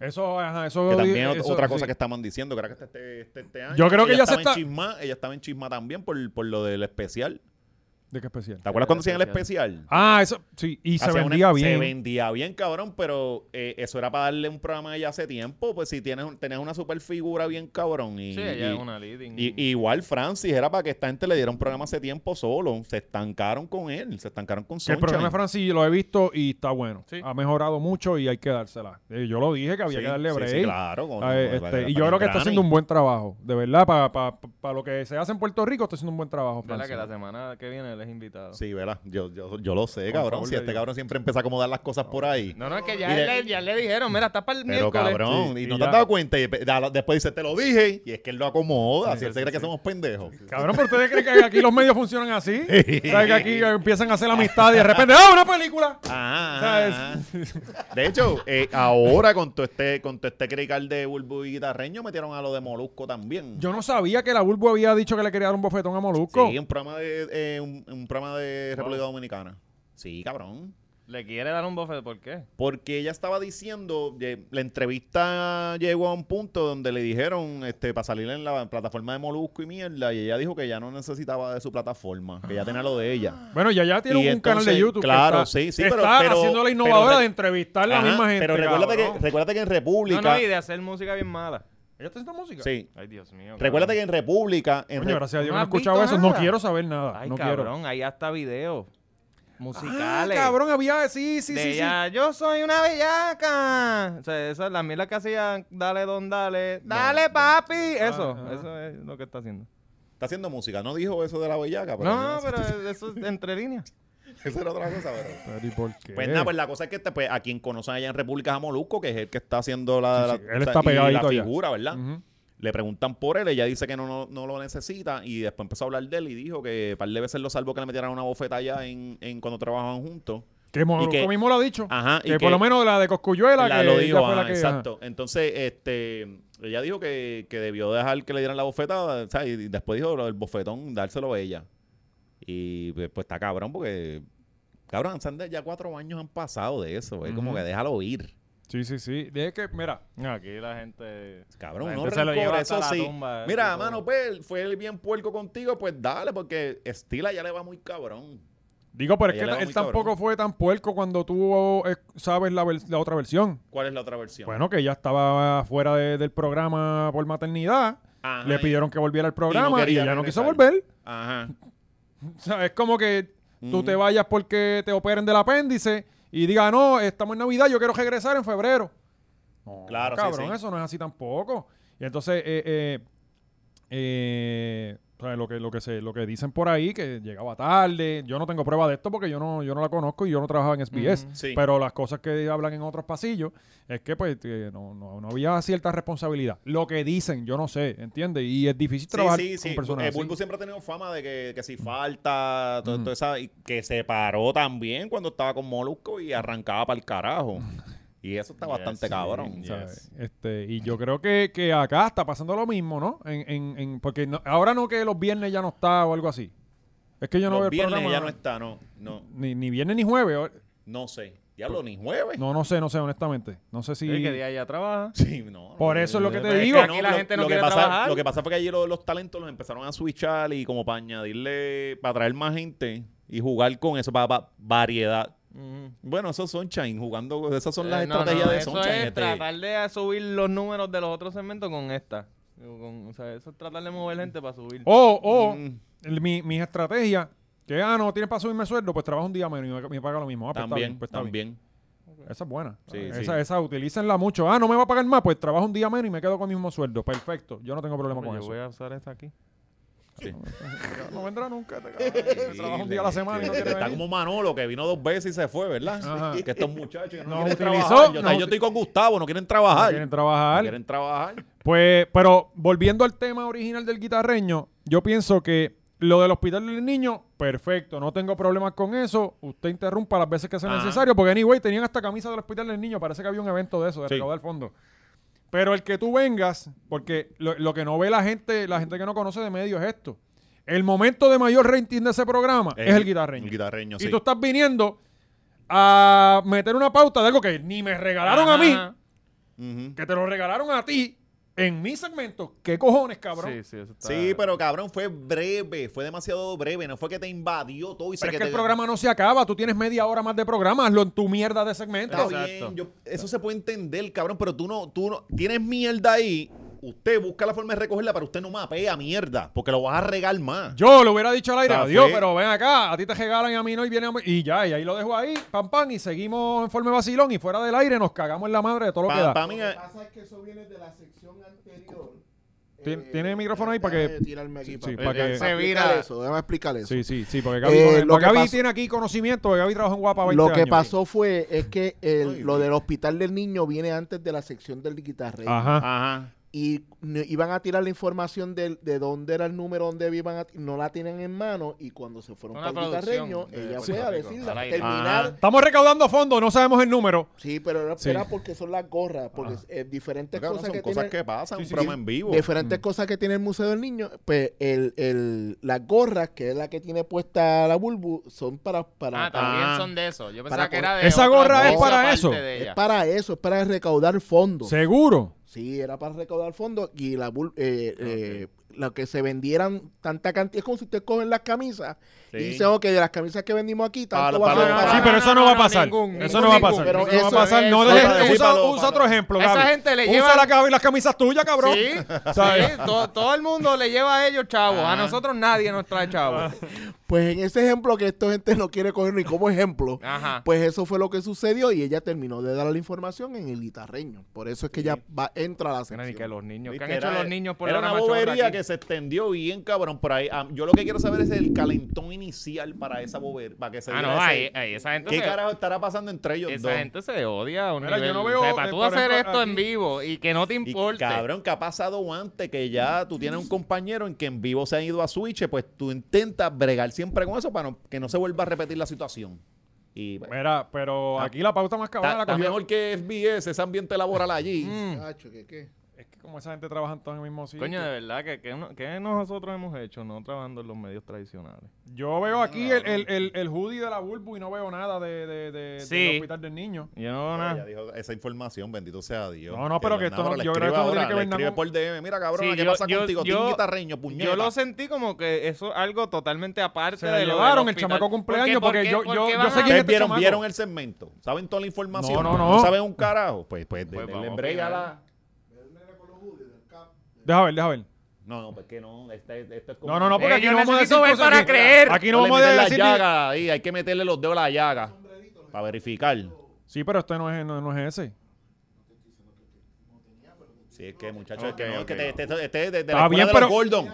[SPEAKER 1] Eso, ajá, eso
[SPEAKER 4] Que también es
[SPEAKER 1] eso-
[SPEAKER 4] otra cosa
[SPEAKER 1] sí.
[SPEAKER 4] que estaban diciendo, que era que hasta este, este, este año.
[SPEAKER 1] Yo creo que
[SPEAKER 4] ella
[SPEAKER 1] ya se
[SPEAKER 4] estaba
[SPEAKER 1] está-
[SPEAKER 4] En chisma, ella estaba en chisma también por, por lo del especial.
[SPEAKER 1] ¿De qué especial?
[SPEAKER 4] ¿Te acuerdas cuando hacían el especial?
[SPEAKER 1] Ah, eso sí, y se
[SPEAKER 4] Hacían una-
[SPEAKER 1] vendía bien.
[SPEAKER 4] Se vendía bien, cabrón, pero eh, eso era para darle un programa ya hace tiempo. Pues si tienes, un- tenías una super figura bien cabrón. Y,
[SPEAKER 5] Sí, ella
[SPEAKER 4] y-
[SPEAKER 5] es una leading.
[SPEAKER 1] Mm.
[SPEAKER 4] y- y igual Francis era para que esta gente le diera un programa hace tiempo solo. Se estancaron con él, se estancaron con
[SPEAKER 1] Que el programa de
[SPEAKER 4] Sunshine.
[SPEAKER 1] Francis lo he visto y está bueno.
[SPEAKER 5] Sí.
[SPEAKER 1] Ha mejorado mucho y hay que dársela. Eh, yo lo dije que había
[SPEAKER 4] Sí,
[SPEAKER 1] que darle
[SPEAKER 4] sí,
[SPEAKER 1] break.
[SPEAKER 4] sí, claro, como-
[SPEAKER 1] Ah, eh,
[SPEAKER 4] como-
[SPEAKER 1] este,
[SPEAKER 4] para-
[SPEAKER 1] y yo
[SPEAKER 4] para
[SPEAKER 1] creo que está
[SPEAKER 4] el Grammy.
[SPEAKER 1] haciendo un buen trabajo. De verdad, para lo que se hace en Puerto Rico, está haciendo un buen trabajo.
[SPEAKER 5] ¿Verdad que la
[SPEAKER 1] Francis.
[SPEAKER 5] semana que viene él es invitado?
[SPEAKER 4] Sí, ¿verdad? Yo, yo, yo lo sé,
[SPEAKER 1] Por
[SPEAKER 4] cabrón.
[SPEAKER 1] favor,
[SPEAKER 4] si
[SPEAKER 1] le
[SPEAKER 4] este
[SPEAKER 1] digo.
[SPEAKER 4] cabrón siempre empieza a acomodar las cosas por ahí.
[SPEAKER 5] No, no, es que
[SPEAKER 4] Y
[SPEAKER 5] ya,
[SPEAKER 4] de-
[SPEAKER 5] le, ya le dijeron, mira, está para el
[SPEAKER 4] Pero
[SPEAKER 5] miércoles.
[SPEAKER 4] cabrón,
[SPEAKER 1] Sí,
[SPEAKER 4] y
[SPEAKER 1] y
[SPEAKER 4] no te
[SPEAKER 1] ya.
[SPEAKER 4] has dado cuenta. Y pe- da- después dice, te lo dije. Y es que él lo acomoda. si él se cree que somos pendejos.
[SPEAKER 1] Cabrón, pero ustedes creen que aquí los medios funcionan así. ¿Sabes que aquí empiezan a hacer amistad y de repente, ¡ah, una película!
[SPEAKER 4] Ah, ah, ah. De hecho, eh, ahora con todo este, con todo este crical de Bulbu y Guitarreño metieron a lo de Molusco también.
[SPEAKER 1] Yo no sabía que la Bulbo había dicho que le quería dar un bofetón a Molusco.
[SPEAKER 4] Sí, un programa de, eh, un, un programa de República Dominicana. Sí, cabrón.
[SPEAKER 5] Le quiere dar un bofete, ¿por qué?
[SPEAKER 4] Porque ella estaba diciendo, ye- la entrevista llegó a un punto donde le dijeron este, para salir en la plataforma de Molusco y mierda, y ella dijo que ya no necesitaba de su plataforma, que ya tenía lo de ella.
[SPEAKER 1] Bueno, ya ya tiene
[SPEAKER 4] Y
[SPEAKER 1] un canal de
[SPEAKER 4] entonces,
[SPEAKER 1] YouTube. que
[SPEAKER 4] claro,
[SPEAKER 1] está,
[SPEAKER 4] sí, sí,
[SPEAKER 1] está
[SPEAKER 4] pero- pero-
[SPEAKER 1] haciendo la
[SPEAKER 4] pero
[SPEAKER 1] innovadora
[SPEAKER 4] re-
[SPEAKER 1] de entrevistar a Ah, la
[SPEAKER 4] Ajá,
[SPEAKER 1] misma gente.
[SPEAKER 4] Pero recuérdate que,
[SPEAKER 1] cabrón.
[SPEAKER 4] recuérdate que en
[SPEAKER 5] No,
[SPEAKER 4] República...
[SPEAKER 5] no, y de hacer música bien mala.
[SPEAKER 1] ¿Ella está haciendo música?
[SPEAKER 4] Sí.
[SPEAKER 5] Ay, Dios mío.
[SPEAKER 4] Recuérdate que
[SPEAKER 5] cabrón.
[SPEAKER 4] en República... En
[SPEAKER 1] Coño,
[SPEAKER 4] Re-
[SPEAKER 1] gracias a Dios que
[SPEAKER 5] ¿No
[SPEAKER 1] no he
[SPEAKER 5] has
[SPEAKER 1] escuchado
[SPEAKER 5] visto
[SPEAKER 1] eso. Ah, No
[SPEAKER 5] nada?
[SPEAKER 1] quiero saber nada.
[SPEAKER 5] Ay,
[SPEAKER 1] no
[SPEAKER 5] cabrón, ahí hasta video. musicales.
[SPEAKER 1] Ah, cabrón, había. Sí, sí,
[SPEAKER 5] de
[SPEAKER 1] sí. sí.
[SPEAKER 5] ella, yo soy una bellaca. O sea, esa es la mierda que hacía, dale don, dale, dale papi. Eso,
[SPEAKER 1] ah.
[SPEAKER 5] eso es lo que está haciendo.
[SPEAKER 4] Está haciendo música. No dijo eso de la bellaca. Pero
[SPEAKER 5] no, no, pero eso es entre líneas.
[SPEAKER 4] Esa era otra cosa, pero...
[SPEAKER 1] Pero, ¿y por qué?
[SPEAKER 4] Pues nada, pues la cosa es que este, pues, a quien conocen allá en República es a Molusco, que es el que está haciendo la,
[SPEAKER 1] Sí, sí,
[SPEAKER 4] la-
[SPEAKER 1] él
[SPEAKER 4] o sea,
[SPEAKER 1] está
[SPEAKER 4] y
[SPEAKER 1] pegadito ya.
[SPEAKER 4] la figura, ¿verdad?
[SPEAKER 1] Ujú.
[SPEAKER 4] Le preguntan por él, ella dice que no, no, no lo necesita y después empezó a hablar de él y dijo que par de veces lo salvó que le metieran una bofeta allá en, en cuando trabajaban juntos.
[SPEAKER 1] Que Molusco
[SPEAKER 4] que-
[SPEAKER 1] mismo lo ha dicho.
[SPEAKER 4] Ajá, y
[SPEAKER 1] que, por
[SPEAKER 4] que-
[SPEAKER 1] lo menos la de Coscuyuela,
[SPEAKER 4] La-
[SPEAKER 1] que
[SPEAKER 4] lo
[SPEAKER 1] ella
[SPEAKER 4] dijo,
[SPEAKER 1] fue la
[SPEAKER 4] ajá,
[SPEAKER 1] que-
[SPEAKER 4] exacto. Entonces, este, ella dijo que, que debió dejar que le dieran la bofeta, ¿sabes? Y después dijo lo del bofetón, dárselo a ella. Y pues, pues, está cabrón porque, cabrón, Sander, ya cuatro años han pasado de eso, es como
[SPEAKER 1] Ujú.
[SPEAKER 4] que déjalo ir.
[SPEAKER 1] ah. Sí, sí, sí. De que, mira,
[SPEAKER 5] Aquí la gente.
[SPEAKER 4] Cabrón,
[SPEAKER 5] La
[SPEAKER 4] no
[SPEAKER 5] gente se lo lleva
[SPEAKER 4] rencor,
[SPEAKER 5] hasta
[SPEAKER 4] eso
[SPEAKER 5] la
[SPEAKER 4] sí.
[SPEAKER 5] tumba,
[SPEAKER 4] Mira,
[SPEAKER 5] tipo.
[SPEAKER 4] mano, pues él fue el bien puerco contigo, pues dale, porque Estila ya le va muy cabrón.
[SPEAKER 1] digo, pero es
[SPEAKER 4] Ella
[SPEAKER 1] que
[SPEAKER 4] le va
[SPEAKER 1] él
[SPEAKER 4] muy
[SPEAKER 1] tampoco
[SPEAKER 4] cabrón.
[SPEAKER 1] fue tan puerco cuando tú eh, sabes la, vers- la otra versión.
[SPEAKER 4] ¿Cuál es la otra versión?
[SPEAKER 1] Bueno, que ella estaba fuera de- del programa por maternidad.
[SPEAKER 4] Ajá,
[SPEAKER 1] le
[SPEAKER 4] Ah, y-
[SPEAKER 1] pidieron que volviera al programa y,
[SPEAKER 4] quería
[SPEAKER 1] ella no quiso
[SPEAKER 4] regresar.
[SPEAKER 1] volver.
[SPEAKER 4] Ajá.
[SPEAKER 1] O sea, es como que tú
[SPEAKER 4] Ujú.
[SPEAKER 1] te vayas porque te operen del apéndice y diga, no, estamos en Navidad, yo quiero regresar en febrero. No,
[SPEAKER 4] Claro, sí,
[SPEAKER 1] cabrón,
[SPEAKER 4] sí.
[SPEAKER 1] eso no es así tampoco. Y entonces, eh, eh, eh, o sea, lo que, lo que se, lo que dicen por ahí, que llegaba tarde, yo no tengo prueba de esto porque yo no, yo no la conozco y yo no trabajaba en SBS.
[SPEAKER 4] Ujú, sí.
[SPEAKER 1] Pero las cosas que hablan en otros pasillos es que pues que no, no, no había cierta responsabilidad. Lo que dicen, yo no sé, ¿entiendes? Y es difícil trabajar
[SPEAKER 4] sí, sí,
[SPEAKER 1] con
[SPEAKER 4] sí.
[SPEAKER 1] personas
[SPEAKER 4] Eh,
[SPEAKER 1] así.
[SPEAKER 4] Bulbo siempre ha tenido fama de que, que si falta, todo,
[SPEAKER 1] Ujú.
[SPEAKER 4] todo esa, y que se paró también cuando estaba con Molusco y arrancaba para el carajo. Y eso está bastante
[SPEAKER 5] sí,
[SPEAKER 4] cabrón.
[SPEAKER 5] ya.
[SPEAKER 1] ¿sabes?
[SPEAKER 5] Yes.
[SPEAKER 1] Este, y yo creo que, que acá está pasando lo mismo, ¿no? En, en, en- porque no- ahora no que los viernes ya no está o algo así. Es que yo no veo
[SPEAKER 4] Los
[SPEAKER 1] el
[SPEAKER 4] viernes
[SPEAKER 1] programa
[SPEAKER 4] ya no está, no, no,
[SPEAKER 1] Ni, ni viernes ni jueves. o-
[SPEAKER 4] no sé. Diablo, ni jueves.
[SPEAKER 1] No, no sé, no sé, honestamente. No sé si...
[SPEAKER 5] Sí, que día ya trabaja.
[SPEAKER 4] Sí, no.
[SPEAKER 1] Por
[SPEAKER 4] no,
[SPEAKER 1] eso es lo que
[SPEAKER 4] no,
[SPEAKER 1] te
[SPEAKER 4] no, es
[SPEAKER 1] digo.
[SPEAKER 4] no,
[SPEAKER 5] Aquí la
[SPEAKER 4] lo-
[SPEAKER 5] gente no
[SPEAKER 4] lo que
[SPEAKER 5] quiere
[SPEAKER 4] pasa-
[SPEAKER 5] trabajar.
[SPEAKER 4] Lo que pasa fue que allí los, los talentos los empezaron a switchar y como para añadirle, para traer más gente y jugar con eso, para, para variedad.
[SPEAKER 5] Ujú.
[SPEAKER 4] Bueno, esos son Chain jugando, esas son las
[SPEAKER 5] Eh, no,
[SPEAKER 4] estrategias
[SPEAKER 5] no,
[SPEAKER 4] de
[SPEAKER 5] eso
[SPEAKER 4] Sunshine.
[SPEAKER 5] es
[SPEAKER 4] este.
[SPEAKER 5] tratar de subir los números de los otros segmentos con esta. Con- o sea, eso es tratar de mover gente para subir.
[SPEAKER 1] O, o
[SPEAKER 4] Mm.
[SPEAKER 1] el- mi, mis estrategias, que ah, no tienes para subirme el sueldo, pues trabajo un día menos y me, me paga lo mismo. Ah, pues está
[SPEAKER 4] También,
[SPEAKER 1] bien, pues está bien.
[SPEAKER 4] también.
[SPEAKER 1] Esa es buena.
[SPEAKER 4] Sí,
[SPEAKER 1] esa,
[SPEAKER 4] sí.
[SPEAKER 1] esa, utilícenla mucho. Ah, no me va a pagar más, pues trabajo un día menos y me quedo con el mismo sueldo. Perfecto, yo no tengo problema
[SPEAKER 4] Pues
[SPEAKER 5] Pues Yo
[SPEAKER 1] con eso.
[SPEAKER 5] voy a usar esta aquí.
[SPEAKER 1] No vendrá nunca, te cabrón. Me trabajo un día a la semana y no quiere
[SPEAKER 4] Está
[SPEAKER 1] venir.
[SPEAKER 4] como Manolo, que vino dos veces y se fue, ¿verdad?
[SPEAKER 1] Ajá.
[SPEAKER 4] Que estos muchachos no,
[SPEAKER 1] Nos
[SPEAKER 4] quieren
[SPEAKER 1] utilizó,
[SPEAKER 4] trabajar. Yo,
[SPEAKER 1] nos
[SPEAKER 4] yo
[SPEAKER 1] uti-
[SPEAKER 4] estoy con Gustavo, no quieren
[SPEAKER 1] No
[SPEAKER 4] trabajar.
[SPEAKER 1] quieren
[SPEAKER 4] Ah, No
[SPEAKER 1] trabajar.
[SPEAKER 4] quieren trabajar.
[SPEAKER 1] Pues, pero volviendo al tema original del guitarreño, yo pienso que lo del hospital del niño, perfecto, no tengo problemas con eso. Usted interrumpa las veces que sea
[SPEAKER 4] Ajá.
[SPEAKER 1] necesario, porque anyway, tenían hasta camisa del hospital del niño, parece que había un evento de eso, de
[SPEAKER 4] Sí.
[SPEAKER 1] recaudar fondos. Pero el que tú vengas, porque lo, lo que no ve la gente, la gente que no conoce de medio es esto. El momento de mayor rating de ese programa es, el guitarreño.
[SPEAKER 4] Eh, El guitarreño, sí.
[SPEAKER 1] Y tú estás viniendo a meter una pauta de algo que ni me regalaron a mí
[SPEAKER 5] Ajá.
[SPEAKER 4] Ujú.
[SPEAKER 1] que te lo regalaron a ti en mi segmento. ¿Qué cojones, cabrón?
[SPEAKER 5] Sí, sí, eso está.
[SPEAKER 4] Sí, pero cabrón, fue breve, fue demasiado breve, no fue que te invadió todo y se
[SPEAKER 1] Pero es que
[SPEAKER 4] te-
[SPEAKER 1] el programa no se acaba. Tú tienes media hora más de programa. Hazlo en tu mierda de
[SPEAKER 4] Está
[SPEAKER 1] segmento.
[SPEAKER 5] Exacto.
[SPEAKER 4] bien, yo- eso se puede entender, cabrón, pero tú no, tú no, tienes mierda ahí, usted busca la forma de recogerla, pero usted no mapea mierda, porque lo vas a regar más.
[SPEAKER 1] Yo lo hubiera dicho al aire,
[SPEAKER 4] Está
[SPEAKER 1] adiós,
[SPEAKER 4] fe-
[SPEAKER 1] pero ven acá, a ti te regalan y a mí no, y viene a mí- y ya, y ahí lo dejo ahí, pam, pam, y seguimos en forma de vacilón, y fuera del aire nos cagamos en la madre de todo lo que da.
[SPEAKER 4] Para
[SPEAKER 2] Lo
[SPEAKER 4] mí,
[SPEAKER 2] que
[SPEAKER 4] eh,
[SPEAKER 2] pasa es que eso viene de la sección anterior. Eh,
[SPEAKER 1] Tien- tiene el micrófono ahí para que-
[SPEAKER 2] déjame tirarme aquí
[SPEAKER 1] Sí,
[SPEAKER 2] para-
[SPEAKER 1] sí,
[SPEAKER 5] Eh,
[SPEAKER 2] para
[SPEAKER 1] para que-
[SPEAKER 5] Se
[SPEAKER 2] explicar
[SPEAKER 5] vira.
[SPEAKER 2] eso, déjame explicar eso.
[SPEAKER 1] Sí, sí, sí, porque Gaby,
[SPEAKER 2] Eh,
[SPEAKER 1] porque
[SPEAKER 2] lo que
[SPEAKER 1] Gaby
[SPEAKER 2] pasó-
[SPEAKER 1] tiene aquí conocimiento, porque Gaby trabaja en Guapa 20
[SPEAKER 2] Lo que
[SPEAKER 1] años.
[SPEAKER 2] pasó fue es que el-
[SPEAKER 4] Ay,
[SPEAKER 2] lo
[SPEAKER 4] güey.
[SPEAKER 2] del hospital del niño viene antes de la sección del guitarrero.
[SPEAKER 1] Ajá.
[SPEAKER 4] ajá.
[SPEAKER 2] y n- iban a tirar la información del- de, dónde era el número, dónde iban a, no la tienen en mano y cuando se fueron
[SPEAKER 5] Una
[SPEAKER 2] para el
[SPEAKER 5] producción
[SPEAKER 2] guitarreño,
[SPEAKER 5] de
[SPEAKER 2] ella
[SPEAKER 5] Puerto
[SPEAKER 2] fue a
[SPEAKER 5] Rico,
[SPEAKER 2] decirla,
[SPEAKER 5] al aire.
[SPEAKER 2] terminar.
[SPEAKER 4] Ajá.
[SPEAKER 1] Estamos recaudando fondos, no sabemos el número.
[SPEAKER 2] Sí, pero era,
[SPEAKER 1] Sí.
[SPEAKER 2] era porque son las gorras, porque
[SPEAKER 1] Ah.
[SPEAKER 2] eh, diferentes
[SPEAKER 4] Cabrón,
[SPEAKER 2] cosas
[SPEAKER 4] son
[SPEAKER 2] que
[SPEAKER 4] cosas
[SPEAKER 2] tienen-
[SPEAKER 4] que pasan,
[SPEAKER 1] Sí,
[SPEAKER 4] un
[SPEAKER 1] sí,
[SPEAKER 4] programa
[SPEAKER 1] sí.
[SPEAKER 4] en vivo. Mm.
[SPEAKER 2] diferentes cosas que tiene el Museo del Niño, pues el, el, las gorras, que es la que tiene puesta la Bulbu, son para, para,
[SPEAKER 5] Ah, también
[SPEAKER 4] Ah.
[SPEAKER 5] son de eso. Yo pensaba
[SPEAKER 2] Para
[SPEAKER 5] que era de.
[SPEAKER 1] Esa
[SPEAKER 5] otra
[SPEAKER 1] gorra
[SPEAKER 2] es
[SPEAKER 5] cosa
[SPEAKER 1] para
[SPEAKER 5] aparte
[SPEAKER 1] eso.
[SPEAKER 5] de
[SPEAKER 2] es
[SPEAKER 5] ella.
[SPEAKER 2] para eso, es para recaudar fondos.
[SPEAKER 1] Seguro.
[SPEAKER 2] Sí, era para recaudar fondos y la bul- eh, eh, lo que se vendieran tanta cantidad, es como si usted cogen las camisas y
[SPEAKER 4] Sí.
[SPEAKER 2] dicen, ok, de las camisas que vendimos aquí,
[SPEAKER 4] Para-
[SPEAKER 2] tanto va a
[SPEAKER 4] para-
[SPEAKER 2] ser
[SPEAKER 4] no,
[SPEAKER 2] para-
[SPEAKER 1] sí, pero eso no, va a pasar.
[SPEAKER 5] ningún-
[SPEAKER 1] eso no va a
[SPEAKER 2] ningún,
[SPEAKER 1] pasar. eso
[SPEAKER 2] pero
[SPEAKER 1] no va a
[SPEAKER 2] eso
[SPEAKER 1] pasar.
[SPEAKER 2] es-
[SPEAKER 1] No
[SPEAKER 4] eso
[SPEAKER 1] dejes-
[SPEAKER 4] es-
[SPEAKER 1] usa,
[SPEAKER 4] para lo-
[SPEAKER 1] usa
[SPEAKER 4] para
[SPEAKER 1] otro
[SPEAKER 4] lo-
[SPEAKER 1] ejemplo,
[SPEAKER 5] A esa
[SPEAKER 1] Gaby.
[SPEAKER 5] gente le
[SPEAKER 1] usa
[SPEAKER 5] llevan-
[SPEAKER 1] la cami- las camisas tuyas, cabrón.
[SPEAKER 5] Sí,
[SPEAKER 1] ¿Sabes?
[SPEAKER 5] sí, to- todo el mundo le lleva a ellos chavos. A nosotros nadie nos trae chavos.
[SPEAKER 2] Pues en ese ejemplo que esta gente no quiere coger ni como ejemplo,
[SPEAKER 5] Ajá.
[SPEAKER 2] pues eso fue lo que sucedió y ella terminó de dar la información en el guitarreño. Por eso es que ella va, entra a la
[SPEAKER 5] Mira, ni que
[SPEAKER 2] sección.
[SPEAKER 5] los niños. ¿Qué han
[SPEAKER 4] Viste,
[SPEAKER 5] hecho
[SPEAKER 4] era-
[SPEAKER 5] los niños por
[SPEAKER 4] Era
[SPEAKER 5] la
[SPEAKER 4] una
[SPEAKER 5] hora machorra
[SPEAKER 4] bobería
[SPEAKER 5] aquí?
[SPEAKER 4] que se extendió bien, cabrón, por ahí. Am, yo lo que quiero saber es el calentón inicial para esa bobería, para que se
[SPEAKER 5] Ah,
[SPEAKER 4] diera
[SPEAKER 5] no,
[SPEAKER 4] ese-
[SPEAKER 5] ahí, ahí esa gente.
[SPEAKER 4] ¿Qué
[SPEAKER 5] se-
[SPEAKER 4] carajo estará pasando entre ellos
[SPEAKER 5] Esa
[SPEAKER 4] dos?
[SPEAKER 5] gente se odia. a un
[SPEAKER 1] Mira, yo
[SPEAKER 5] nivel-
[SPEAKER 1] no veo,
[SPEAKER 5] o sea, para
[SPEAKER 1] eh,
[SPEAKER 5] tú
[SPEAKER 1] por
[SPEAKER 5] hacer
[SPEAKER 1] ejemplo,
[SPEAKER 5] esto en
[SPEAKER 1] aquí-
[SPEAKER 5] vivo y que no te
[SPEAKER 4] Y,
[SPEAKER 5] importe.
[SPEAKER 4] cabrón, que ha pasado antes que ya tú tienes un compañero en que en vivo se han ido a Switch, pues tú intentas bregar siempre con eso para no- que no se vuelva a repetir la situación. Y bueno,
[SPEAKER 1] Mira, pero
[SPEAKER 4] Ah.
[SPEAKER 1] aquí la pauta más cabrona
[SPEAKER 4] está
[SPEAKER 1] la
[SPEAKER 4] está
[SPEAKER 1] cogió.
[SPEAKER 4] mejor que FBS, ese ambiente laboral allí.
[SPEAKER 5] Mm.
[SPEAKER 1] Mm.
[SPEAKER 2] Chacho, ¿qué, qué?
[SPEAKER 1] Es que como esa gente trabaja en todo el mismo sitio.
[SPEAKER 5] Coño, de verdad, que, que, no- que nosotros hemos hecho no trabajando en los medios tradicionales?
[SPEAKER 1] Yo veo aquí el, el, el, el hoodie de la Bulbu y no veo nada de, de, de-
[SPEAKER 5] Sí.
[SPEAKER 1] del hospital del niño.
[SPEAKER 5] Yo no veo
[SPEAKER 4] Pero
[SPEAKER 5] nada.
[SPEAKER 4] ella dijo esa información, bendito sea Dios.
[SPEAKER 1] No, no, pero que esto no-
[SPEAKER 4] le
[SPEAKER 1] yo creo que
[SPEAKER 4] escriba
[SPEAKER 1] esto no tiene
[SPEAKER 4] ahora,
[SPEAKER 1] que
[SPEAKER 4] le
[SPEAKER 1] ver nada
[SPEAKER 4] escribe
[SPEAKER 1] con-
[SPEAKER 4] por DM, mira cabrón,
[SPEAKER 5] Sí,
[SPEAKER 4] ¿qué
[SPEAKER 5] yo-
[SPEAKER 4] pasa
[SPEAKER 5] yo-
[SPEAKER 4] contigo?
[SPEAKER 5] yo-
[SPEAKER 4] Tim Guitarreño, puñeta.
[SPEAKER 5] Yo lo sentí como que eso es algo totalmente aparte
[SPEAKER 1] Se
[SPEAKER 5] de
[SPEAKER 1] la
[SPEAKER 5] lo del
[SPEAKER 1] llevaron, el
[SPEAKER 5] hospital.
[SPEAKER 1] chamaco cumpleaños,
[SPEAKER 5] ¿Por qué-
[SPEAKER 1] porque yo-
[SPEAKER 5] por
[SPEAKER 1] yo-
[SPEAKER 5] qué
[SPEAKER 1] yo
[SPEAKER 5] van
[SPEAKER 1] sé quién es
[SPEAKER 5] a-
[SPEAKER 4] ¿Ustedes
[SPEAKER 1] este
[SPEAKER 4] vieron,
[SPEAKER 1] chamaco?
[SPEAKER 4] vieron el segmento? ¿Saben toda la información?
[SPEAKER 1] No, no, no.
[SPEAKER 4] saben un carajo? Pues, pues,
[SPEAKER 5] Pues
[SPEAKER 4] denle
[SPEAKER 5] vamos a
[SPEAKER 4] brega a la-
[SPEAKER 5] opinar.
[SPEAKER 1] Deja ver, deja ver.
[SPEAKER 4] No, no, pues que no. Este, este es como...
[SPEAKER 1] No, no, no, porque
[SPEAKER 5] Eh,
[SPEAKER 1] aquí
[SPEAKER 5] yo
[SPEAKER 1] no vamos a
[SPEAKER 5] necesito
[SPEAKER 1] decir
[SPEAKER 5] ver
[SPEAKER 1] cosas
[SPEAKER 5] para
[SPEAKER 1] aquí-
[SPEAKER 5] creer.
[SPEAKER 1] Aquí
[SPEAKER 4] no
[SPEAKER 1] no vamos a
[SPEAKER 4] la
[SPEAKER 1] decir ni-
[SPEAKER 4] llaga ahí, hay que meterle los dedos a la llaga para verificar.
[SPEAKER 1] Sí, pero este no es, no, no es ese.
[SPEAKER 4] Sí, es que muchachos, es que no, es que te- este, este es de, de la
[SPEAKER 1] Está
[SPEAKER 4] escuela
[SPEAKER 1] bien,
[SPEAKER 4] de
[SPEAKER 1] pero-
[SPEAKER 4] los Gordon.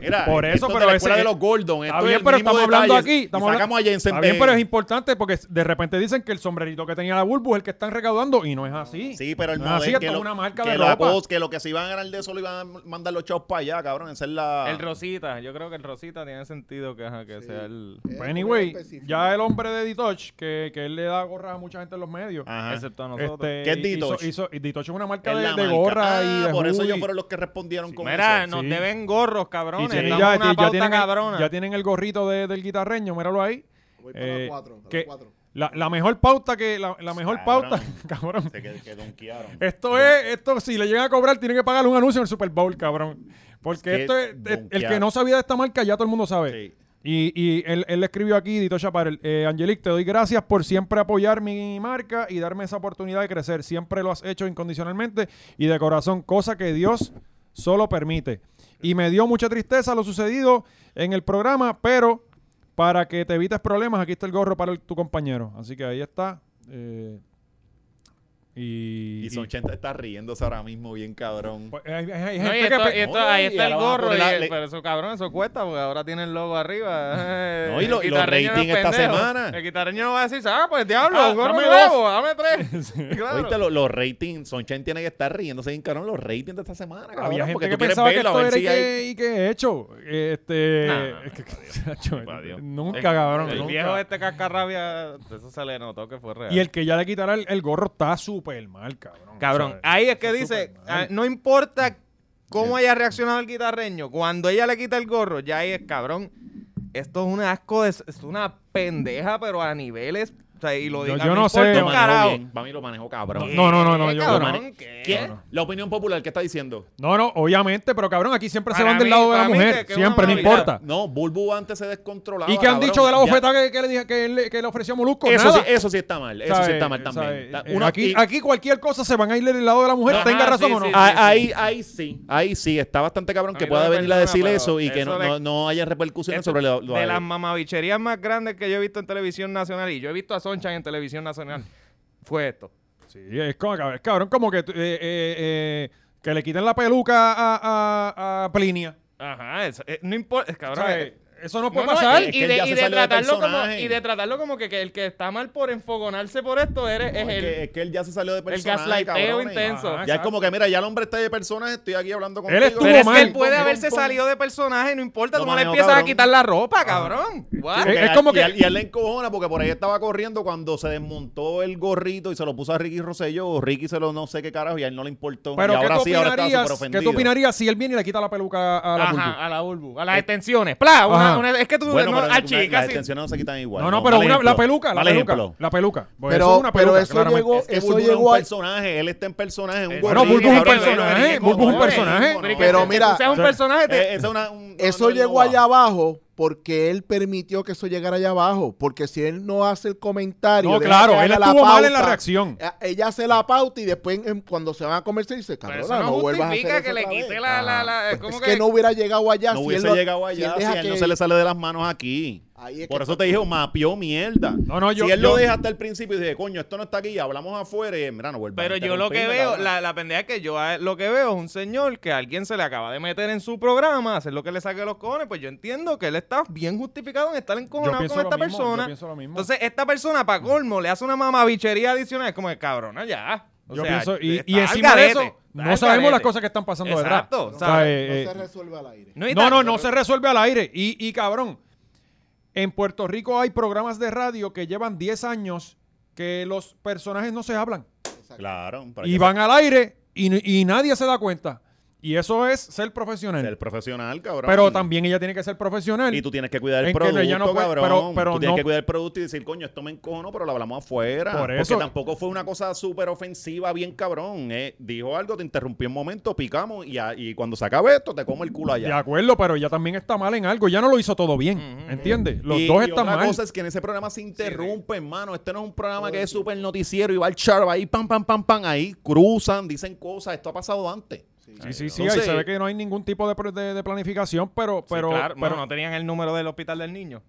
[SPEAKER 4] Mira,
[SPEAKER 1] Por eso,
[SPEAKER 4] esto es de
[SPEAKER 1] pero
[SPEAKER 4] la escuela
[SPEAKER 1] ese-
[SPEAKER 4] de los Gordon.
[SPEAKER 1] Está
[SPEAKER 4] esto es
[SPEAKER 1] bien,
[SPEAKER 4] el
[SPEAKER 1] pero
[SPEAKER 4] mismo
[SPEAKER 1] estamos hablando
[SPEAKER 4] detalle.
[SPEAKER 1] aquí.
[SPEAKER 4] Y
[SPEAKER 1] Estamos
[SPEAKER 4] sacamos a
[SPEAKER 1] hablando-
[SPEAKER 4] Jensen
[SPEAKER 1] Está bien,
[SPEAKER 4] Ben.
[SPEAKER 1] pero es importante porque de repente dicen que el sombrerito que tenía la Bulbu es el que están recaudando y no es así.
[SPEAKER 4] Sí, pero el
[SPEAKER 1] no es
[SPEAKER 4] modelo
[SPEAKER 1] así, esto
[SPEAKER 4] que
[SPEAKER 1] es
[SPEAKER 4] lo-
[SPEAKER 1] una marca
[SPEAKER 4] que
[SPEAKER 1] de
[SPEAKER 4] lo
[SPEAKER 1] ropa.
[SPEAKER 4] pos- que lo que se iban a ganar de eso lo iban a mandar los chavos para allá, cabrón. Esa es la...
[SPEAKER 5] El Rosita, yo creo que el Rosita tiene sentido que, ajá, que sea el...
[SPEAKER 2] Eh,
[SPEAKER 1] Pues anyway,
[SPEAKER 2] específico.
[SPEAKER 1] ya el hombre de Ditoch, que, que él le da gorras a mucha gente en los medios.
[SPEAKER 4] Ajá.
[SPEAKER 5] Excepto a nosotros.
[SPEAKER 1] Este,
[SPEAKER 4] Ah, ¿Qué es
[SPEAKER 1] hizo-
[SPEAKER 4] Ditoch?
[SPEAKER 1] hizo- y Ditoch es una marca
[SPEAKER 4] Es
[SPEAKER 1] de,
[SPEAKER 4] la
[SPEAKER 1] de
[SPEAKER 4] marca.
[SPEAKER 1] gorra
[SPEAKER 4] Ah,
[SPEAKER 1] y de
[SPEAKER 4] por eso
[SPEAKER 1] hoodie.
[SPEAKER 4] ellos fueron los que respondieron con
[SPEAKER 5] Mira,
[SPEAKER 4] eso.
[SPEAKER 5] nos
[SPEAKER 1] sí.
[SPEAKER 5] deben gorros,
[SPEAKER 1] Y
[SPEAKER 5] cabrones.
[SPEAKER 1] tienen
[SPEAKER 5] Estamos
[SPEAKER 1] ya,
[SPEAKER 5] en una
[SPEAKER 1] ya
[SPEAKER 5] pauta
[SPEAKER 1] tienen,
[SPEAKER 5] cabrona.
[SPEAKER 1] el, ya tienen el gorrito de- del guitarreño, míralo ahí.
[SPEAKER 2] Voy para
[SPEAKER 1] Eh,
[SPEAKER 2] la cuatro, para
[SPEAKER 1] que-
[SPEAKER 2] la cuatro.
[SPEAKER 1] La, la mejor pauta que... La, la mejor
[SPEAKER 4] Cabrón.
[SPEAKER 1] pauta... cabrón.
[SPEAKER 4] Se que, que donkearon.
[SPEAKER 1] Esto es... Esto, si le llegan a cobrar, tienen que pagar un anuncio en el Super Bowl, cabrón. Porque
[SPEAKER 4] Es que
[SPEAKER 1] esto es...
[SPEAKER 4] donkearon.
[SPEAKER 1] El que no sabía de esta marca, ya todo el mundo sabe.
[SPEAKER 4] Sí.
[SPEAKER 1] Y, y él, él le escribió aquí, Dito Chaparel, eh, Angelique, te doy gracias por siempre apoyar mi marca y darme esa oportunidad de crecer. Siempre lo has hecho incondicionalmente y de corazón, cosa que Dios solo permite. Y me dio mucha tristeza lo sucedido en el programa, pero para que te evites problemas, aquí está el gorro para el- tu compañero. Así que ahí está. eh, y,
[SPEAKER 4] Y Sonchenta está riéndose ahora mismo bien cabrón.
[SPEAKER 1] pues, hay, hay- hay
[SPEAKER 5] No, y
[SPEAKER 1] gente
[SPEAKER 5] esto-
[SPEAKER 1] que...
[SPEAKER 5] y
[SPEAKER 1] pe-
[SPEAKER 5] esto-
[SPEAKER 4] Oye,
[SPEAKER 5] ahí está el
[SPEAKER 4] ahora van a
[SPEAKER 5] gorro,
[SPEAKER 4] poner la-
[SPEAKER 5] y-
[SPEAKER 4] le-
[SPEAKER 5] pero eso cabrón, eso cuesta porque ahora tiene el logo arriba.
[SPEAKER 4] No, y lo-
[SPEAKER 5] El
[SPEAKER 4] y los
[SPEAKER 5] guitarreño no es
[SPEAKER 4] rating esta
[SPEAKER 5] pendejo.
[SPEAKER 4] semana.
[SPEAKER 5] El guitarreño no va a decir, ah, pues diablo,
[SPEAKER 1] Ah,
[SPEAKER 5] gorro
[SPEAKER 1] dame
[SPEAKER 5] nuevo, dame tres. Claro.
[SPEAKER 4] Oíste, lo- los ratings, Sonchen tiene que estar riéndose bien cabrón los ratings de esta semana, cabrón.
[SPEAKER 1] Había gente
[SPEAKER 4] porque
[SPEAKER 1] que
[SPEAKER 4] tú quieres
[SPEAKER 1] pensaba que
[SPEAKER 4] verlo, a
[SPEAKER 1] esto era
[SPEAKER 4] ver si
[SPEAKER 1] y
[SPEAKER 4] hay-
[SPEAKER 1] que, y que he hecho. Eh, Este.
[SPEAKER 5] No, no, no,
[SPEAKER 1] es que- eh,
[SPEAKER 5] Adiós.
[SPEAKER 1] nunca,
[SPEAKER 5] El-
[SPEAKER 1] cabrón.
[SPEAKER 5] El
[SPEAKER 1] nunca.
[SPEAKER 5] viejo de este cascarrabia, eso se le notó que fue real.
[SPEAKER 1] Y el que ya le quitara el, el gorro está súper mal, cabrón.
[SPEAKER 5] Cabrón,
[SPEAKER 1] O sea,
[SPEAKER 5] ahí es que
[SPEAKER 1] está
[SPEAKER 5] dice,
[SPEAKER 1] súper
[SPEAKER 5] ah,
[SPEAKER 1] mal.
[SPEAKER 5] no importa cómo haya reaccionado el guitarreño, cuando ella le quita el gorro, ya ahí es cabrón. Esto es un asco, de- es una pendeja, pero a niveles. o sea, y lo
[SPEAKER 1] Yo-
[SPEAKER 5] diga,
[SPEAKER 1] yo no
[SPEAKER 5] importa
[SPEAKER 1] sé.
[SPEAKER 5] un
[SPEAKER 4] Lo
[SPEAKER 1] Pero
[SPEAKER 4] manejó
[SPEAKER 5] carajo.
[SPEAKER 4] bien, Para mí lo manejó cabrón.
[SPEAKER 1] No, no, no, no,
[SPEAKER 5] ¿Qué,
[SPEAKER 1] yo-
[SPEAKER 5] cabrón?
[SPEAKER 1] yo
[SPEAKER 5] ¿Qué?
[SPEAKER 4] ¿Quién? La opinión popular, ¿qué está diciendo?
[SPEAKER 1] No, no, obviamente, pero cabrón, aquí siempre se
[SPEAKER 5] Para
[SPEAKER 1] van del
[SPEAKER 5] mí-
[SPEAKER 1] lado de
[SPEAKER 5] para
[SPEAKER 1] la
[SPEAKER 5] mí
[SPEAKER 1] mujer.
[SPEAKER 5] que- que es una
[SPEAKER 1] siempre, no
[SPEAKER 5] maravilla.
[SPEAKER 1] importa.
[SPEAKER 4] No, Bulbu antes se descontrolaba.
[SPEAKER 1] ¿Y qué han
[SPEAKER 4] cabrón.
[SPEAKER 1] dicho de la
[SPEAKER 4] Ya-
[SPEAKER 1] bofetada que, que le, dije- que, él le- que le ofreció a Molusco?
[SPEAKER 4] Eso sí,
[SPEAKER 1] Nada.
[SPEAKER 4] eso sí está mal. Eso sí
[SPEAKER 1] ¿Sabe?
[SPEAKER 4] está mal también.
[SPEAKER 1] ¿Sabe?
[SPEAKER 4] Está-
[SPEAKER 1] Eh,
[SPEAKER 4] uno-
[SPEAKER 1] aquí,
[SPEAKER 4] y-
[SPEAKER 1] aquí cualquier cosa se van a ir del lado de la mujer,
[SPEAKER 5] Ajá,
[SPEAKER 1] tenga razón
[SPEAKER 5] sí,
[SPEAKER 1] o no.
[SPEAKER 5] sí, sí.
[SPEAKER 4] Ah, Ahí, ahí sí, ahí sí, está bastante cabrón
[SPEAKER 5] A
[SPEAKER 4] que
[SPEAKER 5] mí
[SPEAKER 4] pueda
[SPEAKER 5] no me
[SPEAKER 4] venir a
[SPEAKER 5] perdona,
[SPEAKER 4] decir
[SPEAKER 5] pero
[SPEAKER 4] eso y que
[SPEAKER 5] eso
[SPEAKER 4] no,
[SPEAKER 5] le-
[SPEAKER 4] no, no haya repercusiones
[SPEAKER 5] Esto-
[SPEAKER 4] sobre lo, lo-
[SPEAKER 5] de las mamabicherías más grandes que yo he visto en televisión nacional, y yo he visto a Sonchan en televisión nacional, fue esto.
[SPEAKER 1] Sí, es como, es cabrón, como que, eh, eh, eh, que le quiten la peluca a, a, a Plinia.
[SPEAKER 5] Ajá, es- eh, no importa,
[SPEAKER 1] O
[SPEAKER 5] cabrón.
[SPEAKER 1] sea,
[SPEAKER 5] eh,
[SPEAKER 1] eso no eh,
[SPEAKER 5] No,
[SPEAKER 1] puede
[SPEAKER 5] no,
[SPEAKER 1] pasar.
[SPEAKER 4] es
[SPEAKER 5] y,
[SPEAKER 4] que
[SPEAKER 5] y
[SPEAKER 4] él
[SPEAKER 5] de,
[SPEAKER 4] ya
[SPEAKER 5] y
[SPEAKER 4] se
[SPEAKER 5] de
[SPEAKER 4] salió del
[SPEAKER 5] tratarlo como,
[SPEAKER 4] personaje.
[SPEAKER 5] y de tratarlo como que, que el que está mal por enfogonarse por esto eres, es
[SPEAKER 4] No, es,
[SPEAKER 5] él.
[SPEAKER 4] que, es que él ya se salió de
[SPEAKER 5] el
[SPEAKER 4] personaje,
[SPEAKER 5] gaslighteo
[SPEAKER 4] cabrones.
[SPEAKER 5] intenso.
[SPEAKER 1] Ajá,
[SPEAKER 4] Ya es como que, mira, ya el hombre está de personaje, estoy aquí hablando contigo.
[SPEAKER 1] Él estuvo
[SPEAKER 5] Pero es
[SPEAKER 1] mal.
[SPEAKER 5] que él puede
[SPEAKER 1] Pum,
[SPEAKER 5] haberse
[SPEAKER 1] pum, pum.
[SPEAKER 5] salido de personaje, no importa,
[SPEAKER 4] Lo
[SPEAKER 5] tú no le
[SPEAKER 4] manejó,
[SPEAKER 5] empiezas
[SPEAKER 4] cabrón.
[SPEAKER 5] a quitar la ropa, cabrón. What?
[SPEAKER 1] Es-
[SPEAKER 4] Porque
[SPEAKER 1] es
[SPEAKER 4] a-
[SPEAKER 1] como
[SPEAKER 4] y
[SPEAKER 1] que-
[SPEAKER 4] a- Y él le encojona porque por ahí estaba corriendo cuando se desmontó el gorrito y se lo puso a Ricky Rosselló o Ricky se lo no sé qué carajo y a él no le importó.
[SPEAKER 1] Pero
[SPEAKER 4] y
[SPEAKER 1] ¿qué,
[SPEAKER 4] ahora
[SPEAKER 1] tú
[SPEAKER 4] sí, ahora está súper
[SPEAKER 1] opinarías,
[SPEAKER 4] ofendido.
[SPEAKER 1] ¿qué tú opinarías si él viene y le quita la peluca a la
[SPEAKER 5] Ajá,
[SPEAKER 1] Bulbu?
[SPEAKER 5] a la Bulbu. A las extensiones. ¡Pla! una-
[SPEAKER 1] Ajá.
[SPEAKER 5] una- es que tú
[SPEAKER 4] Bueno,
[SPEAKER 5] no,
[SPEAKER 4] pero
[SPEAKER 5] ah,
[SPEAKER 4] tú-
[SPEAKER 5] chica,
[SPEAKER 4] las
[SPEAKER 5] sí.
[SPEAKER 4] extensiones no se quitan igual.
[SPEAKER 1] no, no, pero
[SPEAKER 4] Mal
[SPEAKER 1] una- la
[SPEAKER 4] ejemplo,
[SPEAKER 1] peluca, la
[SPEAKER 4] mal
[SPEAKER 1] peluca,
[SPEAKER 4] ejemplo.
[SPEAKER 1] la peluca. Pues
[SPEAKER 2] Pero-
[SPEAKER 1] eso es una
[SPEAKER 2] pero
[SPEAKER 1] peluca,
[SPEAKER 2] eso
[SPEAKER 1] claramente.
[SPEAKER 2] llegó-
[SPEAKER 4] Es que
[SPEAKER 2] Eso
[SPEAKER 4] Bulbu no es
[SPEAKER 2] llegó
[SPEAKER 4] un
[SPEAKER 2] a-
[SPEAKER 4] personaje, él está en personaje, es un
[SPEAKER 5] Bueno,
[SPEAKER 4] gorrito,
[SPEAKER 5] Bulbu es un
[SPEAKER 4] cabrón,
[SPEAKER 5] personaje,
[SPEAKER 4] pero-
[SPEAKER 5] Bulbu es un
[SPEAKER 1] personaje.
[SPEAKER 4] no, no,
[SPEAKER 2] Pero
[SPEAKER 4] no,
[SPEAKER 2] mira, este,
[SPEAKER 5] O sea, un
[SPEAKER 1] o sea,
[SPEAKER 5] personaje. te-
[SPEAKER 4] eh, esa es una- un- no,
[SPEAKER 2] Eso
[SPEAKER 4] no, no
[SPEAKER 2] llegó
[SPEAKER 4] va.
[SPEAKER 2] allá abajo porque él permitió que eso llegara allá abajo. Porque si él no hace el comentario.
[SPEAKER 1] No,
[SPEAKER 2] deja
[SPEAKER 1] claro,
[SPEAKER 2] que
[SPEAKER 1] él
[SPEAKER 2] haga la
[SPEAKER 1] estuvo mal en la
[SPEAKER 2] pauta,
[SPEAKER 1] reacción.
[SPEAKER 2] eh, Ella hace la pauta y después, en- cuando se van a comerciar, dice:
[SPEAKER 5] pero
[SPEAKER 2] Cabrona,
[SPEAKER 5] Pues eso no
[SPEAKER 2] no vuelvas a hacer
[SPEAKER 5] justifica
[SPEAKER 2] eso
[SPEAKER 5] que le
[SPEAKER 2] otra vez".
[SPEAKER 5] quite la. la, la-
[SPEAKER 2] Pues
[SPEAKER 5] ¿cómo
[SPEAKER 2] es que, no hubiera llegado allá.
[SPEAKER 4] No
[SPEAKER 2] si
[SPEAKER 4] hubiese
[SPEAKER 2] él lo-
[SPEAKER 4] llegado
[SPEAKER 2] si
[SPEAKER 4] allá
[SPEAKER 2] él
[SPEAKER 4] si
[SPEAKER 2] deja
[SPEAKER 4] a él no
[SPEAKER 2] que-
[SPEAKER 4] se le sale de las manos aquí.
[SPEAKER 2] Ahí es
[SPEAKER 4] Por
[SPEAKER 2] que-
[SPEAKER 4] eso te dije, mapeó mierda.
[SPEAKER 1] No, no, yo-
[SPEAKER 4] si él
[SPEAKER 1] yo-
[SPEAKER 4] lo deja hasta el principio y dice, coño, esto no está aquí, hablamos afuera y mira, no vuelve.
[SPEAKER 5] Pero yo lo que veo, la, la pendeja es que yo a- lo que veo es un señor que alguien se le acaba de meter en su programa, hacer lo que le saque los cojones, pues yo entiendo que él está bien justificado en estar
[SPEAKER 1] Yo
[SPEAKER 5] encojonado
[SPEAKER 1] pienso
[SPEAKER 5] con esta
[SPEAKER 1] lo mismo,
[SPEAKER 5] persona.
[SPEAKER 1] yo pienso lo mismo.
[SPEAKER 5] Entonces, esta persona, para colmo, le hace una mamabichería adicional, es como de cabrona, ya. O
[SPEAKER 1] Yo
[SPEAKER 5] sea,
[SPEAKER 1] pienso, y,
[SPEAKER 5] está
[SPEAKER 1] y
[SPEAKER 5] al
[SPEAKER 1] encima de
[SPEAKER 5] garete,
[SPEAKER 1] eso,
[SPEAKER 5] está
[SPEAKER 1] no
[SPEAKER 5] al
[SPEAKER 1] sabemos
[SPEAKER 5] garete.
[SPEAKER 1] las cosas que están pasando
[SPEAKER 5] Exacto,
[SPEAKER 1] detrás. O sea,
[SPEAKER 5] ¿sabes?
[SPEAKER 1] eh,
[SPEAKER 2] no se
[SPEAKER 1] eh,
[SPEAKER 2] resuelve al aire.
[SPEAKER 5] y
[SPEAKER 1] no,
[SPEAKER 5] tal.
[SPEAKER 1] no, no se resuelve al aire. Y, y cabrón, en Puerto Rico hay programas de radio que llevan 10 años que los personajes no se hablan.
[SPEAKER 2] Exacto.
[SPEAKER 4] Claro, para
[SPEAKER 1] Y
[SPEAKER 4] que
[SPEAKER 1] van al aire y, n- y nadie se da cuenta. Y eso es ser profesional.
[SPEAKER 4] sea el profesional, cabrón.
[SPEAKER 1] Pero también ella tiene que ser profesional.
[SPEAKER 4] Y tú tienes que cuidar el
[SPEAKER 1] En que no,
[SPEAKER 4] producto,
[SPEAKER 1] ella no puede-
[SPEAKER 4] cabrón.
[SPEAKER 1] pero- pero
[SPEAKER 4] tú tienes
[SPEAKER 1] no-
[SPEAKER 4] que cuidar el producto y decir, coño, esto me encojono, pero lo hablamos afuera.
[SPEAKER 1] Por eso-
[SPEAKER 4] Porque tampoco fue una cosa súper ofensiva, bien cabrón. eh. Dijo algo, te interrumpí un momento, picamos y, a- y cuando se acabe esto, te como el culo allá.
[SPEAKER 1] De acuerdo, pero ella también está mal en algo. Ya no lo hizo todo bien. ¿Entiendes? Los
[SPEAKER 4] Y-
[SPEAKER 1] dos
[SPEAKER 4] y
[SPEAKER 1] están
[SPEAKER 4] otra
[SPEAKER 1] mal.
[SPEAKER 4] cosa es que en ese programa se interrumpe, hermano. Este no es un programa que es súper noticiero y va al charo ahí, pam, pam, pam, pam. Ahí cruzan, dicen cosas. Esto ha pasado antes.
[SPEAKER 1] Sí, sí, sí.
[SPEAKER 4] Entonces-
[SPEAKER 1] ahí se ve que no hay ningún tipo de, pro- de- de planificación, pero.
[SPEAKER 5] Sí,
[SPEAKER 1] pero,
[SPEAKER 5] claro,
[SPEAKER 1] pero
[SPEAKER 5] bueno, no tenían el número del hospital del niño.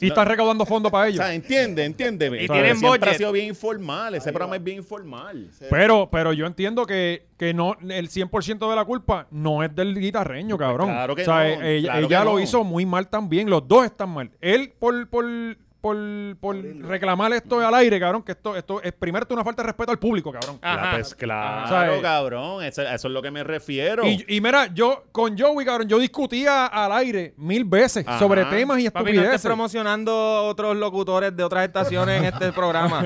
[SPEAKER 1] y están recaudando fondos para
[SPEAKER 4] O
[SPEAKER 1] ellos.
[SPEAKER 4] sea, entiende, entiende.
[SPEAKER 5] Y
[SPEAKER 4] O sea,
[SPEAKER 5] tienen
[SPEAKER 4] siempre
[SPEAKER 5] budget.
[SPEAKER 4] ha sido bien informal. Ese
[SPEAKER 2] Ahí
[SPEAKER 4] programa
[SPEAKER 2] va.
[SPEAKER 4] es bien informal.
[SPEAKER 1] Pero, pero yo entiendo que, que no, el 100% de la culpa no es del guitarreño, cabrón.
[SPEAKER 4] Pues Claro que
[SPEAKER 1] O sea,
[SPEAKER 4] no,
[SPEAKER 1] eh, ella,
[SPEAKER 4] claro
[SPEAKER 1] ella
[SPEAKER 4] que
[SPEAKER 1] lo
[SPEAKER 4] no.
[SPEAKER 1] hizo muy mal también. Los dos están mal. Él por, por, por, por reclamar esto al aire, cabrón, que esto, esto es primero esto es una falta de respeto al público, cabrón.
[SPEAKER 5] Ajá.
[SPEAKER 4] Claro, pues, claro,
[SPEAKER 1] O sea,
[SPEAKER 4] cabrón. Eso, a eso es lo que me refiero.
[SPEAKER 1] Ah. Y, y mira, yo con Joey, cabrón, yo discutía al aire mil veces
[SPEAKER 4] Ajá.
[SPEAKER 1] sobre temas y
[SPEAKER 5] Papi, no estés
[SPEAKER 1] estupideces.
[SPEAKER 5] promocionando otros locutores de otras estaciones en este programa.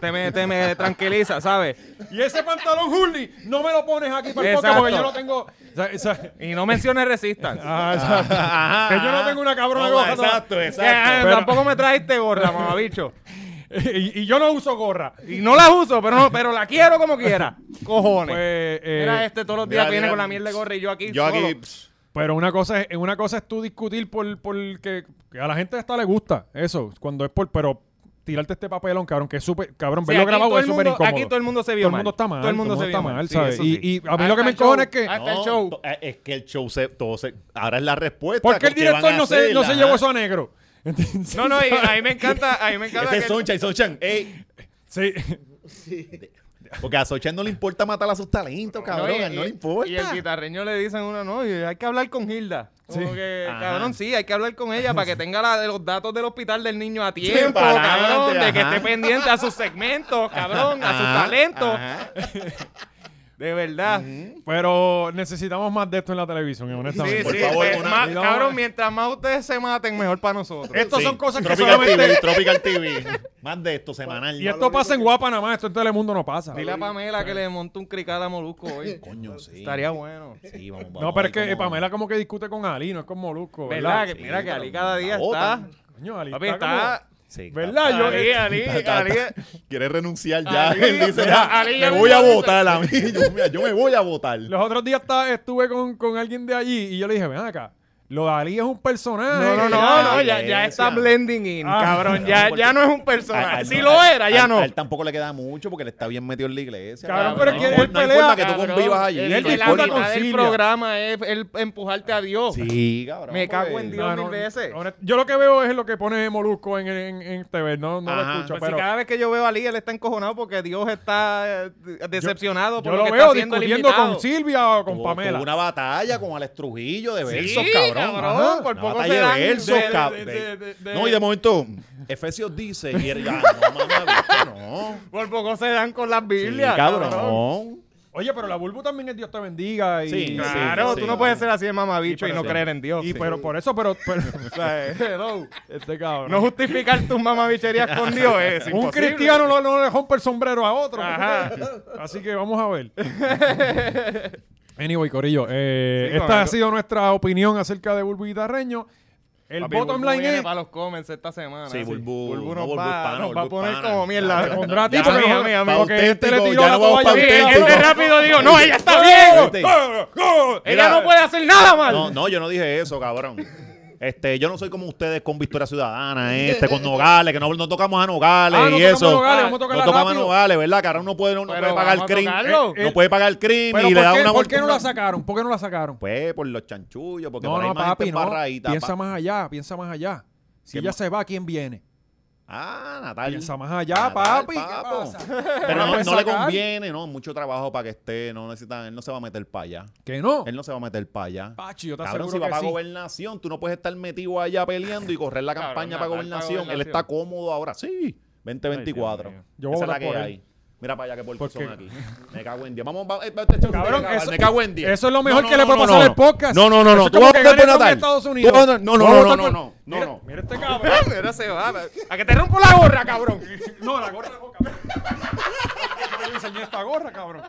[SPEAKER 5] te, me, te me tranquiliza, ¿sabes?
[SPEAKER 1] y ese pantalón Hurley no me lo pones aquí para el podcast
[SPEAKER 5] Exacto.
[SPEAKER 1] porque yo no tengo. o sea, o sea,
[SPEAKER 5] Y no menciones resistance.
[SPEAKER 1] ah, exacto.
[SPEAKER 4] Ajá,
[SPEAKER 1] que yo no
[SPEAKER 4] ajá.
[SPEAKER 1] tengo una cabrona
[SPEAKER 4] No,
[SPEAKER 1] gorra.
[SPEAKER 4] Exacto,
[SPEAKER 5] Que, ah,
[SPEAKER 4] exacto.
[SPEAKER 5] Tampoco me trajiste gorra, mamabicho.
[SPEAKER 1] y, y yo no uso gorra.
[SPEAKER 5] Y no la uso, pero no, pero la quiero como quiera. Cojones.
[SPEAKER 1] Pues, eh,
[SPEAKER 5] Mira este todos los días
[SPEAKER 4] mira,
[SPEAKER 5] viene
[SPEAKER 4] mira,
[SPEAKER 5] con la mierda de gorra y yo aquí.
[SPEAKER 4] Yo
[SPEAKER 5] solo.
[SPEAKER 4] aquí. pss,
[SPEAKER 1] Pero una cosa es, una cosa es tú discutir por, por que, que a la gente hasta le gusta eso, cuando es por, pero tirarte este papelón, cabrón, que es súper, cabrón,
[SPEAKER 5] Sí,
[SPEAKER 1] verlo
[SPEAKER 5] aquí
[SPEAKER 1] grabado
[SPEAKER 5] todo
[SPEAKER 1] es
[SPEAKER 5] el
[SPEAKER 1] súper
[SPEAKER 5] mundo-
[SPEAKER 1] incómodo.
[SPEAKER 5] aquí todo el mundo se vio
[SPEAKER 1] Todo el
[SPEAKER 5] mal.
[SPEAKER 1] mundo está mal.
[SPEAKER 5] Todo el mundo se vio
[SPEAKER 1] está
[SPEAKER 5] mal.
[SPEAKER 1] mal,
[SPEAKER 5] Sí,
[SPEAKER 1] ¿sabes?
[SPEAKER 5] eso
[SPEAKER 1] Y-
[SPEAKER 5] sí. Ah,
[SPEAKER 1] Y, a mí
[SPEAKER 5] Hasta
[SPEAKER 1] lo que me
[SPEAKER 5] el show.
[SPEAKER 1] encojona es que...
[SPEAKER 5] Hasta el
[SPEAKER 4] no,
[SPEAKER 5] show.
[SPEAKER 4] to- eh, Es que el show se, todo se- Ahora es la respuesta.
[SPEAKER 1] ¿Por qué el
[SPEAKER 4] ¿Con qué van
[SPEAKER 1] director
[SPEAKER 4] a
[SPEAKER 1] no se,
[SPEAKER 4] hacerla?
[SPEAKER 1] no se llevó
[SPEAKER 4] Ajá.
[SPEAKER 1] eso a negro? ¿Entiendes?
[SPEAKER 5] No, no, y a mí me encanta, a mí me encanta
[SPEAKER 4] Ese es
[SPEAKER 5] que-
[SPEAKER 4] Sonchan, Sonchan. Ey,
[SPEAKER 1] Sí.
[SPEAKER 4] porque a Sonchan no le importa matar a sus talentos, cabrón.
[SPEAKER 5] y-
[SPEAKER 4] a él no
[SPEAKER 5] y-
[SPEAKER 4] le importa.
[SPEAKER 5] Y el guitarreño le dicen una, no, y hay que hablar con Hilda. Como que,
[SPEAKER 4] Ajá.
[SPEAKER 5] cabrón, sí, hay que hablar con ella para que tenga la, de los datos del hospital del niño a tiempo,
[SPEAKER 4] para
[SPEAKER 5] cabrón,
[SPEAKER 4] adelante,
[SPEAKER 5] de que
[SPEAKER 4] ajá.
[SPEAKER 5] esté pendiente a sus segmentos, cabrón, a sus
[SPEAKER 4] Ajá,
[SPEAKER 5] talentos.
[SPEAKER 4] ajá.
[SPEAKER 5] De verdad.
[SPEAKER 1] Pero necesitamos más de esto en la televisión, honestamente.
[SPEAKER 5] Sí,
[SPEAKER 4] Por
[SPEAKER 5] sí,
[SPEAKER 4] favor,
[SPEAKER 5] pues,
[SPEAKER 4] una-
[SPEAKER 5] ma-
[SPEAKER 1] Mira,
[SPEAKER 5] cabrón,
[SPEAKER 1] una-
[SPEAKER 5] mientras más ustedes se maten, mejor para nosotros.
[SPEAKER 1] Estas
[SPEAKER 4] Sí,
[SPEAKER 1] son cosas que
[SPEAKER 4] Tropical
[SPEAKER 1] solamente...
[SPEAKER 4] TV, Tropical TV. Más de esto semanal.
[SPEAKER 1] Y esto pasa en Guapa nada más, esto en Telemundo no pasa.
[SPEAKER 5] Dile a Pamela que le monte un crical a Molusco hoy.
[SPEAKER 4] Coño, sí.
[SPEAKER 5] Estaría bueno.
[SPEAKER 4] Sí, vamos, vamos
[SPEAKER 1] No, pero
[SPEAKER 4] ahí
[SPEAKER 1] es que eh,
[SPEAKER 4] como-
[SPEAKER 1] Pamela como que discute con Ali, no es con Molusco,
[SPEAKER 5] ¿Verdad?
[SPEAKER 1] ¿verdad?
[SPEAKER 5] Que, mira que
[SPEAKER 4] pero
[SPEAKER 5] Ali cada día está.
[SPEAKER 4] la botan.
[SPEAKER 1] Coño, Ali
[SPEAKER 5] Papi,
[SPEAKER 1] está como-
[SPEAKER 5] está.
[SPEAKER 4] Sí,
[SPEAKER 1] ¿Verdad? Ah.
[SPEAKER 4] está-
[SPEAKER 1] Yo-
[SPEAKER 5] Ali, Ali,
[SPEAKER 4] está-
[SPEAKER 5] Ali.
[SPEAKER 4] está- Quiere renunciar ya.
[SPEAKER 5] Ali,
[SPEAKER 4] Él dice, ya,
[SPEAKER 5] Ali ya
[SPEAKER 4] me
[SPEAKER 5] mismo
[SPEAKER 4] voy a
[SPEAKER 5] dice-
[SPEAKER 4] votar a mí. Yo, mira, yo me voy a votar.
[SPEAKER 1] Los otros días ta- estuve con, con alguien de allí y yo le dije, ven acá, lo de Ali es un personaje.
[SPEAKER 5] No, Ah, no, no,
[SPEAKER 1] Ya,
[SPEAKER 5] no, ya, ya
[SPEAKER 4] Iglesia.
[SPEAKER 5] está blending in,
[SPEAKER 1] Ah,
[SPEAKER 5] cabrón.
[SPEAKER 4] no,
[SPEAKER 5] Ya,
[SPEAKER 4] porque-
[SPEAKER 5] ya no es un
[SPEAKER 4] A- a
[SPEAKER 5] personaje.
[SPEAKER 4] él
[SPEAKER 5] Si
[SPEAKER 4] no-
[SPEAKER 5] lo
[SPEAKER 4] a-
[SPEAKER 5] era, ya
[SPEAKER 4] a-
[SPEAKER 5] no.
[SPEAKER 4] A él tampoco le queda mucho porque él está bien metido en la iglesia.
[SPEAKER 1] Cabrón, pero es que él
[SPEAKER 4] no
[SPEAKER 1] pelea-
[SPEAKER 4] importa que tú
[SPEAKER 5] Cabrón,
[SPEAKER 4] convivas ahí.
[SPEAKER 5] el-
[SPEAKER 1] él
[SPEAKER 5] el- la
[SPEAKER 1] discute
[SPEAKER 5] mitad
[SPEAKER 1] con
[SPEAKER 5] del
[SPEAKER 1] Silvia.
[SPEAKER 5] programa es el empujarte a Dios.
[SPEAKER 4] Sí, cabrón. pues,
[SPEAKER 5] Me cago en Dios.
[SPEAKER 1] no,
[SPEAKER 5] mil
[SPEAKER 1] no,
[SPEAKER 5] veces.
[SPEAKER 1] honest- Yo lo que veo es lo que pone Molusco en, en, en TV, no, no lo
[SPEAKER 4] Ajá.
[SPEAKER 1] escucho.
[SPEAKER 5] Pues si
[SPEAKER 1] pero
[SPEAKER 5] cada vez que yo veo a Lee, él está encojonado porque Dios está eh, decepcionado por
[SPEAKER 1] yo
[SPEAKER 5] lo,
[SPEAKER 1] lo
[SPEAKER 5] que
[SPEAKER 1] veo
[SPEAKER 5] está haciendo el
[SPEAKER 1] discutiendo
[SPEAKER 5] invitado.
[SPEAKER 1] con Silvia o con
[SPEAKER 4] Tuvo-
[SPEAKER 1] Pamela.
[SPEAKER 4] tuvo una batalla con Alex Trujillo de
[SPEAKER 5] Sí,
[SPEAKER 4] versos, cabrón.
[SPEAKER 5] cabrón,
[SPEAKER 4] Ajá.
[SPEAKER 5] por
[SPEAKER 4] Una
[SPEAKER 5] poco
[SPEAKER 4] batalla
[SPEAKER 5] se dan
[SPEAKER 4] de versos,
[SPEAKER 5] de-
[SPEAKER 4] cabrón.
[SPEAKER 1] de- de- de-
[SPEAKER 4] No, y de momento, Efesios dice, y él ya, no, mamá, no.
[SPEAKER 5] Por poco se dan con las
[SPEAKER 4] Sí,
[SPEAKER 5] Biblias. cabrón.
[SPEAKER 4] cabrón.
[SPEAKER 1] Oye, pero la Bulbu también es Dios te bendiga. Y,
[SPEAKER 4] Sí,
[SPEAKER 5] Claro,
[SPEAKER 4] sí,
[SPEAKER 5] tú
[SPEAKER 4] sí.
[SPEAKER 5] no puedes ser así de mamabicho
[SPEAKER 4] Y
[SPEAKER 5] y, no
[SPEAKER 4] pero-
[SPEAKER 5] creer en Dios.
[SPEAKER 1] y
[SPEAKER 5] Sí.
[SPEAKER 1] pero por eso, pero... pero
[SPEAKER 5] O sea, eh, hello.
[SPEAKER 1] este cabrón.
[SPEAKER 5] No justificar tus mamabicherías con Dios es
[SPEAKER 1] un
[SPEAKER 5] imposible.
[SPEAKER 1] cristiano no, no le rompe el sombrero a otro.
[SPEAKER 5] Ajá.
[SPEAKER 1] Así que vamos a ver. anyway, Corillo, eh,
[SPEAKER 5] Sí,
[SPEAKER 1] esta
[SPEAKER 5] Corillo.
[SPEAKER 1] ha sido nuestra opinión acerca de Bulbu y Tarreño. El
[SPEAKER 5] Papi,
[SPEAKER 1] bottom
[SPEAKER 5] Bulbu
[SPEAKER 1] line
[SPEAKER 5] viene
[SPEAKER 1] es.
[SPEAKER 5] para los comments esta semana.
[SPEAKER 4] Sí, Bulbu.
[SPEAKER 5] Bulbu
[SPEAKER 4] no,
[SPEAKER 5] nos
[SPEAKER 4] Bulbu
[SPEAKER 5] va,
[SPEAKER 4] es pana,
[SPEAKER 5] nos
[SPEAKER 4] Bulbu
[SPEAKER 5] va a
[SPEAKER 4] es
[SPEAKER 5] poner
[SPEAKER 4] pana.
[SPEAKER 5] como mierda. Este
[SPEAKER 4] Ya,
[SPEAKER 5] Te
[SPEAKER 4] ya,
[SPEAKER 1] pondrá a ti,
[SPEAKER 4] ya,
[SPEAKER 1] porque
[SPEAKER 4] ya,
[SPEAKER 1] no-
[SPEAKER 4] ya,
[SPEAKER 1] porque
[SPEAKER 4] ya,
[SPEAKER 1] este le
[SPEAKER 4] ya,
[SPEAKER 1] tiró
[SPEAKER 4] ya
[SPEAKER 1] la
[SPEAKER 4] no vamos
[SPEAKER 1] toalla.
[SPEAKER 4] pa'
[SPEAKER 5] Sí,
[SPEAKER 4] auténtico.
[SPEAKER 5] este rápido digo, no, ella está bien.
[SPEAKER 4] Este-
[SPEAKER 5] Ella
[SPEAKER 4] Mira,
[SPEAKER 5] no puede hacer nada, man.
[SPEAKER 4] No, no, yo no dije eso, cabrón. Este, yo no soy como ustedes con Victoria Ciudadana, este, con Nogales, que no, no tocamos a Nogales
[SPEAKER 1] Ah, no
[SPEAKER 4] y
[SPEAKER 1] tocamos
[SPEAKER 4] eso.
[SPEAKER 1] Nogales,
[SPEAKER 5] vamos a
[SPEAKER 4] no
[SPEAKER 1] tocarla
[SPEAKER 4] tocamos a
[SPEAKER 1] rápido.
[SPEAKER 4] Nogales, ¿verdad? Que ahora uno puede, uno
[SPEAKER 5] Pero
[SPEAKER 4] puede pagar el
[SPEAKER 5] vamos a
[SPEAKER 4] crimen.
[SPEAKER 5] tocarlo.
[SPEAKER 4] No puede pagar el crimen
[SPEAKER 1] Eh, Pero
[SPEAKER 4] y le da
[SPEAKER 1] ¿por, qué,
[SPEAKER 4] una
[SPEAKER 1] ¿Por qué no la
[SPEAKER 4] saca?
[SPEAKER 1] sacaron? ¿Por qué no la sacaron?
[SPEAKER 4] Pues por los chanchullos, porque
[SPEAKER 1] no,
[SPEAKER 4] por ahí
[SPEAKER 1] no,
[SPEAKER 4] más
[SPEAKER 1] papi,
[SPEAKER 4] gente
[SPEAKER 1] no.
[SPEAKER 4] embarradita,
[SPEAKER 1] Piensa
[SPEAKER 4] pa-
[SPEAKER 1] más allá, piensa más allá. Si ella se va, ¿quién viene?
[SPEAKER 4] Ah, Natal.
[SPEAKER 1] Piensa más allá, papi. ¿qué
[SPEAKER 4] papo.
[SPEAKER 1] pasa?
[SPEAKER 4] Pero no,
[SPEAKER 1] Pues
[SPEAKER 4] no le
[SPEAKER 1] sacar.
[SPEAKER 4] conviene, ¿no? Mucho trabajo para que esté, no necesitan, él no se va a meter para allá.
[SPEAKER 1] Que no.
[SPEAKER 4] Él no se va a meter para allá.
[SPEAKER 1] Pachi, yo te
[SPEAKER 4] Cabrón, si
[SPEAKER 1] aseguro que
[SPEAKER 4] papá
[SPEAKER 1] sí.
[SPEAKER 4] gobernación, tú no puedes estar metido allá peleando y correr la
[SPEAKER 5] Cabrón,
[SPEAKER 4] campaña
[SPEAKER 5] Natal
[SPEAKER 4] para
[SPEAKER 5] pa'
[SPEAKER 4] gobernación. Él
[SPEAKER 5] gobernación.
[SPEAKER 4] está cómodo ahora. Sí, 2024.
[SPEAKER 5] Ay, Dios mío.
[SPEAKER 1] Yo voy a
[SPEAKER 4] Esa es la
[SPEAKER 1] votar
[SPEAKER 4] que
[SPEAKER 1] por él.
[SPEAKER 4] hay. Mira para allá que por
[SPEAKER 1] ¿Por
[SPEAKER 4] son
[SPEAKER 1] qué?
[SPEAKER 4] aquí. Me cago en 10. Vamos, va- eh, va- te- te-
[SPEAKER 1] Cabrón,
[SPEAKER 4] me cago-
[SPEAKER 1] eso-
[SPEAKER 4] me cago en 10.
[SPEAKER 1] eso es lo mejor que le puede pasar al podcast.
[SPEAKER 4] No, no, no,
[SPEAKER 1] Eso
[SPEAKER 4] no.
[SPEAKER 1] es
[SPEAKER 4] Tú
[SPEAKER 1] como
[SPEAKER 4] vas a
[SPEAKER 1] que
[SPEAKER 4] votar por
[SPEAKER 1] ganen los
[SPEAKER 4] Natal.
[SPEAKER 1] Estados
[SPEAKER 4] Tú
[SPEAKER 1] Unidos.
[SPEAKER 4] vas a- No,
[SPEAKER 1] Voy a
[SPEAKER 4] no, no,
[SPEAKER 1] votar
[SPEAKER 4] no,
[SPEAKER 1] por-
[SPEAKER 4] no, no,
[SPEAKER 1] Mira-
[SPEAKER 4] no.
[SPEAKER 1] Mira este cabrón.
[SPEAKER 5] Mira, se va. A que te rompo la gorra, cabrón.
[SPEAKER 1] No, la gorra, no, cabrón. Yo le enseñé esta gorra, cabrón.